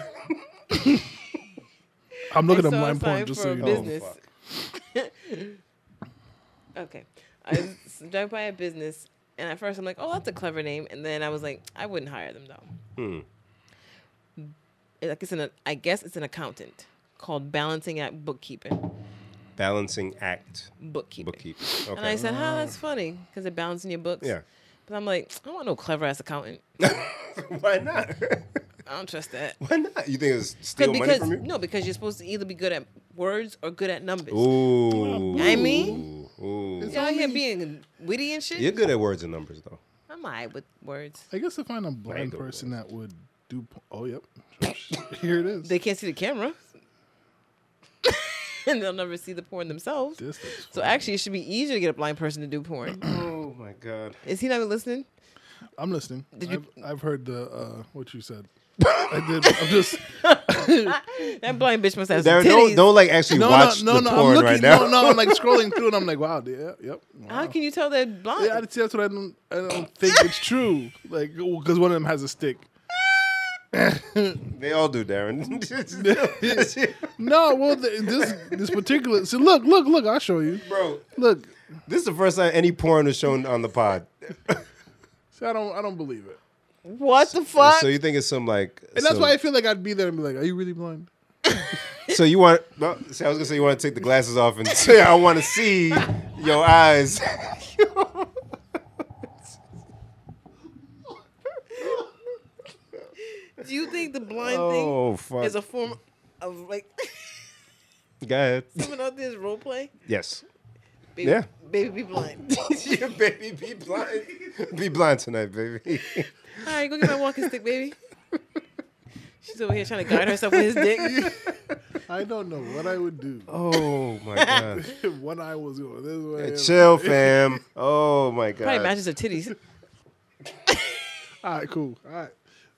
A: I'm looking
C: I
A: at
C: saw a
A: blind porn
C: sign
A: just
C: for
A: so
C: a
A: you
B: Oh,
A: know.
C: business.
B: fuck.
C: Okay. I was [laughs] driving by a business, and at first I'm like, oh, that's a clever name. And then I was like, I wouldn't hire them though.
B: Hmm.
C: Like it's an, I guess it's an accountant called Balancing Act Bookkeeping.
B: Balancing act.
C: Bookkeeping.
B: Bookkeeping.
C: And I
B: Okay.
C: said, huh, that's funny because they're balancing your books.
B: Yeah.
C: But I'm like, I don't want no clever ass accountant.
B: [laughs] Why not?
C: I don't trust that.
B: [laughs] Why not? You think it's
C: Cause,
B: steal money
C: because
B: from you?
C: no, because you're supposed to either be good at words or good at numbers.
B: Ooh.
C: I mean-
B: Ooh.
C: You out here being witty and shit.
B: You're good at words and numbers though.
C: I'm alright with words.
A: I guess to find a blind
B: Mango
A: person that would do. Po- oh, yep. [laughs] Here it is.
C: They can't see the camera, [laughs] and they'll never see the porn themselves.
A: This is
C: So
A: funny.
C: actually, it should be easier to get a blind person to
A: [clears throat]
C: do porn.
B: Oh my god.
C: Is he not even listening?
A: I'm listening.
C: Did you-
A: I've, I've heard the uh, what you [laughs] said. I did. I'm just
C: That blind bitch must have some
B: Darren,
C: titties.
B: don't, don't like actually
A: no,
B: watch
A: no, no,
B: the
A: no. I'm
B: porn
A: looking.
B: right now.
A: No, no. I'm [laughs] like scrolling through, and I'm like, wow, yeah, yep.
C: How can you tell they're blind?
A: Yeah, I, see, that's what I don't. I don't think it's true. Like, because one of them has a stick.
B: They all do,
A: [laughs]
B: [laughs] Darren.
A: No, well, th this this particular. See, look, look, look. I'll show you.
B: Bro,
A: Look.
B: this is the first time any porn was shown on the pod.
A: See, I don't. I don't believe it.
C: what the fuck?
B: So you think it's some like
A: And that's
B: some-
A: why I feel like I'd be there and be like, "Are you really blind?"
B: So you want? No, see, I was gonna say you want to take the glasses off and [laughs] say I want to see your eyes. [laughs]
C: Do you think the blind
B: oh
C: thing is
B: fuck!
C: a form of like [laughs]
B: Go ahead.
C: someone out there's role play?
B: Yes.
C: Baby,
B: Yeah.
C: Baby, be blind. [laughs]
B: your baby be blind. Be blind tonight, baby.
C: All right, go get my walking stick, baby. [laughs] She's over here trying to guide herself with his
A: [laughs]
C: dick.
A: I don't know what I would do.
B: Oh [laughs] my god.
A: one eye was going this way.
B: Chill, fam. Oh my god.
C: Probably matches her titties.
A: All right, cool. All right.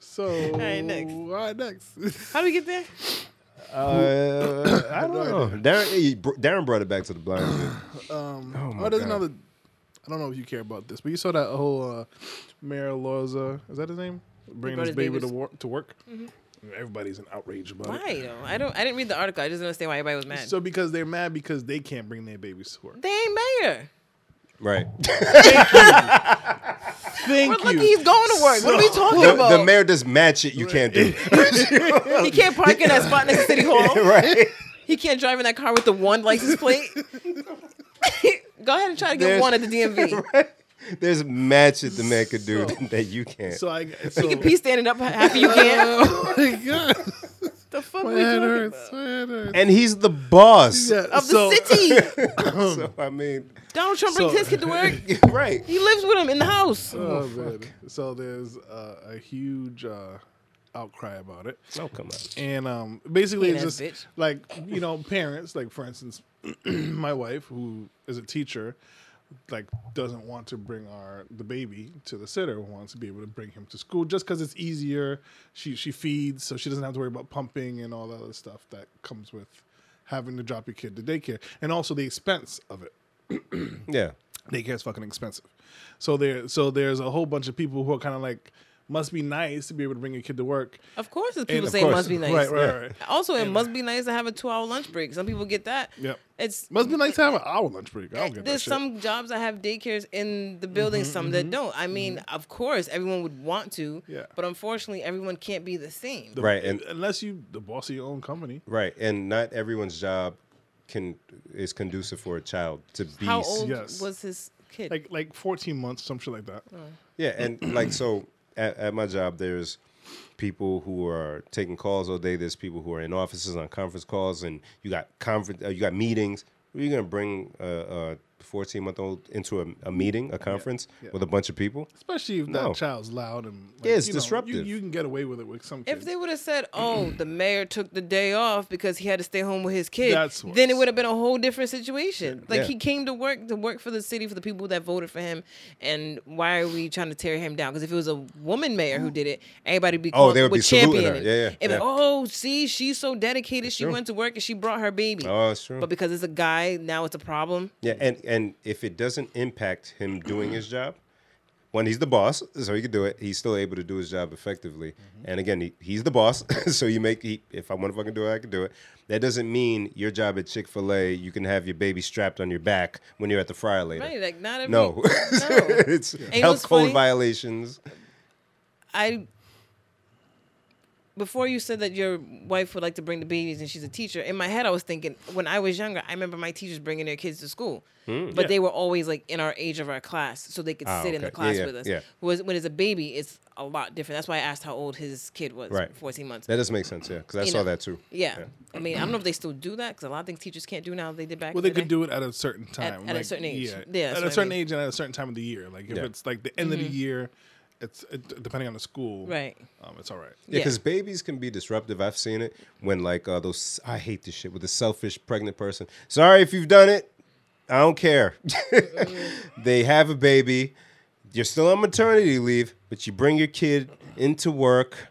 A: So,
C: right, next.
A: All right, next.
B: Oh
C: How do we get there?
B: Uh, I don't know. Darren, he br- Darren brought it back to the [sighs] blind. dude.
A: um,
B: Oh,
A: [laughs] oh,
B: my
A: there's
B: God.
A: another. I don't know if you care about this, but you saw that whole uh, Mayor Loza. Is that his name? Bringing
C: brought
A: his
C: his
A: baby to,
C: babies.
A: wor- to work. Everybody's in outrage about it.
C: Why though? I don't. I didn't read the article. I just don't understand why everybody was mad.
A: So because they're mad because they can't bring their babies to work.
C: they ain't made her.
B: [laughs] Right.
A: Thank
C: But look, he's going to work. what are we talking
B: The,
C: about?
B: the mayor does match it. You can't
C: [laughs]
B: do.
C: he can't park in that spot next to
B: [laughs]
C: City Hall.
B: right.
C: He can't drive in that car with the one
B: [laughs]
C: license plate. Go ahead and try to get
B: There's-
C: one at
B: [laughs]
C: the DMV.
B: There's matches the man could do
A: So-
B: [laughs] that you can't.
A: So I. So,
C: You can pee standing up half of you
A: [laughs]
C: can.
A: oh my [laughs] god!
C: the fuck
A: My
C: we
A: head
C: talking
A: hurts.
C: about?
A: My head hurts.
B: and he's the boss.
A: Yeah,
C: Of
A: so-
C: the
A: [laughs]
B: [laughs]
C: city.
B: so I mean,
C: Donald Trump brings
A: So-
C: his kid
A: [laughs]
C: to work.
B: right?
C: He lives with him in the house.
A: Oh, man. So there's uh, a huge uh, outcry about it.
B: Oh come on.
A: And um, basically,
C: Mean
A: it's
C: ass
A: just
C: bitch.
A: like, you know, parents, like, for instance, [clears throat] my wife, who is a teacher, like, doesn't want to bring our the baby to the sitter, wants to be able to bring him to school just because it's easier. She, she feeds, so she doesn't have to worry about pumping and all the other stuff that comes with having to drop your kid to daycare. And also the expense of it
B: Yeah.
A: daycare is fucking expensive. So there, so there's a whole bunch of people who are kind of like, must be nice to be able to bring your kid to work.
C: Of course, it's people
A: of
C: say
A: course-
C: it must be nice.
A: Right, right, right.
C: Also, it must be nice to have a two-hour lunch break. Some people get that.
A: Yep.
C: It's
A: Must be nice to have an hour lunch break. I don't get
C: there's
A: that shit. Mm-hmm,
C: some jobs that have daycares in the building, some that don't. I mean, of course, everyone would want to,
A: Yeah.
C: but unfortunately, everyone can't be the same.
A: The-
B: Right, and-
A: unless you the boss of your own company.
B: Right. And not everyone's job can is conducive for a child to be.
C: How
B: s-
C: old
A: Yes.
C: was his kid?
A: Like like 14 months, some shit like that.
C: Mm.
B: Yeah, and [clears throat] like so at, at my job, there's people who are taking calls all day. There's people who are in offices on conference calls, and you got conference, uh, you got meetings. Where you gonna bring a, a 14 month old into a, a meeting, a conference
A: yeah.
B: with a bunch of people?
A: Especially if
B: No.
A: that child's loud and like,
B: Yeah, it's
A: you know,
B: disruptive.
A: you, you can get away with it with some kids.
C: if they would have said, "Oh, the mayor took the day off because he had to stay home with his kid,"
A: That's worse.
C: then it would have been a whole different situation. Like
B: Yeah.
C: he came to work to work for the city for the people that voted for him, and why are we trying to tear him down? Because if it was a woman mayor who did it, everybody would be
B: Oh,
C: called,
B: they would be saluting her.
C: championing.
B: Yeah, yeah,
C: It'd be
B: yeah.
C: like, oh, see, she's so dedicated. She
B: Sure.
C: went to work and she brought her baby.
B: Oh, it's true.
C: But because it's a guy, now it's a problem.
B: Yeah, and and if it doesn't impact him doing his job, when he's the boss, so he can do it, he's still able to do his job effectively.
C: Mm-hmm.
B: And again, he, he's the boss, [laughs] so you make he, if I want to fucking do it, I can do it. That doesn't mean your job at Chick Fil A, you can have your baby strapped on your back when you're at the fryer later.
C: Right? Like not
B: [laughs]
C: every
B: No,
C: no.
B: it's
C: you know
B: health
C: what's
B: code
C: funny?
B: violations.
C: I before you said that your wife would like to bring the babies and she's a teacher, in my head I was thinking when I was younger, I remember my teachers bringing their kids to school, but
A: Yeah.
C: they were always like in our age of our class, so they could
B: Hmm. Ah,
C: sit in
B: okay.
C: the
B: Yeah,
C: class
B: yeah,
C: with us.
B: yeah.
C: Was when it's a baby, it's a lot different. That's why I asked how old his kid was,
B: Right.
C: fourteen months.
B: That does make sense, yeah, because I
C: You
B: saw
C: know.
B: that too.
C: yeah. I mean, I don't know if they still do that because a lot of things teachers can't do now. They did back.
A: Well, they
C: in the
A: could
C: day.
A: do it at a certain time,
C: at a certain age.
A: Yeah,
C: Yeah, that's
A: at
C: what I
A: a certain
C: mean. Mm-hmm.
A: age and at a certain time of the year. Like if
B: Yeah.
A: it's like the end of the year, it's it, depending on the school.
C: Right.
A: Um, it's all
C: [laughs]
A: right.
B: Yeah,
C: Yeah.
B: because babies can be disruptive. I've seen it when like uh, those. I hate this shit with a selfish pregnant person. Sorry if you've done it. I don't care. [laughs] they have a baby. You're still on maternity leave, but you bring your kid into work,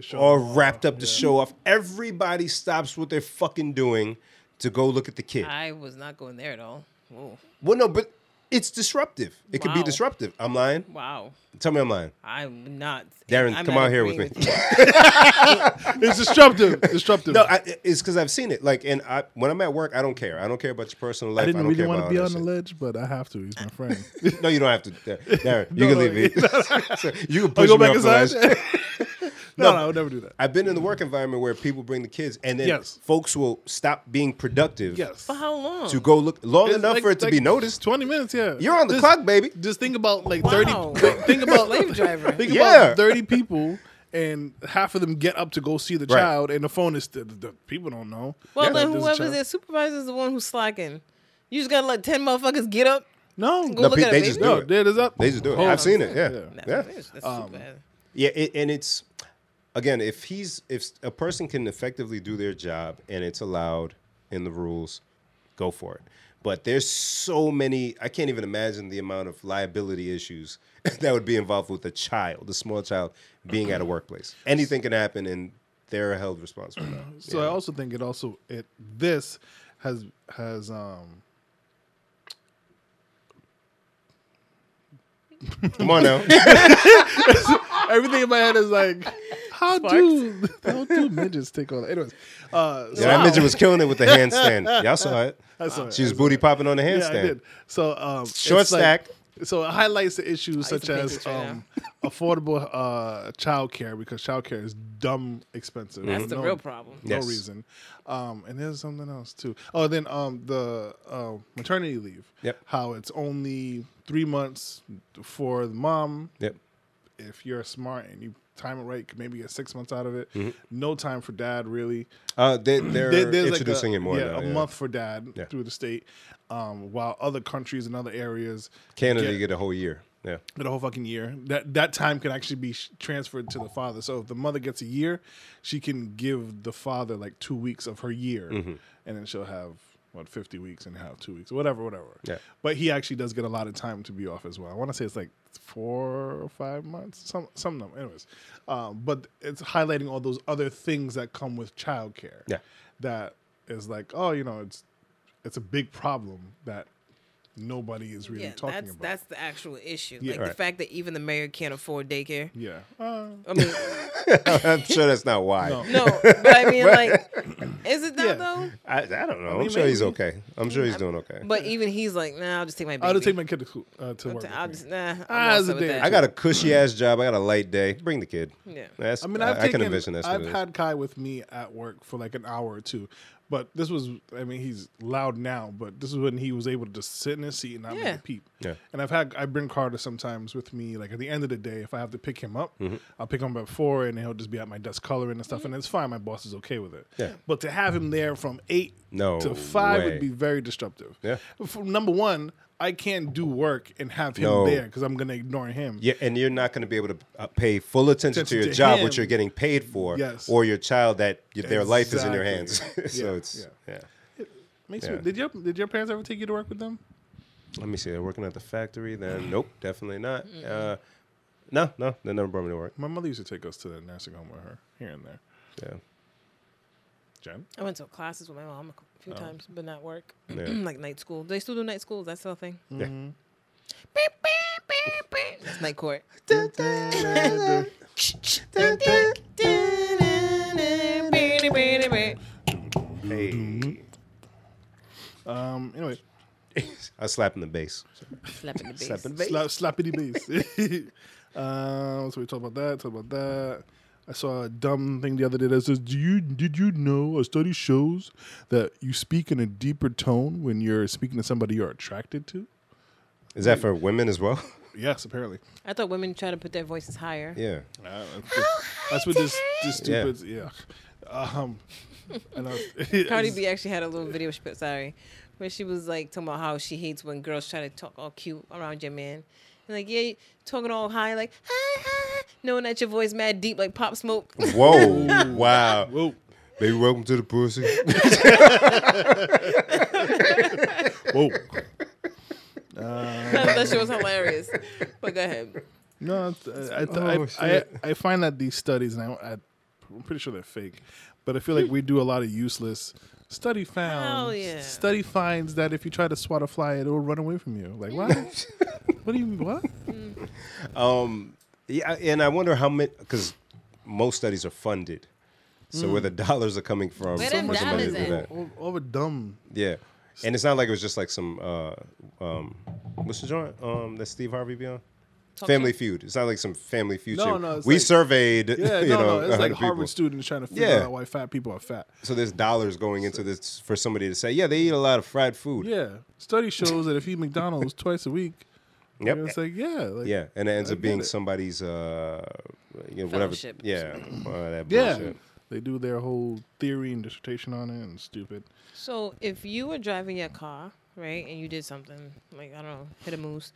A: show
B: all wrapped up to show off. Everybody stops what they're fucking doing to go look at the kid.
C: I was not going there at all. Whoa.
B: well, no, but it's disruptive. It can be
C: Wow.
B: disruptive. I'm lying.
C: Wow.
B: Tell me I'm lying.
C: I'm not.
B: Darren,
C: I'm
B: come
C: not
B: out here with
C: agreeing
B: me.
C: you.
A: It's [laughs] disruptive. disruptive.
B: No, I, it's because I've seen it. Like, and I, when I'm at work, I don't care. I don't care about your personal
A: I
B: life. I,
A: didn't
B: don't
A: really
B: care
A: want
B: about
A: to be
B: all
A: on
B: that
A: the
B: shit.
A: ledge, but I have to. He's
B: [laughs]
A: my friend.
B: No, you don't
A: [laughs]
B: have to. Dar- Darren, you can
A: no,
B: leave me. [laughs] you can
A: I
B: push
A: go
B: me
A: back
B: off the ledge.
A: inside. no, no, I would never do that.
B: [laughs] I've been in the work environment where people bring the kids, and then
A: Yes.
B: folks will stop being productive
A: Yes.
C: For how long?
B: to go look long
A: It's
B: enough
A: like-
B: for it to
A: like
B: be noticed.
A: Twenty minutes. Yeah.
B: You're on the
A: Just-
B: clock, baby.
A: Just think about like
C: Wow. [laughs]
A: thirty. Think, think about [laughs]
C: Slave driver.
A: Think
B: Yeah.
A: about thirty people. And half of them get up to go see the
B: Right.
A: child, and the phone is the, the, the people don't know.
C: Well,
A: that
C: then
A: there's a
C: whoever's
A: child.
C: their supervisor is the one who's slacking. You just gotta let ten motherfuckers get up.
A: No,
C: Go look
B: pe-
C: at it,
B: they
C: baby.
B: just
A: no,
B: do it.
A: it is up.
B: They just do it.
A: Hold
B: I've
A: on.
B: seen it. Yeah,
C: Nah,
B: yeah,
C: that's that's
A: Um,
C: supervisor.
B: yeah. It, and it's again, if he's if a person can effectively do their job and it's allowed in the rules, go for it. But there's so many. I can't even imagine the amount of liability issues [laughs] that would be involved with a child, a small child, being at a workplace. Anything can happen, and they're
A: [clears throat]
B: held responsible. now.
A: So I also think it also it this has has um [laughs]
B: Come on now.
A: everything in my head is like [laughs] how do how do midgets take on anyways uh so
B: Yeah, that midget was killing it with the handstand. Y'all saw it.
A: I saw it.
B: She was booty popping on the
A: yeah, I
B: handstand.
A: did. So um it's
B: Short
A: like-
B: stack.
A: so it highlights the issues
C: I used
A: such
C: to paint
A: as
C: this right
A: um affordable uh child care because child care is dumb expensive.
C: That's the
A: No-
C: real problem.
A: No
B: Yes.
A: reason. Um and there's something else too. Oh then um the uh, maternity leave.
B: Yep.
A: How it's only three months for the mom
B: Yep.
A: if you're smart and you time it right, could maybe get six months out of it.
B: Mm-hmm.
A: No time for dad, really.
B: Uh, they, they're
A: There- there's like
B: introducing
A: a,
B: it more
A: yeah,
B: now.
A: a
B: yeah.
A: month for dad
B: Yeah.
A: through the state, um, while other countries and other areas
B: Canada,
A: get-
B: you get a whole year. Yeah.
A: get a whole fucking year. That that time can actually be sh- transferred to the father. So if the mother gets a year, she can give the father like two weeks of her year,
B: Mm-hmm.
A: and then she'll have what fifty weeks and have two weeks, whatever, whatever.
B: Yeah.
A: But he actually does get a lot of time to be off as well. I want to say it's like four or five months, some some number. Anyways, um, but it's highlighting all those other things that come with childcare.
B: Yeah.
A: That is like, oh, you know, it's it's a big problem that nobody is really
C: Yeah,
A: talking
C: that's
A: about.
C: that's the actual issue.
A: Yeah.
C: Like the
B: Right.
C: fact that even the mayor can't afford daycare.
A: yeah. Uh, [laughs]
C: I mean,
B: I'm sure that's not why.
A: No.
C: no, but
A: [laughs]
C: I mean, like, is it that
A: Yeah.
C: though?
B: I, I don't know. I am
A: mean,
B: sure he's
A: maybe.
B: okay. I'm sure he's doing okay.
C: But even he's like, nah, I'll just take my baby.
A: I'll just take my kid to, school- uh, to work. with
C: I'll
A: me.
C: just nah. I'm
A: Ah, it's
C: also
A: a
C: with
A: day.
C: that.
B: I got a cushy ass job. I got a light day. Bring the kid.
C: Yeah.
B: That's,
A: I mean, I've
B: I,
A: taken,
B: can envision that's
A: I've
B: what it is.
A: had Kai with me at work for like an hour or two, but this was, I mean, he's loud now, but this is when he was able to just sit in his seat and not make
C: Yeah.
A: a peep.
B: Yeah.
A: And I've had, I bring Carter sometimes with me, like at the end of the day, if I have to pick him up,
B: Mm-hmm.
A: I'll pick him up at four and he'll just be at my desk coloring and stuff, and it's fine. My boss is okay with it.
B: Yeah.
A: But to have him there from eight
B: No
A: to five
B: way.
A: would be very disruptive.
B: Yeah.
A: For, number one, I can't do work and have him
B: No.
A: there because I'm going to ignore him.
B: Yeah, and you're not going to be able to uh, pay full attention to
A: Attention
B: your
A: to
B: job,
A: him.
B: which you're getting paid for,
A: Yes.
B: or your child that y their life is in your hands.
A: Exactly.
B: [laughs] so
A: Yeah,
B: it's yeah.
A: Makes
B: Yeah.
A: me, did your did your parents ever take you to work with them?
B: Let me see. They're working at the factory. Then nope, definitely not. Uh, no, no, they never brought me to work.
A: My mother used to take us to the nursing home with her here and there.
B: Yeah.
A: Jen,
C: I went to classes with my mom a few times, but not work.
B: Yeah.
C: [clears throat] like night school. They still do night schools. That's still
A: [laughs]
C: a thing.
B: Yeah.
C: Beep, beep, beep, beep. That's night court.
A: Mm-hmm.
B: Hey,
A: um, anyway,
B: [laughs] I was slapping the bass.
C: Slapping the bass.
B: Slapping the bass.
A: [laughs] Uh, slap slappity bass. um, so we talked about that. Talked about that. I saw a dumb thing the other day that says, "Do you did you know a study shows that you speak in a deeper tone when you're speaking to somebody you're attracted to?"
B: Is that for women as well? [laughs]
A: Yes, apparently.
C: I thought women try to put their voices higher.
B: yeah.
A: Uh, that's what this this
B: Yeah.
A: stupid yeah. Um, and I, [laughs]
C: Cardi B actually had a little video. She put, sorry, where she was like talking about how she hates when girls try to talk all cute around your man. And like, yeah, you talking all high, like, hi, hi, knowing that your voice mad deep, like pop smoke. [laughs]
B: Whoa! [laughs] wow!
A: Whoa,
B: Baby, welcome to the pussy.
A: whoa.
C: that shit was hilarious. But go ahead.
A: No, it's- uh, I, I,
B: Oh,
A: I, I,
B: shit.
A: I find that these studies, and I, I, I'm pretty sure they're fake, but I feel like we do a lot of useless. Study
C: Hell
A: found.
C: yeah.
A: Study finds that if you try to swat a fly, it will run away from you. Like
B: [laughs]
A: what? what do you what?
B: Um, yeah, and I wonder how many because most studies are funded, so where the dollars are coming from.
C: Where
B: for
C: them
B: somebody to
C: dollars
B: do
C: at?
B: that.
A: All, all the dumb.
B: Yeah, and it's not like it was just like some uh, um, what's the joint um that Steve Harvey be on?
C: Talk
B: Family
C: to-
B: Feud. It's not like some Family Feud.
A: No,
B: shit.
A: no, it's
B: we
A: like-
B: surveyed.
A: Yeah,
B: [laughs] you
A: no,
B: know,
A: no. It's like
B: 100
A: Harvard
B: people.
A: students trying to figure
B: Yeah.
A: out why fat people are fat.
B: So there's dollars going into this for somebody to say, yeah, they eat a lot of fried food.
A: Yeah. Study shows that if you eat
B: [laughs]
A: McDonald's twice a week, you
B: Yep.
A: know, it's like yeah, like,
B: Yeah, and it ends
A: I
B: up being
A: get it.
B: somebody's, uh, you know, whatever.
C: Fellowship.
B: Yeah, uh, that
A: yeah.
B: bullshit.
A: They do their whole theory and dissertation on it, and it's stupid.
C: So if you were driving your car, right, and you did something like I don't know, hit
B: [laughs]
C: a moose,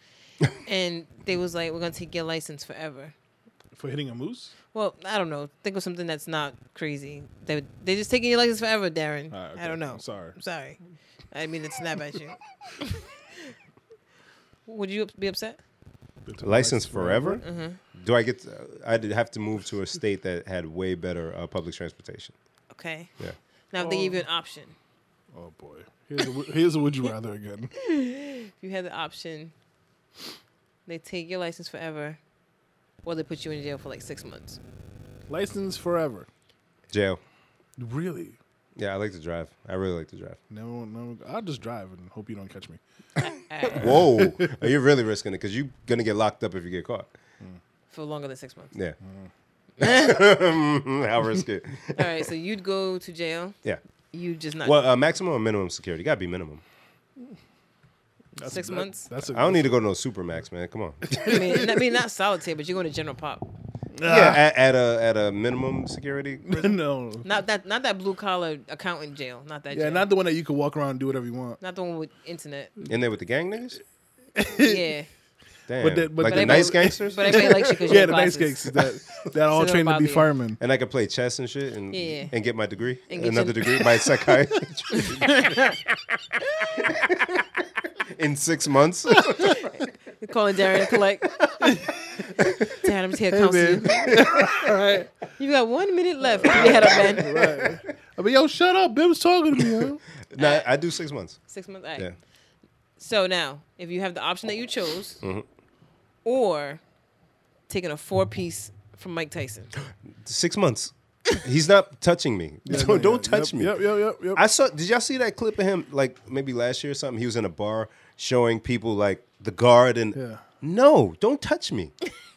C: and they was like, "We're gonna take your license forever."
A: For hitting a moose.
C: Well, I don't know. Think of something that's not crazy. They they just taking your license forever, Darren.
A: All right, okay.
C: I don't know.
A: I'm sorry.
C: I'm sorry. I didn't mean to snap at
A: [laughs]
C: you. Would you be upset?
B: License forever? Do I get? to- I'd have to move to a state that had way better uh, public transportation.
C: Okay.
B: Yeah.
C: Now if they give you
A: Um,
C: an option.
A: Oh boy. Here's a, wo- here's a would you rather again.
C: If you had the option, they take your license forever, or they put you in jail for like six months.
A: License forever.
B: Jail.
A: Really?
B: Yeah, I like to drive. I really like
A: [laughs]
B: to drive.
A: Never, never. I'll just drive and hope you don't catch me.
C: All
A: [laughs]
C: right.
B: Whoa, you're really risking it because you're gonna get locked up if you get caught.
C: for longer than six months.
B: Yeah.
A: Mm.
B: [laughs] How risky?
C: All right, so you'd go to jail.
B: Yeah.
C: You just not.
B: Well, uh, maximum or minimum security? Gotta be minimum.
A: That's
C: Six
A: that-
C: months?
A: That's a, [laughs]
B: I don't need to go to no supermax, man. Come on.
C: I mean, I mean, not solitaire, but you're going to general pop.
B: yeah, at, at a at a
A: [laughs]
B: minimum security.
A: no.
C: Not that, not that blue collar accountant jail. Not that.
A: Yeah,
C: jail.
A: not the one that you can walk around and do whatever you want.
C: Not the one with
A: [laughs]
C: internet.
B: In there with the gang niggas?
C: yeah,
B: Damn.
A: But that- but
B: like
A: that-
B: the nice gangsters?
C: but everybody likes you because
A: Yeah,
C: you're
A: the nice gigs that
C: [laughs]
A: that all
C: don't
A: trained to
C: bother
A: be
C: you.
A: firemen.
B: and I could play chess and shit and
C: Yeah.
B: and get my degree.
C: And get
B: Another
C: your-
B: degree,
C: [laughs]
B: my psychiatry. [laughs] In six
A: [laughs]
B: months.
C: Calling Darren to collect. Darren, I'm just here to counsel
A: man.
C: you.
A: [laughs] All right.
C: You got one minute left. Keep your head up, man.
A: I mean, yo, shut up. Bim's talking
B: [laughs]
A: to me. Yo.
B: no, I do six months.
C: Six months. All right.
B: Yeah.
C: So now, if you have the option that you chose, or taking a four piece from
A: [gasps]
C: Mike Tyson,
B: Six months. He's not touching me. don't
A: Yeah,
B: don't touch
A: yep,
B: me.
A: Yep, yep, yep, yep.
B: I saw. Did y'all see that clip of him? Like maybe last year or something. He was in a bar showing people like the guard and.
A: Yeah.
B: No, don't touch me.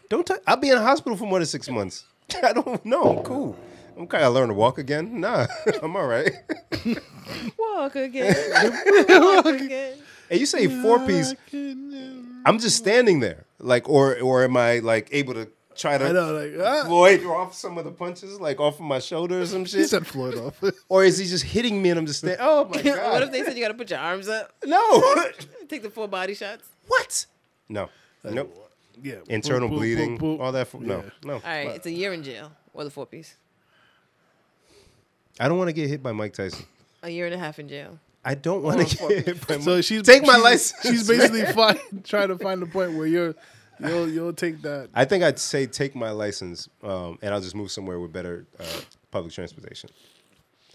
B: don't touch. I'll be in the hospital for more than six months. [laughs] I don't know. I'm cool. I'm kind of learn to walk again. Nah, [laughs] I'm all right.
C: walk
A: [laughs]
C: again, walk again.
B: And you say four piece. I'm just standing there, like, or or am I like able to try
A: I know,
B: to
A: like, ah.
B: Floyd off some of the punches, like off of my shoulder or some
A: He
B: shit?
A: said Floyd off.
B: Or is he just hitting me and I'm just standing? Oh my god!
C: what if they said you got to put your arms up,
A: [laughs]
B: no?
C: take the four body shots?
B: What? No. Nope.
A: [laughs] yeah.
B: Internal
A: Boop, boop, boop,
B: bleeding,
A: boop.
B: all that. F- No,
A: Yeah.
B: no.
C: All right, it's a year in jail or the four piece,
B: I don't want to get hit by Mike Tyson.
C: a year and a half in jail.
B: I don't want to get hit by Mike
A: Oh, So she's
B: Take my
A: she's-
B: license,
A: She's
B: [laughs]
A: basically fi- trying to find the point where you're you'll you'll take that.
B: I think I'd say take my license um, and I'll just move somewhere with better uh, public transportation.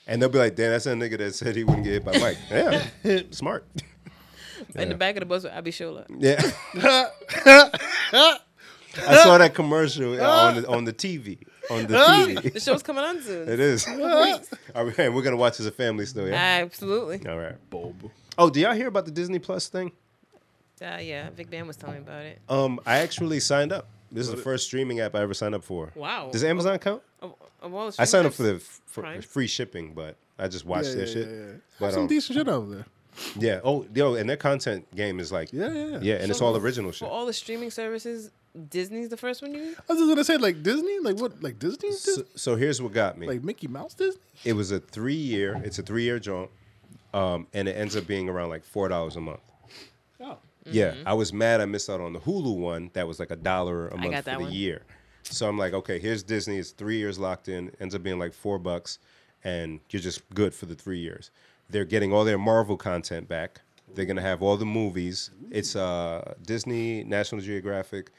B: And they'll be like, damn, that's that nigga that said he wouldn't get hit by
A: [laughs]
B: Mike. Yeah, smart.
C: In the back of the bus with Abby Shola.
B: Yeah. [laughs]
A: [laughs]
B: I saw that commercial uh, on the, on the TV. On the TV.
C: The show's coming on soon.
B: It is. All right, we're going to watch as a family still, yeah?
C: Absolutely.
B: All right. Oh, do y'all hear about the Disney Plus thing?
C: Uh, yeah, Vic Bam was telling me about it.
B: Um, I actually signed up. This is the first streaming app I ever signed up for.
C: Wow.
B: Does Amazon count?
C: Of, of all the
B: I signed up for
C: streaming
B: the
C: apps,
B: f- for
C: Prime?
B: free shipping, but I just watched
A: yeah,
B: their
A: yeah,
B: shit.
A: yeah, yeah.
B: But,
A: some
B: um,
A: decent shit over there.
B: Yeah. Oh, yo, and their content game is like
A: Yeah, yeah, yeah.
B: yeah, and it's
C: So
B: all original
C: for
B: shit.
C: all the streaming services. Disney's the first one you use?
A: I was just gonna say like Disney, like what, like Disney, Disney?
B: So, so here's what got me.
A: like Mickey Mouse Disney.
B: it was a three year. It's a three year joint, um, and it ends up being around like four dollars a month.
A: Oh,
B: Yeah,
C: Mm-hmm.
B: I was mad I missed out on the Hulu one that was like a dollar a month
C: got
B: for
C: that
B: the
C: one.
B: year. So I'm like, okay, here's Disney. It's three years locked in. Ends up being like four bucks, and you're just good for the three years. They're getting all their Marvel content back. They're gonna have all the movies. It's uh, Disney, National Geographic,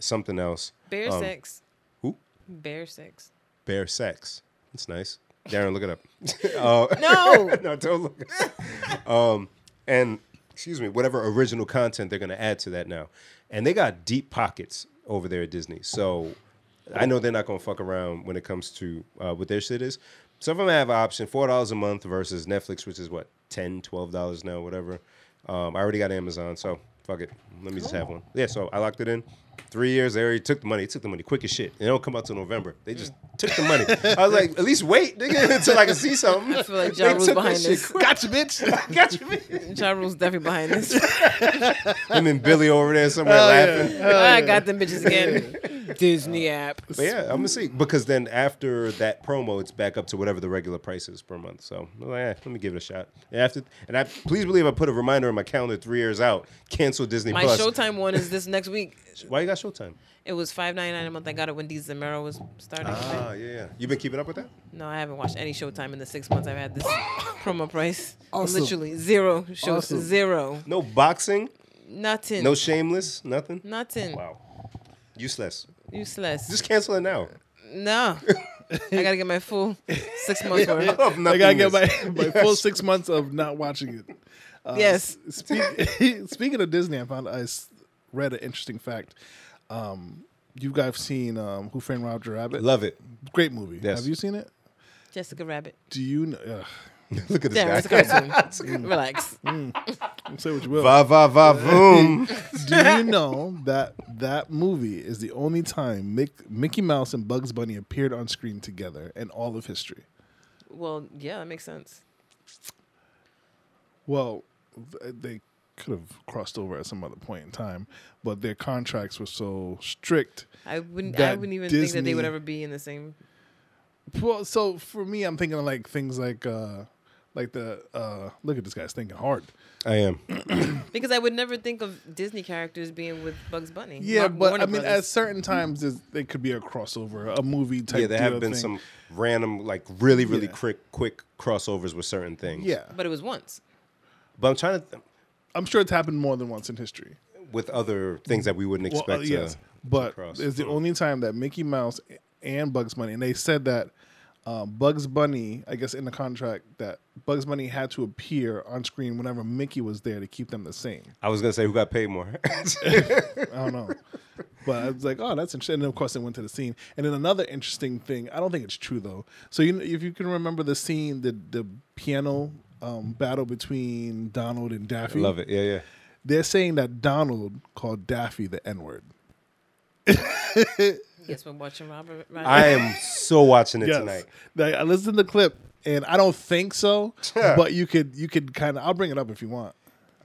B: something else.
C: Bear
B: Um,
C: Sex.
B: who?
C: Bear Sex.
B: Bear sex. That's nice. Darren, look it up. [laughs] Oh
C: No!
B: [laughs] no, don't look. it up. um, and excuse me, whatever original content they're going to add to that now, and they got deep pockets over there at Disney. So I know they're not going to fuck around when it comes to uh, what their shit is. So if I'm gonna have an option, four dollars a month versus Netflix, which is what 10 dollars now, whatever. Um, I already got Amazon, so fuck it. Let me just have one. Yeah, so I locked it in. Three years, they already took the money. They took the money quick as shit. It don't come out till November. They just took the money. I was like, at least wait nigga, until I can see something.
C: I feel like
B: They
C: Ja Rule's
B: took that
C: behind
B: shit
C: this.
A: gotcha,
B: [laughs]
A: bitch.
B: Got you. man.
C: Ja Rule's definitely
B: [laughs]
C: behind this.
B: Him and Billy over there somewhere
A: Oh,
B: laughing.
C: I got them bitches again.
B: [laughs]
C: Disney app.
B: But yeah, I'm gonna see because then after that promo, it's back up to whatever the regular price is per month. So I'm like, eh, let me give it a shot. And after, and I please believe I put a reminder on my calendar three years out. Cancel Disney
C: My
B: Plus.
C: Showtime one is this next week.
B: Why you got Showtime?
C: It was five ninety nine a month. I got it when Dee Zamero was starting.
B: Ah, yeah, yeah. You been keeping up with that?
C: No, I haven't watched any Showtime in the six months I've
B: [laughs]
C: had this promo price.
A: Awesome.
C: Literally zero shows,
A: Awesome.
C: zero,
B: No boxing,
C: nothing,
B: no Shameless, nothing.
C: nothing,
B: Wow, useless.
C: useless.
B: Just cancel
A: [laughs]
B: it now.
C: [laughs] no, I gotta get my full
A: [laughs]
C: six months
B: I
C: worth.
B: love
A: I gotta get my,
B: nothingness.
A: my full six months of not watching it. Uh,
C: yes,
A: Speak, [laughs] speaking of Disney, I found I s- read an interesting fact. Um, you guys have seen um, Who Framed Roger Rabbit?
B: Love it. [laughs]
A: Great movie.
B: Yes.
A: Have you seen it?
C: Jessica Rabbit.
A: Do you know? Ugh,
B: Look at this
C: Damn,
B: guy.
C: it's a
A: [laughs]
C: cartoon. Relax.
A: say what you will.
B: [laughs] Va va va
C: [laughs]
B: boom.
A: Do you know that that movie is the only time Mick, Mickey Mouse and Bugs Bunny appeared on screen together in all of history?
C: Well, yeah, that makes sense.
A: Well, th- they could have crossed over at some other point in time, but their contracts were so strict.
C: I wouldn't. I
A: That
C: wouldn't even think that they would
A: Disney-
C: ever be in the same.
A: Well, so for me, I'm thinking of like things like, uh, like the uh, look at this guy's thinking hard.
B: I am.
C: Because I would never think of Disney characters being with Bugs Bunny.
A: Yeah,
C: Mark
A: but
C: Warner
A: I mean,
C: Brothers.
A: at certain times, there's- they could be a crossover, a movie type.
B: Yeah, there
A: deal
B: have been
A: thing.
B: some random, like really, really
A: Yeah.
B: quick, quick crossovers with certain things.
A: Yeah,
C: but it was once.
B: but I'm trying to th-
A: I'm sure it's happened more than once in history.
B: with other things that we wouldn't
A: Well,
B: expect.
A: uh, yes,
B: to,
A: but
B: cross.
A: it's the only time that Mickey Mouse and Bugs Bunny, and they said that um, Bugs Bunny, I guess, in the contract that Bugs Bunny had to appear on screen whenever Mickey was there to keep them the same.
B: I was gonna say who got paid more. [laughs]
A: I don't know. But I was like, oh, that's interesting. And then, of course, it went to the scene. And then another interesting thing, I don't think it's true though. So you, if you can remember the scene, the the piano um, battle between Donald and Daffy.
B: Love it. Yeah,
A: [laughs]
B: yeah.
A: They're saying that Donald called Daffy the N word.
C: Yes, we're watching Robert. Robert.
B: I am so watching it
A: Yes.
B: tonight.
A: Like, I listened to the clip, and I don't think so. but you could you could kind of. I'll bring it up if you want.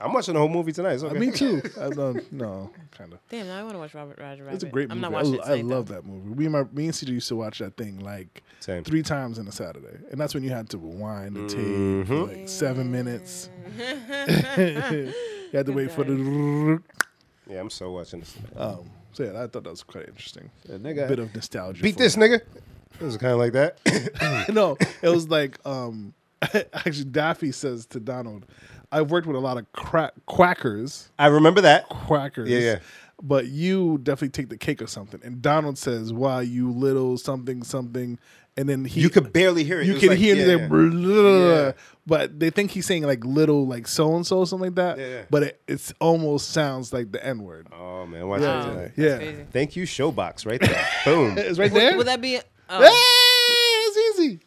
B: I'm watching the whole movie tonight. It's okay.
A: Me
B: [laughs]
A: too. I don't, no, kind of.
C: Damn, now I want to watch Robert Roger Rabbit.
A: It's a great
C: I'm
A: movie.
C: not watching
A: I,
C: it
A: I
C: tonight,
A: love that movie. We and my, me and Cedar used to watch that thing like
B: Same.
A: three times on a Saturday, and that's when you had to rewind the tape for
B: Mm-hmm.
A: like seven minutes. [laughs]
C: [laughs]
A: you had to wait for the.
B: Yeah, I'm so watching this. Tonight.
A: Um, [laughs] so yeah, I thought that was quite interesting. A
B: nigga-
A: bit of nostalgia.
B: Beat
A: for
B: this, nigga. It was kind of like that.
A: [laughs]
B: [laughs]
A: no, it was like um [laughs] actually Daffy says to Donald, I've worked with a lot of crack quackers,
B: I remember that.
A: quackers.
B: Yeah, yeah.
A: But you definitely take the cake or something. And Donald says, "Why you little something something?" And then he
B: You could barely hear it.
A: you
B: It was
A: can
B: like,
A: hear
B: yeah,
A: the
B: yeah.
A: blah,
B: Yeah.
A: but they think he's saying like little like so and so something like that.
B: Yeah, yeah.
A: But it it's almost sounds like the N word.
B: Oh man, watch
C: though.
B: that
C: Um,
B: tonight.
A: Yeah.
C: that's crazy.
B: Thank you, Showbox,
A: [laughs]
B: right there. Boom.
A: It's right there.
C: Would that be? Um,
A: hey, it's easy.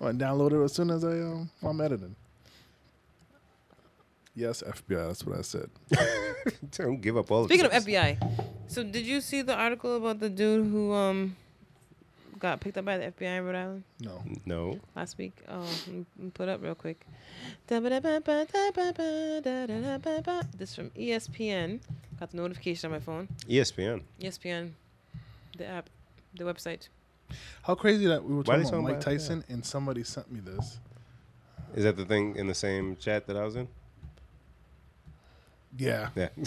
A: I download it as soon as I um, while I'm editing. Yes, FBI. That's what I said.
B: Don't give up all.
C: Speaking of
B: tips.
C: FBI, so did you see the article about the dude who um got picked up by the FBI in Rhode Island
A: No.
B: no.
C: last week? Oh, let me- let me put up real quick. This from E ESPN. Got the notification on my phone. E
B: ESPN.
C: ESPN, the app,
B: [laughs]
C: the website.
A: [laughs] How crazy that we were
B: Why
A: talking
B: they
A: about
B: talking
A: Mike
B: about
A: Tyson and somebody sent me this.
B: Is that the thing in the same chat that I was in?
A: Yeah,
B: [laughs] Yeah.
A: [laughs]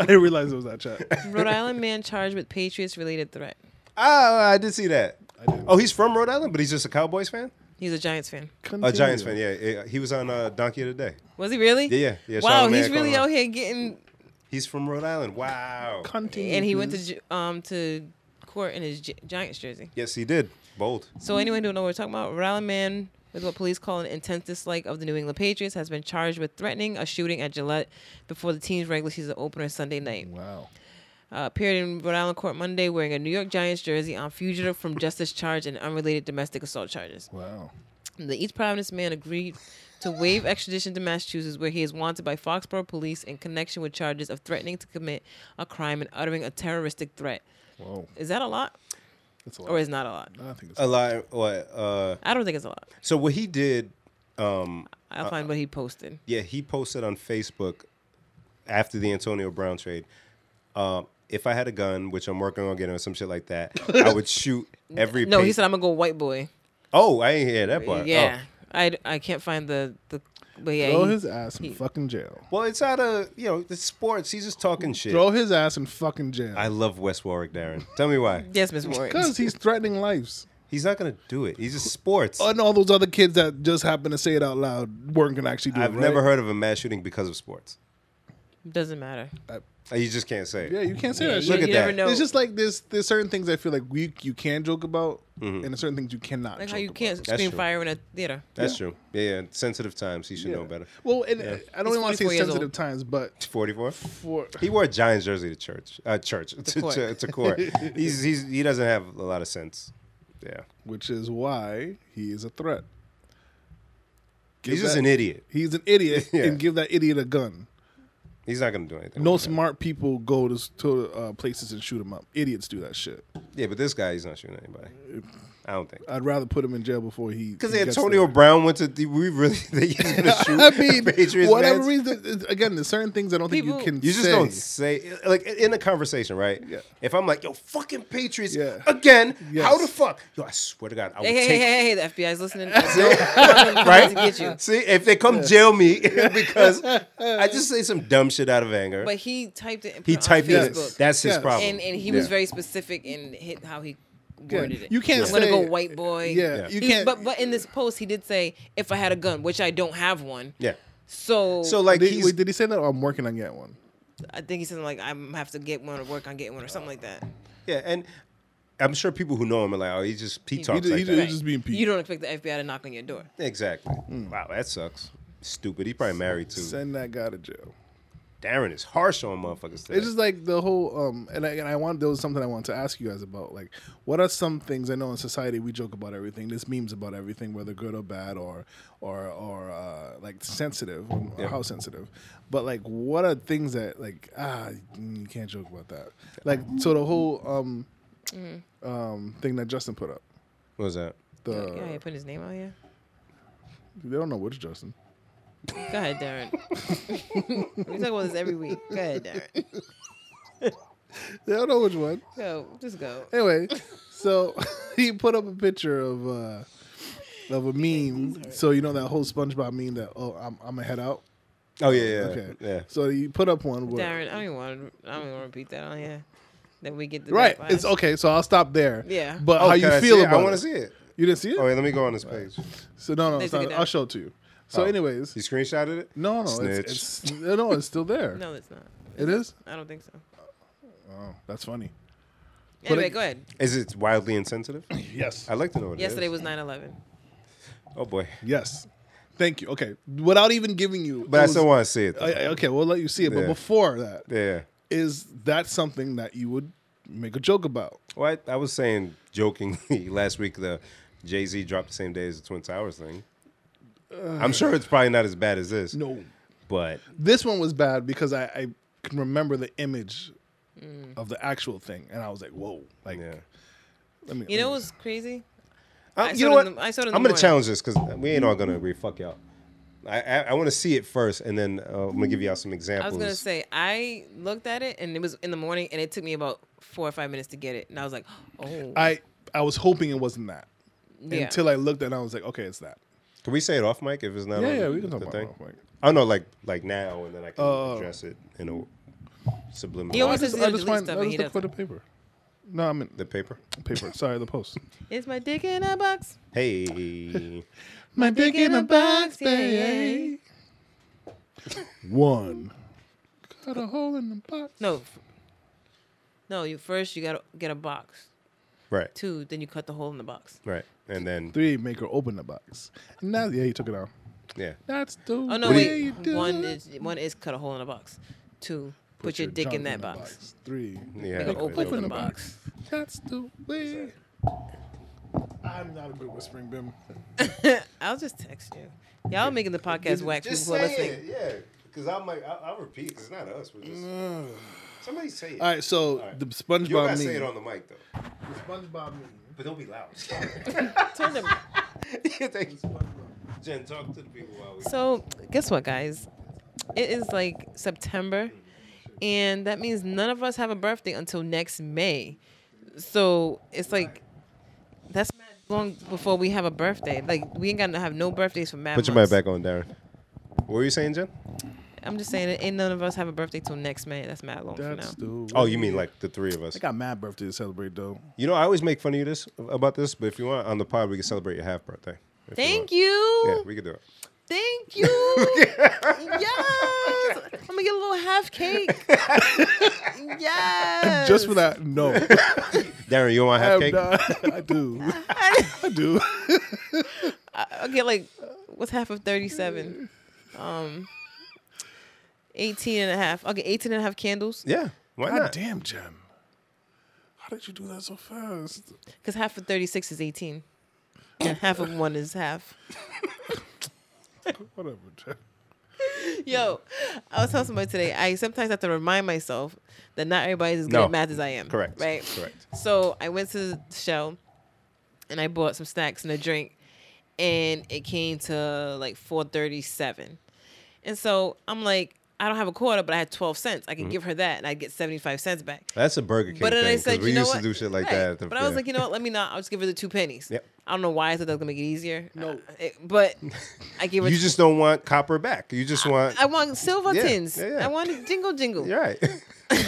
A: I didn't realize it was that chat.
C: Rhode Island man charged with Patriots-related threat.
B: oh, I did see that.
A: I didn't.
B: Oh, he's from Rhode Island, but he's just a Cowboys fan.
C: He's a Giants fan.
B: [laughs] A Giants fan. Yeah, yeah. He was on uh, Donkey of the Day.
C: Was he really?
B: Yeah, yeah, yeah.
C: Wow,
B: Charlamagne
C: he's really
B: Colon.
C: out here getting,
B: He's from Rhode Island. Wow.
A: Continue,
C: and he went to
A: please.
C: ju- um to court in his Gi- Giants jersey.
B: Yes, he did. Bold.
C: So anyone who don't know what we're talking about, Rhode Island man with what police call an intense dislike of the New England Patriots has been charged with threatening a shooting at Gillette before the team's regular season opener Sunday night.
A: Wow.
C: Uh, appeared in Rhode Island court Monday wearing a New York Giants jersey on fugitive from justice charge and unrelated domestic assault charges.
A: Wow.
C: The East Providence man agreed to waive extradition to Massachusetts, where he is wanted by Foxborough police in connection with charges of threatening to commit a crime and uttering a terroristic threat.
A: Whoa.
C: Is that a lot,
A: That's a lot.
C: or is not a lot?
A: I think it's
B: A lot. What? Uh,
C: I don't think it's a lot.
B: so what he did? Um,
C: I'll find what he posted.
B: yeah, he posted on Facebook after the Antonio Brown trade. Uh, if I had a gun, which I'm working on getting, or some shit like that, I
C: [laughs]
B: would shoot every.
C: No,
B: pa-
C: he said I'm gonna go white boy.
B: Oh, I ain't hear that part.
C: yeah,
B: Oh.
C: I, I can't find the the. But yeah,
A: throw
C: he-
A: his ass in
C: he-
A: fucking jail.
B: Well, it's out of you know it's sports. He's just talking shit.
A: Throw his ass in fucking jail.
B: I love West Warwick, Darren. Tell me why.
C: yes, Miss Warren.
A: Because he's threatening lives.
B: He's not gonna do it. He's just sports.
A: And all those other kids that just happen to say it out loud weren't gonna actually do it.
B: I've
A: right?
B: never heard of a mass shooting because of sports.
C: Doesn't matter.
B: Uh, You just can't say it.
A: Yeah, you can't say
C: Yeah,
A: that.
C: you,
A: shit.
B: Look at
C: you never
B: that.
C: know.
A: It's just like there's there's certain things I feel like we you can joke about,
B: Mm-hmm.
A: and there's certain things you cannot.
C: like
A: joke
C: how you
A: about.
C: can't
B: That's
C: scream
B: true.
C: fire in a theater.
B: That's true. Yeah, yeah. Sensitive times. He should know
A: Yeah.
B: better.
A: Well, and uh, I don't
C: He's
A: even want to
C: 44
A: say
C: years old.
A: sensitive times, but
B: Forty-four.
A: for
B: He wore a Giants jersey to church. Uh, church [laughs] to, to,
C: court.
B: to, court. he's, he's he doesn't have a lot of sense. Yeah,
A: which is why he is a threat.
B: he's just
A: that-
B: an idiot.
A: He's an idiot,
B: [laughs] Yeah.
A: and give that idiot a gun.
B: He's not gonna do anything.
A: No
B: with that.
A: smart people go to to uh, places and shoot him up. Idiots do that shit.
B: Yeah, but this guy, he's not shooting anybody. I don't think.
A: I'd rather put him in jail before he
B: Because
A: he gets
B: Antonio
A: there.
B: Brown went to. We really [laughs] think he's gonna
A: [laughs]
B: shoot.
A: I mean,
B: [laughs] Patriots
A: whatever
B: fans?
A: reason. it- Again, there's certain things I don't think
C: People-
A: you can.
B: You just
A: say.
B: don't say like in a conversation, right?
A: Yeah.
B: If I'm like, yo, fucking Patriots
A: Yeah.
B: again,
A: Yes.
B: how the fuck? Yo, I swear to God, I would
C: Hey, hey, hey,
B: take
C: hey, hey, the FBI's listening.
B: [laughs]
C: right? To get you.
B: See, if they come jail me [laughs]
A: [laughs]
B: because I just say some dumb shit out of anger.
C: But he typed it. And put
B: he
C: it on
B: typed it.
C: Facebook.
B: That's his
A: Yes.
B: problem.
C: and and he was
B: Yeah.
C: very specific in hit how he
A: Yeah,
C: worded it.
A: You can't.
C: I'm
A: say,
C: gonna go white boy.
A: Yeah,
B: Yeah.
A: you
C: He-
A: can't.
C: but but in this post, he did say, "If I had a gun, which I don't have one."
B: Yeah.
C: So
B: So like
A: did,
B: he's
A: wait, did he say that? Or I'm working on getting one.
C: I think he said like I'm have to get one or work on getting one or something like that.
B: yeah, and I'm sure people who know him are like, oh, he just he
A: He
B: talks
A: ju-
B: like
A: he ju-
B: that.
A: he's just Hmm. being Pete.
C: You don't expect the FBI to knock on your door.
B: Exactly. Wow, that sucks. Stupid. He probably married to
A: Send that guy to jail.
B: Darren is harsh on motherfuckers. Today.
A: It's just like the whole um, and I, and I want there was something I wanted to ask you guys about. Like, what are some things I know in society we joke about everything? There's memes about everything, whether good or bad, or or or uh, like sensitive, or how sensitive. But like, what are things that like ah mm, you can't joke about that? Like, so the whole um, um thing that Justin put up.
B: what was that?
A: The
C: yeah, he put his name out here.
A: they don't know which Justin.
C: Go ahead, Darren.
A: [laughs]
C: we talk about this every week. Go ahead, Darren.
A: They don't know which one.
C: Go, just go.
A: anyway, so [laughs] he put up a picture of uh of a meme. So you know that whole SpongeBob meme that oh I'm I'm gonna head out.
B: Oh yeah, yeah,
A: Okay.
B: yeah.
A: So he put up one where
C: Darren, I don't even want to. I don't even want to repeat that on here. Then we get the
A: right.
C: backlash.
A: It's okay. So I'll stop there.
C: Yeah.
A: But
B: Oh,
A: how you
B: can I see
A: feel
B: it?
A: about?
B: I want
A: it?
B: to see it.
A: You didn't see it.
B: Oh, wait, let me go on this page.
A: So no, no,
C: They
A: it's
C: took
A: not,
C: it down.
A: I'll show it to you. So
B: Oh.
A: anyways,
B: You screenshotted it?
A: no, no,
B: Snitch.
A: it's, it's no, no, it's still there.
C: No, it's not.
A: It is.
C: I don't think so.
A: Oh, that's funny.
C: Anyway,
A: it-
C: go ahead.
B: Is it wildly insensitive?
A: Yes.
B: I'd like to know what
C: Yesterday
B: it is.
C: was 9/11.
B: Oh boy.
A: Yes. Thank you. Okay. Without even giving you,
B: But
A: it
B: I
A: was-
B: still want to see it. though.
A: I- I- okay, we'll let you see it.
B: Yeah.
A: But before that,
B: yeah.
A: is that something that you would make a joke about?
B: Well, I, I was saying jokingly [laughs] last week the Jay Z dropped the same day as the Twin Towers thing. I'm sure it's probably not as bad as this.
A: No.
B: But
A: This one was bad because I, I can remember the image of the actual thing, and I was like, "Whoa!" Like,
B: Mm. yeah,
A: let me.
C: You know
A: let
C: what's crazy?
B: I,
C: I
B: you
C: saw
B: know
C: it
B: what?
C: in the- I saw it in the
B: I'm gonna
C: morning.
B: challenge this because we ain't all gonna agree. Fuck y'all. I I, I want to see it first, and then uh, I'm gonna give y'all some
C: I
B: examples.
C: was gonna say I looked at it and it was in the morning and it took me about four or five minutes to get it and I was like, [gasps] oh,
A: me- I I was hoping it wasn't that
C: yeah.
A: until I looked at it and I was like, "Okay, it's that."
B: Can we say it off mic if it's not?
A: Yeah,
B: on
A: yeah, we can
B: the
A: talk about
B: thing?
A: it off mic.
B: Oh no, like like now, and then I can
A: Oh.
B: address it in a subliminal.
C: He always
A: I
C: says
A: just,
C: he's
A: I
C: gonna
A: just
C: delete
A: find
C: stuff
A: I
C: and
A: just
C: he
A: look for the paper. No, I mean
B: the paper.
A: paper. Sorry, the
C: [laughs]
A: post.
C: is my dick in a box?
B: Hey,
C: [laughs]
A: My dick
C: in
A: in
C: a
A: a box,
C: box, yeah,
A: baby. One. Cut a hole in the box.
C: No, no. You first you gotta get a box.
B: right,
C: Two, then you cut the hole in the box.
B: right, and then
A: Three, make her open the box. And now, yeah, you took it out.
B: yeah,
A: That's the
C: Oh no,
A: way
C: wait.
A: you do
C: one
A: it.
C: is one is cut a hole in a box. Two, put, your, dick
A: junk
C: in that box.
A: Three.
B: yeah.
C: Make it
B: okay,
C: open,
A: open
C: the
A: the
C: box.
A: That's the way. I'm not a good whispering bim.
C: I'll just text you. Y'all making the podcast whack for people
B: Just
C: who are
B: say
C: listening.
B: it, yeah. Because I might, I'll, I'll repeat. Because it's not us. We're
C: [sighs]
B: just, somebody say it.
A: All right, so
B: right.
A: the
B: you don't gotta
A: SpongeBob
B: say it
A: meme.
B: on the mic though.
A: The SpongeBob meme.
B: But don't be
C: [laughs]
B: loud.
C: Turn them.
B: Thank you. Jen, talk to the people while we.
C: So, guess what, guys? It is like September, and that means none of us have a birthday until next May. So, it's like that's mad long before we have a birthday. Like, we ain't gonna have no birthdays for mad
B: Put your mic
C: months.
B: back on, Darren. What were you saying, Jen?
C: I'm just saying, it ain't none of us have a birthday till next May. That's mad long for now.
A: That's the way.
B: Oh, you mean like the three of us?
A: I got mad birthday to celebrate though.
B: You know, I always make fun of you this about this, but if you want on the pod, we can celebrate your half birthday. if you
C: Thank
B: want.
C: you.
B: Yeah, we could do it.
C: Thank
B: [laughs]
C: you. yes. I'm gonna get a little
B: [laughs]
C: half cake. yes.
A: Just for that,
C: [laughs]
A: no.
B: Darren, you want half
A: I'm
B: cake?
A: not- I do. I do.
C: I'll get like what's half of 37? Um 18 and a half. I'll get 18 and a half candles
B: Yeah, why
A: God
B: not?
A: damn, Jen. How did you do that so fast?
C: cuz half of 36 is 18. And half of one
B: [laughs]
C: is half.
A: Whatever, Jen.
C: Yo, I was telling somebody today, I sometimes have to remind myself that not everybody's as good
B: No.
C: at math as I am.
B: Correct.
C: Right?
B: Correct.
C: So I went to the show and I bought some snacks and a drink and it came to like 437. And so I'm like, I don't have a quarter, but I had 12 cents.
B: Mm-hmm.
C: I could give her that and I'd get 75 cents back.
B: That's a Burger King
C: But then
B: thing.
C: I
B: 'cause
C: said,
B: we
C: you know
B: used
C: what?
B: to do shit like
C: Right.
B: that. at the-
C: but I was
B: yeah.
C: like, you know what? Let me not. I'll just give her the two pennies.
B: Yep.
C: I don't know why I thought that was gonna make it easier.
A: No.
C: Uh, it- but I gave her.
B: you just don't want copper back. You just want.
C: I want silver
B: Yeah,
C: tins.
B: yeah, yeah.
C: I wanted jingle jingle.
B: you're right. [laughs]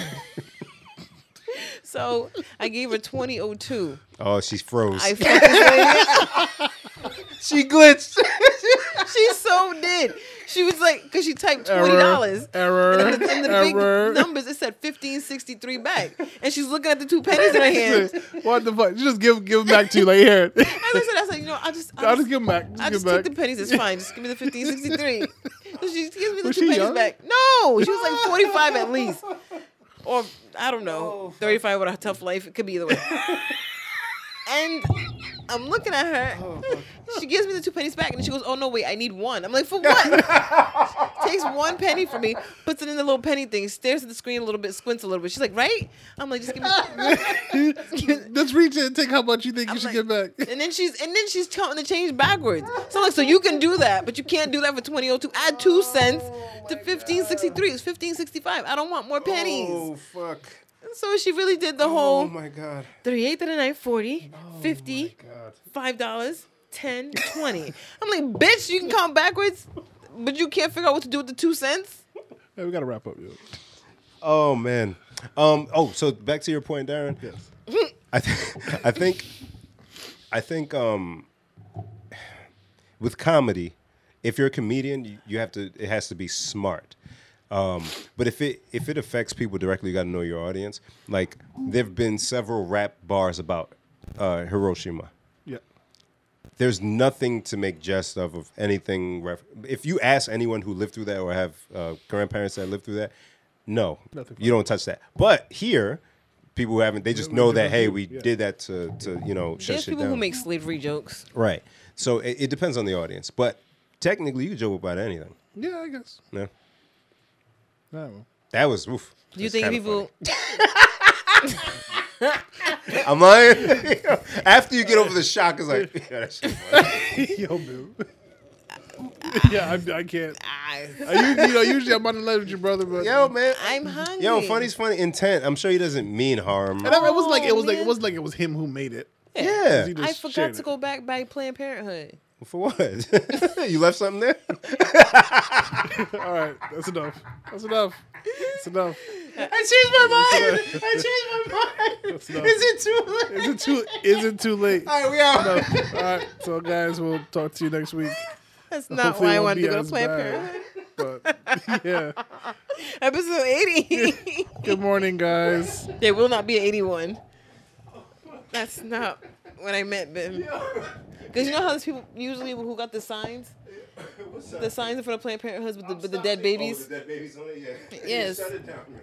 C: So I gave her twenty oh two.
B: Oh, she froze. [laughs]
C: I fucking
B: she glitched.
C: she so did. She was like, because she typed twenty dollars.
A: Error.
C: [laughs] And the, and the
A: error.
C: big numbers, it said fifteen sixty three back, and she's looking at the two
A: [laughs]
C: pennies in her hand.
A: what the fuck? You just give give them back to you like here.
C: I looked at, her, I was like, you know, I'll just, I'll
A: I'll just
C: just
A: give them back.
C: I
A: Just give
C: just
A: them
C: took the
A: back.
C: pennies. It's fine. Just give me the
A: [laughs]
C: fifteen sixty three. So she gives me the
A: Was
C: two
A: she
C: pennies
A: young?
C: back. No, she was like forty five at least, or I don't know, thirty five with a tough life. It could be either way. and I'm looking at her. she gives me the two pennies back, and she goes, "Oh no, wait, I need one." I'm like, "For what?"
A: [laughs]
C: Takes one penny from me, puts it in the little penny thing, stares at the screen a little bit, squints a little bit. She's like, "Right?" I'm like, "Just give me."
A: [laughs] Let's reach in and take how much you think
C: I'm
A: you should
C: like-
A: get back.
C: And then she's and then she's counting the change backwards. So I'm like, so you can do that, but you can't do that for 2002. Add two cents to 1563. It's 1565. I don't want more pennies.
B: Oh fuck.
C: So she really did the
B: Oh
C: whole
B: my god.
C: 38 to the 9, 40, 50,
B: God.
C: five dollars, 10, 20. I'm like, bitch, you can count backwards, but you can't figure out what to do with the two cents.
A: Hey, we gotta wrap up, yo.
B: Oh man. Um. Oh, so back to your point, Darren.
A: Yes.
B: I, th- [laughs] I think, I think, um, with comedy, if you're a comedian, you, you have to. It has to be smart. Um, but if it if it affects people directly, you got to know your audience. Like there've been several rap bars about uh, Hiroshima.
A: Yeah.
B: There's nothing to make jest of of anything. Ref- if you ask anyone who lived through that or have uh, grandparents that lived through that, no,
A: Nothing.
B: you don't touch that. But here, people who haven't, they just know
A: we
B: that
A: just-
B: hey, we
A: yeah.
B: did that to to you know shut
C: There's
B: shit
C: people
B: down.
C: who make slavery jokes.
B: right. So it, it depends on the audience, but technically you could joke about anything.
A: Yeah, I guess.
B: Yeah.
A: Nah,
B: [laughs]
A: man.
B: That was oof.
C: Do you
B: That's
C: think
B: kinda
C: people? [laughs]
B: funny. I'm lying. [laughs] After you get over the shock, it's like yeah, that shit
C: [laughs]
B: funny.
A: Yo, Bill. [laughs] yeah, I, I can't.
C: I,
A: I, usually- you know, usually I'm on the ledge with your brother, but
B: yo man.
C: I'm hungry.
B: Yo, funny's funny intent. I'm sure he doesn't mean harm.
A: And I, it was like it was like it
C: man.
A: was like it was him who made it.
B: Yeah.
A: He just
C: I
A: shared
C: forgot to
A: it.
C: go back by Planned Parenthood.
B: For what? [laughs] you left something there?
A: All right, that's enough. That's enough. That's enough.
B: I changed [laughs] my mind. I changed my mind.
A: That's enough. Is
B: it too late?
A: Is it too? Is it too late?
B: All right, we out.
A: All right, so guys, we'll talk to you next week.
C: That's not
A: Hopefully
C: why
A: it
C: I
A: won't
C: wanted
A: be
C: to go to
A: as
C: Planned
A: bad. But
C: Parenthood.
A: yeah,
C: Episode eighty.
A: good morning, guys.
C: [laughs] there will not be an eighty-one. That's not what I meant, Ben. Because you know how those people usually who got the signs,
B: Oh,
C: the signs in front of Planned Parenthood with the, with the dead babies.
B: dead babies on it, yeah.
C: Yes.
B: down.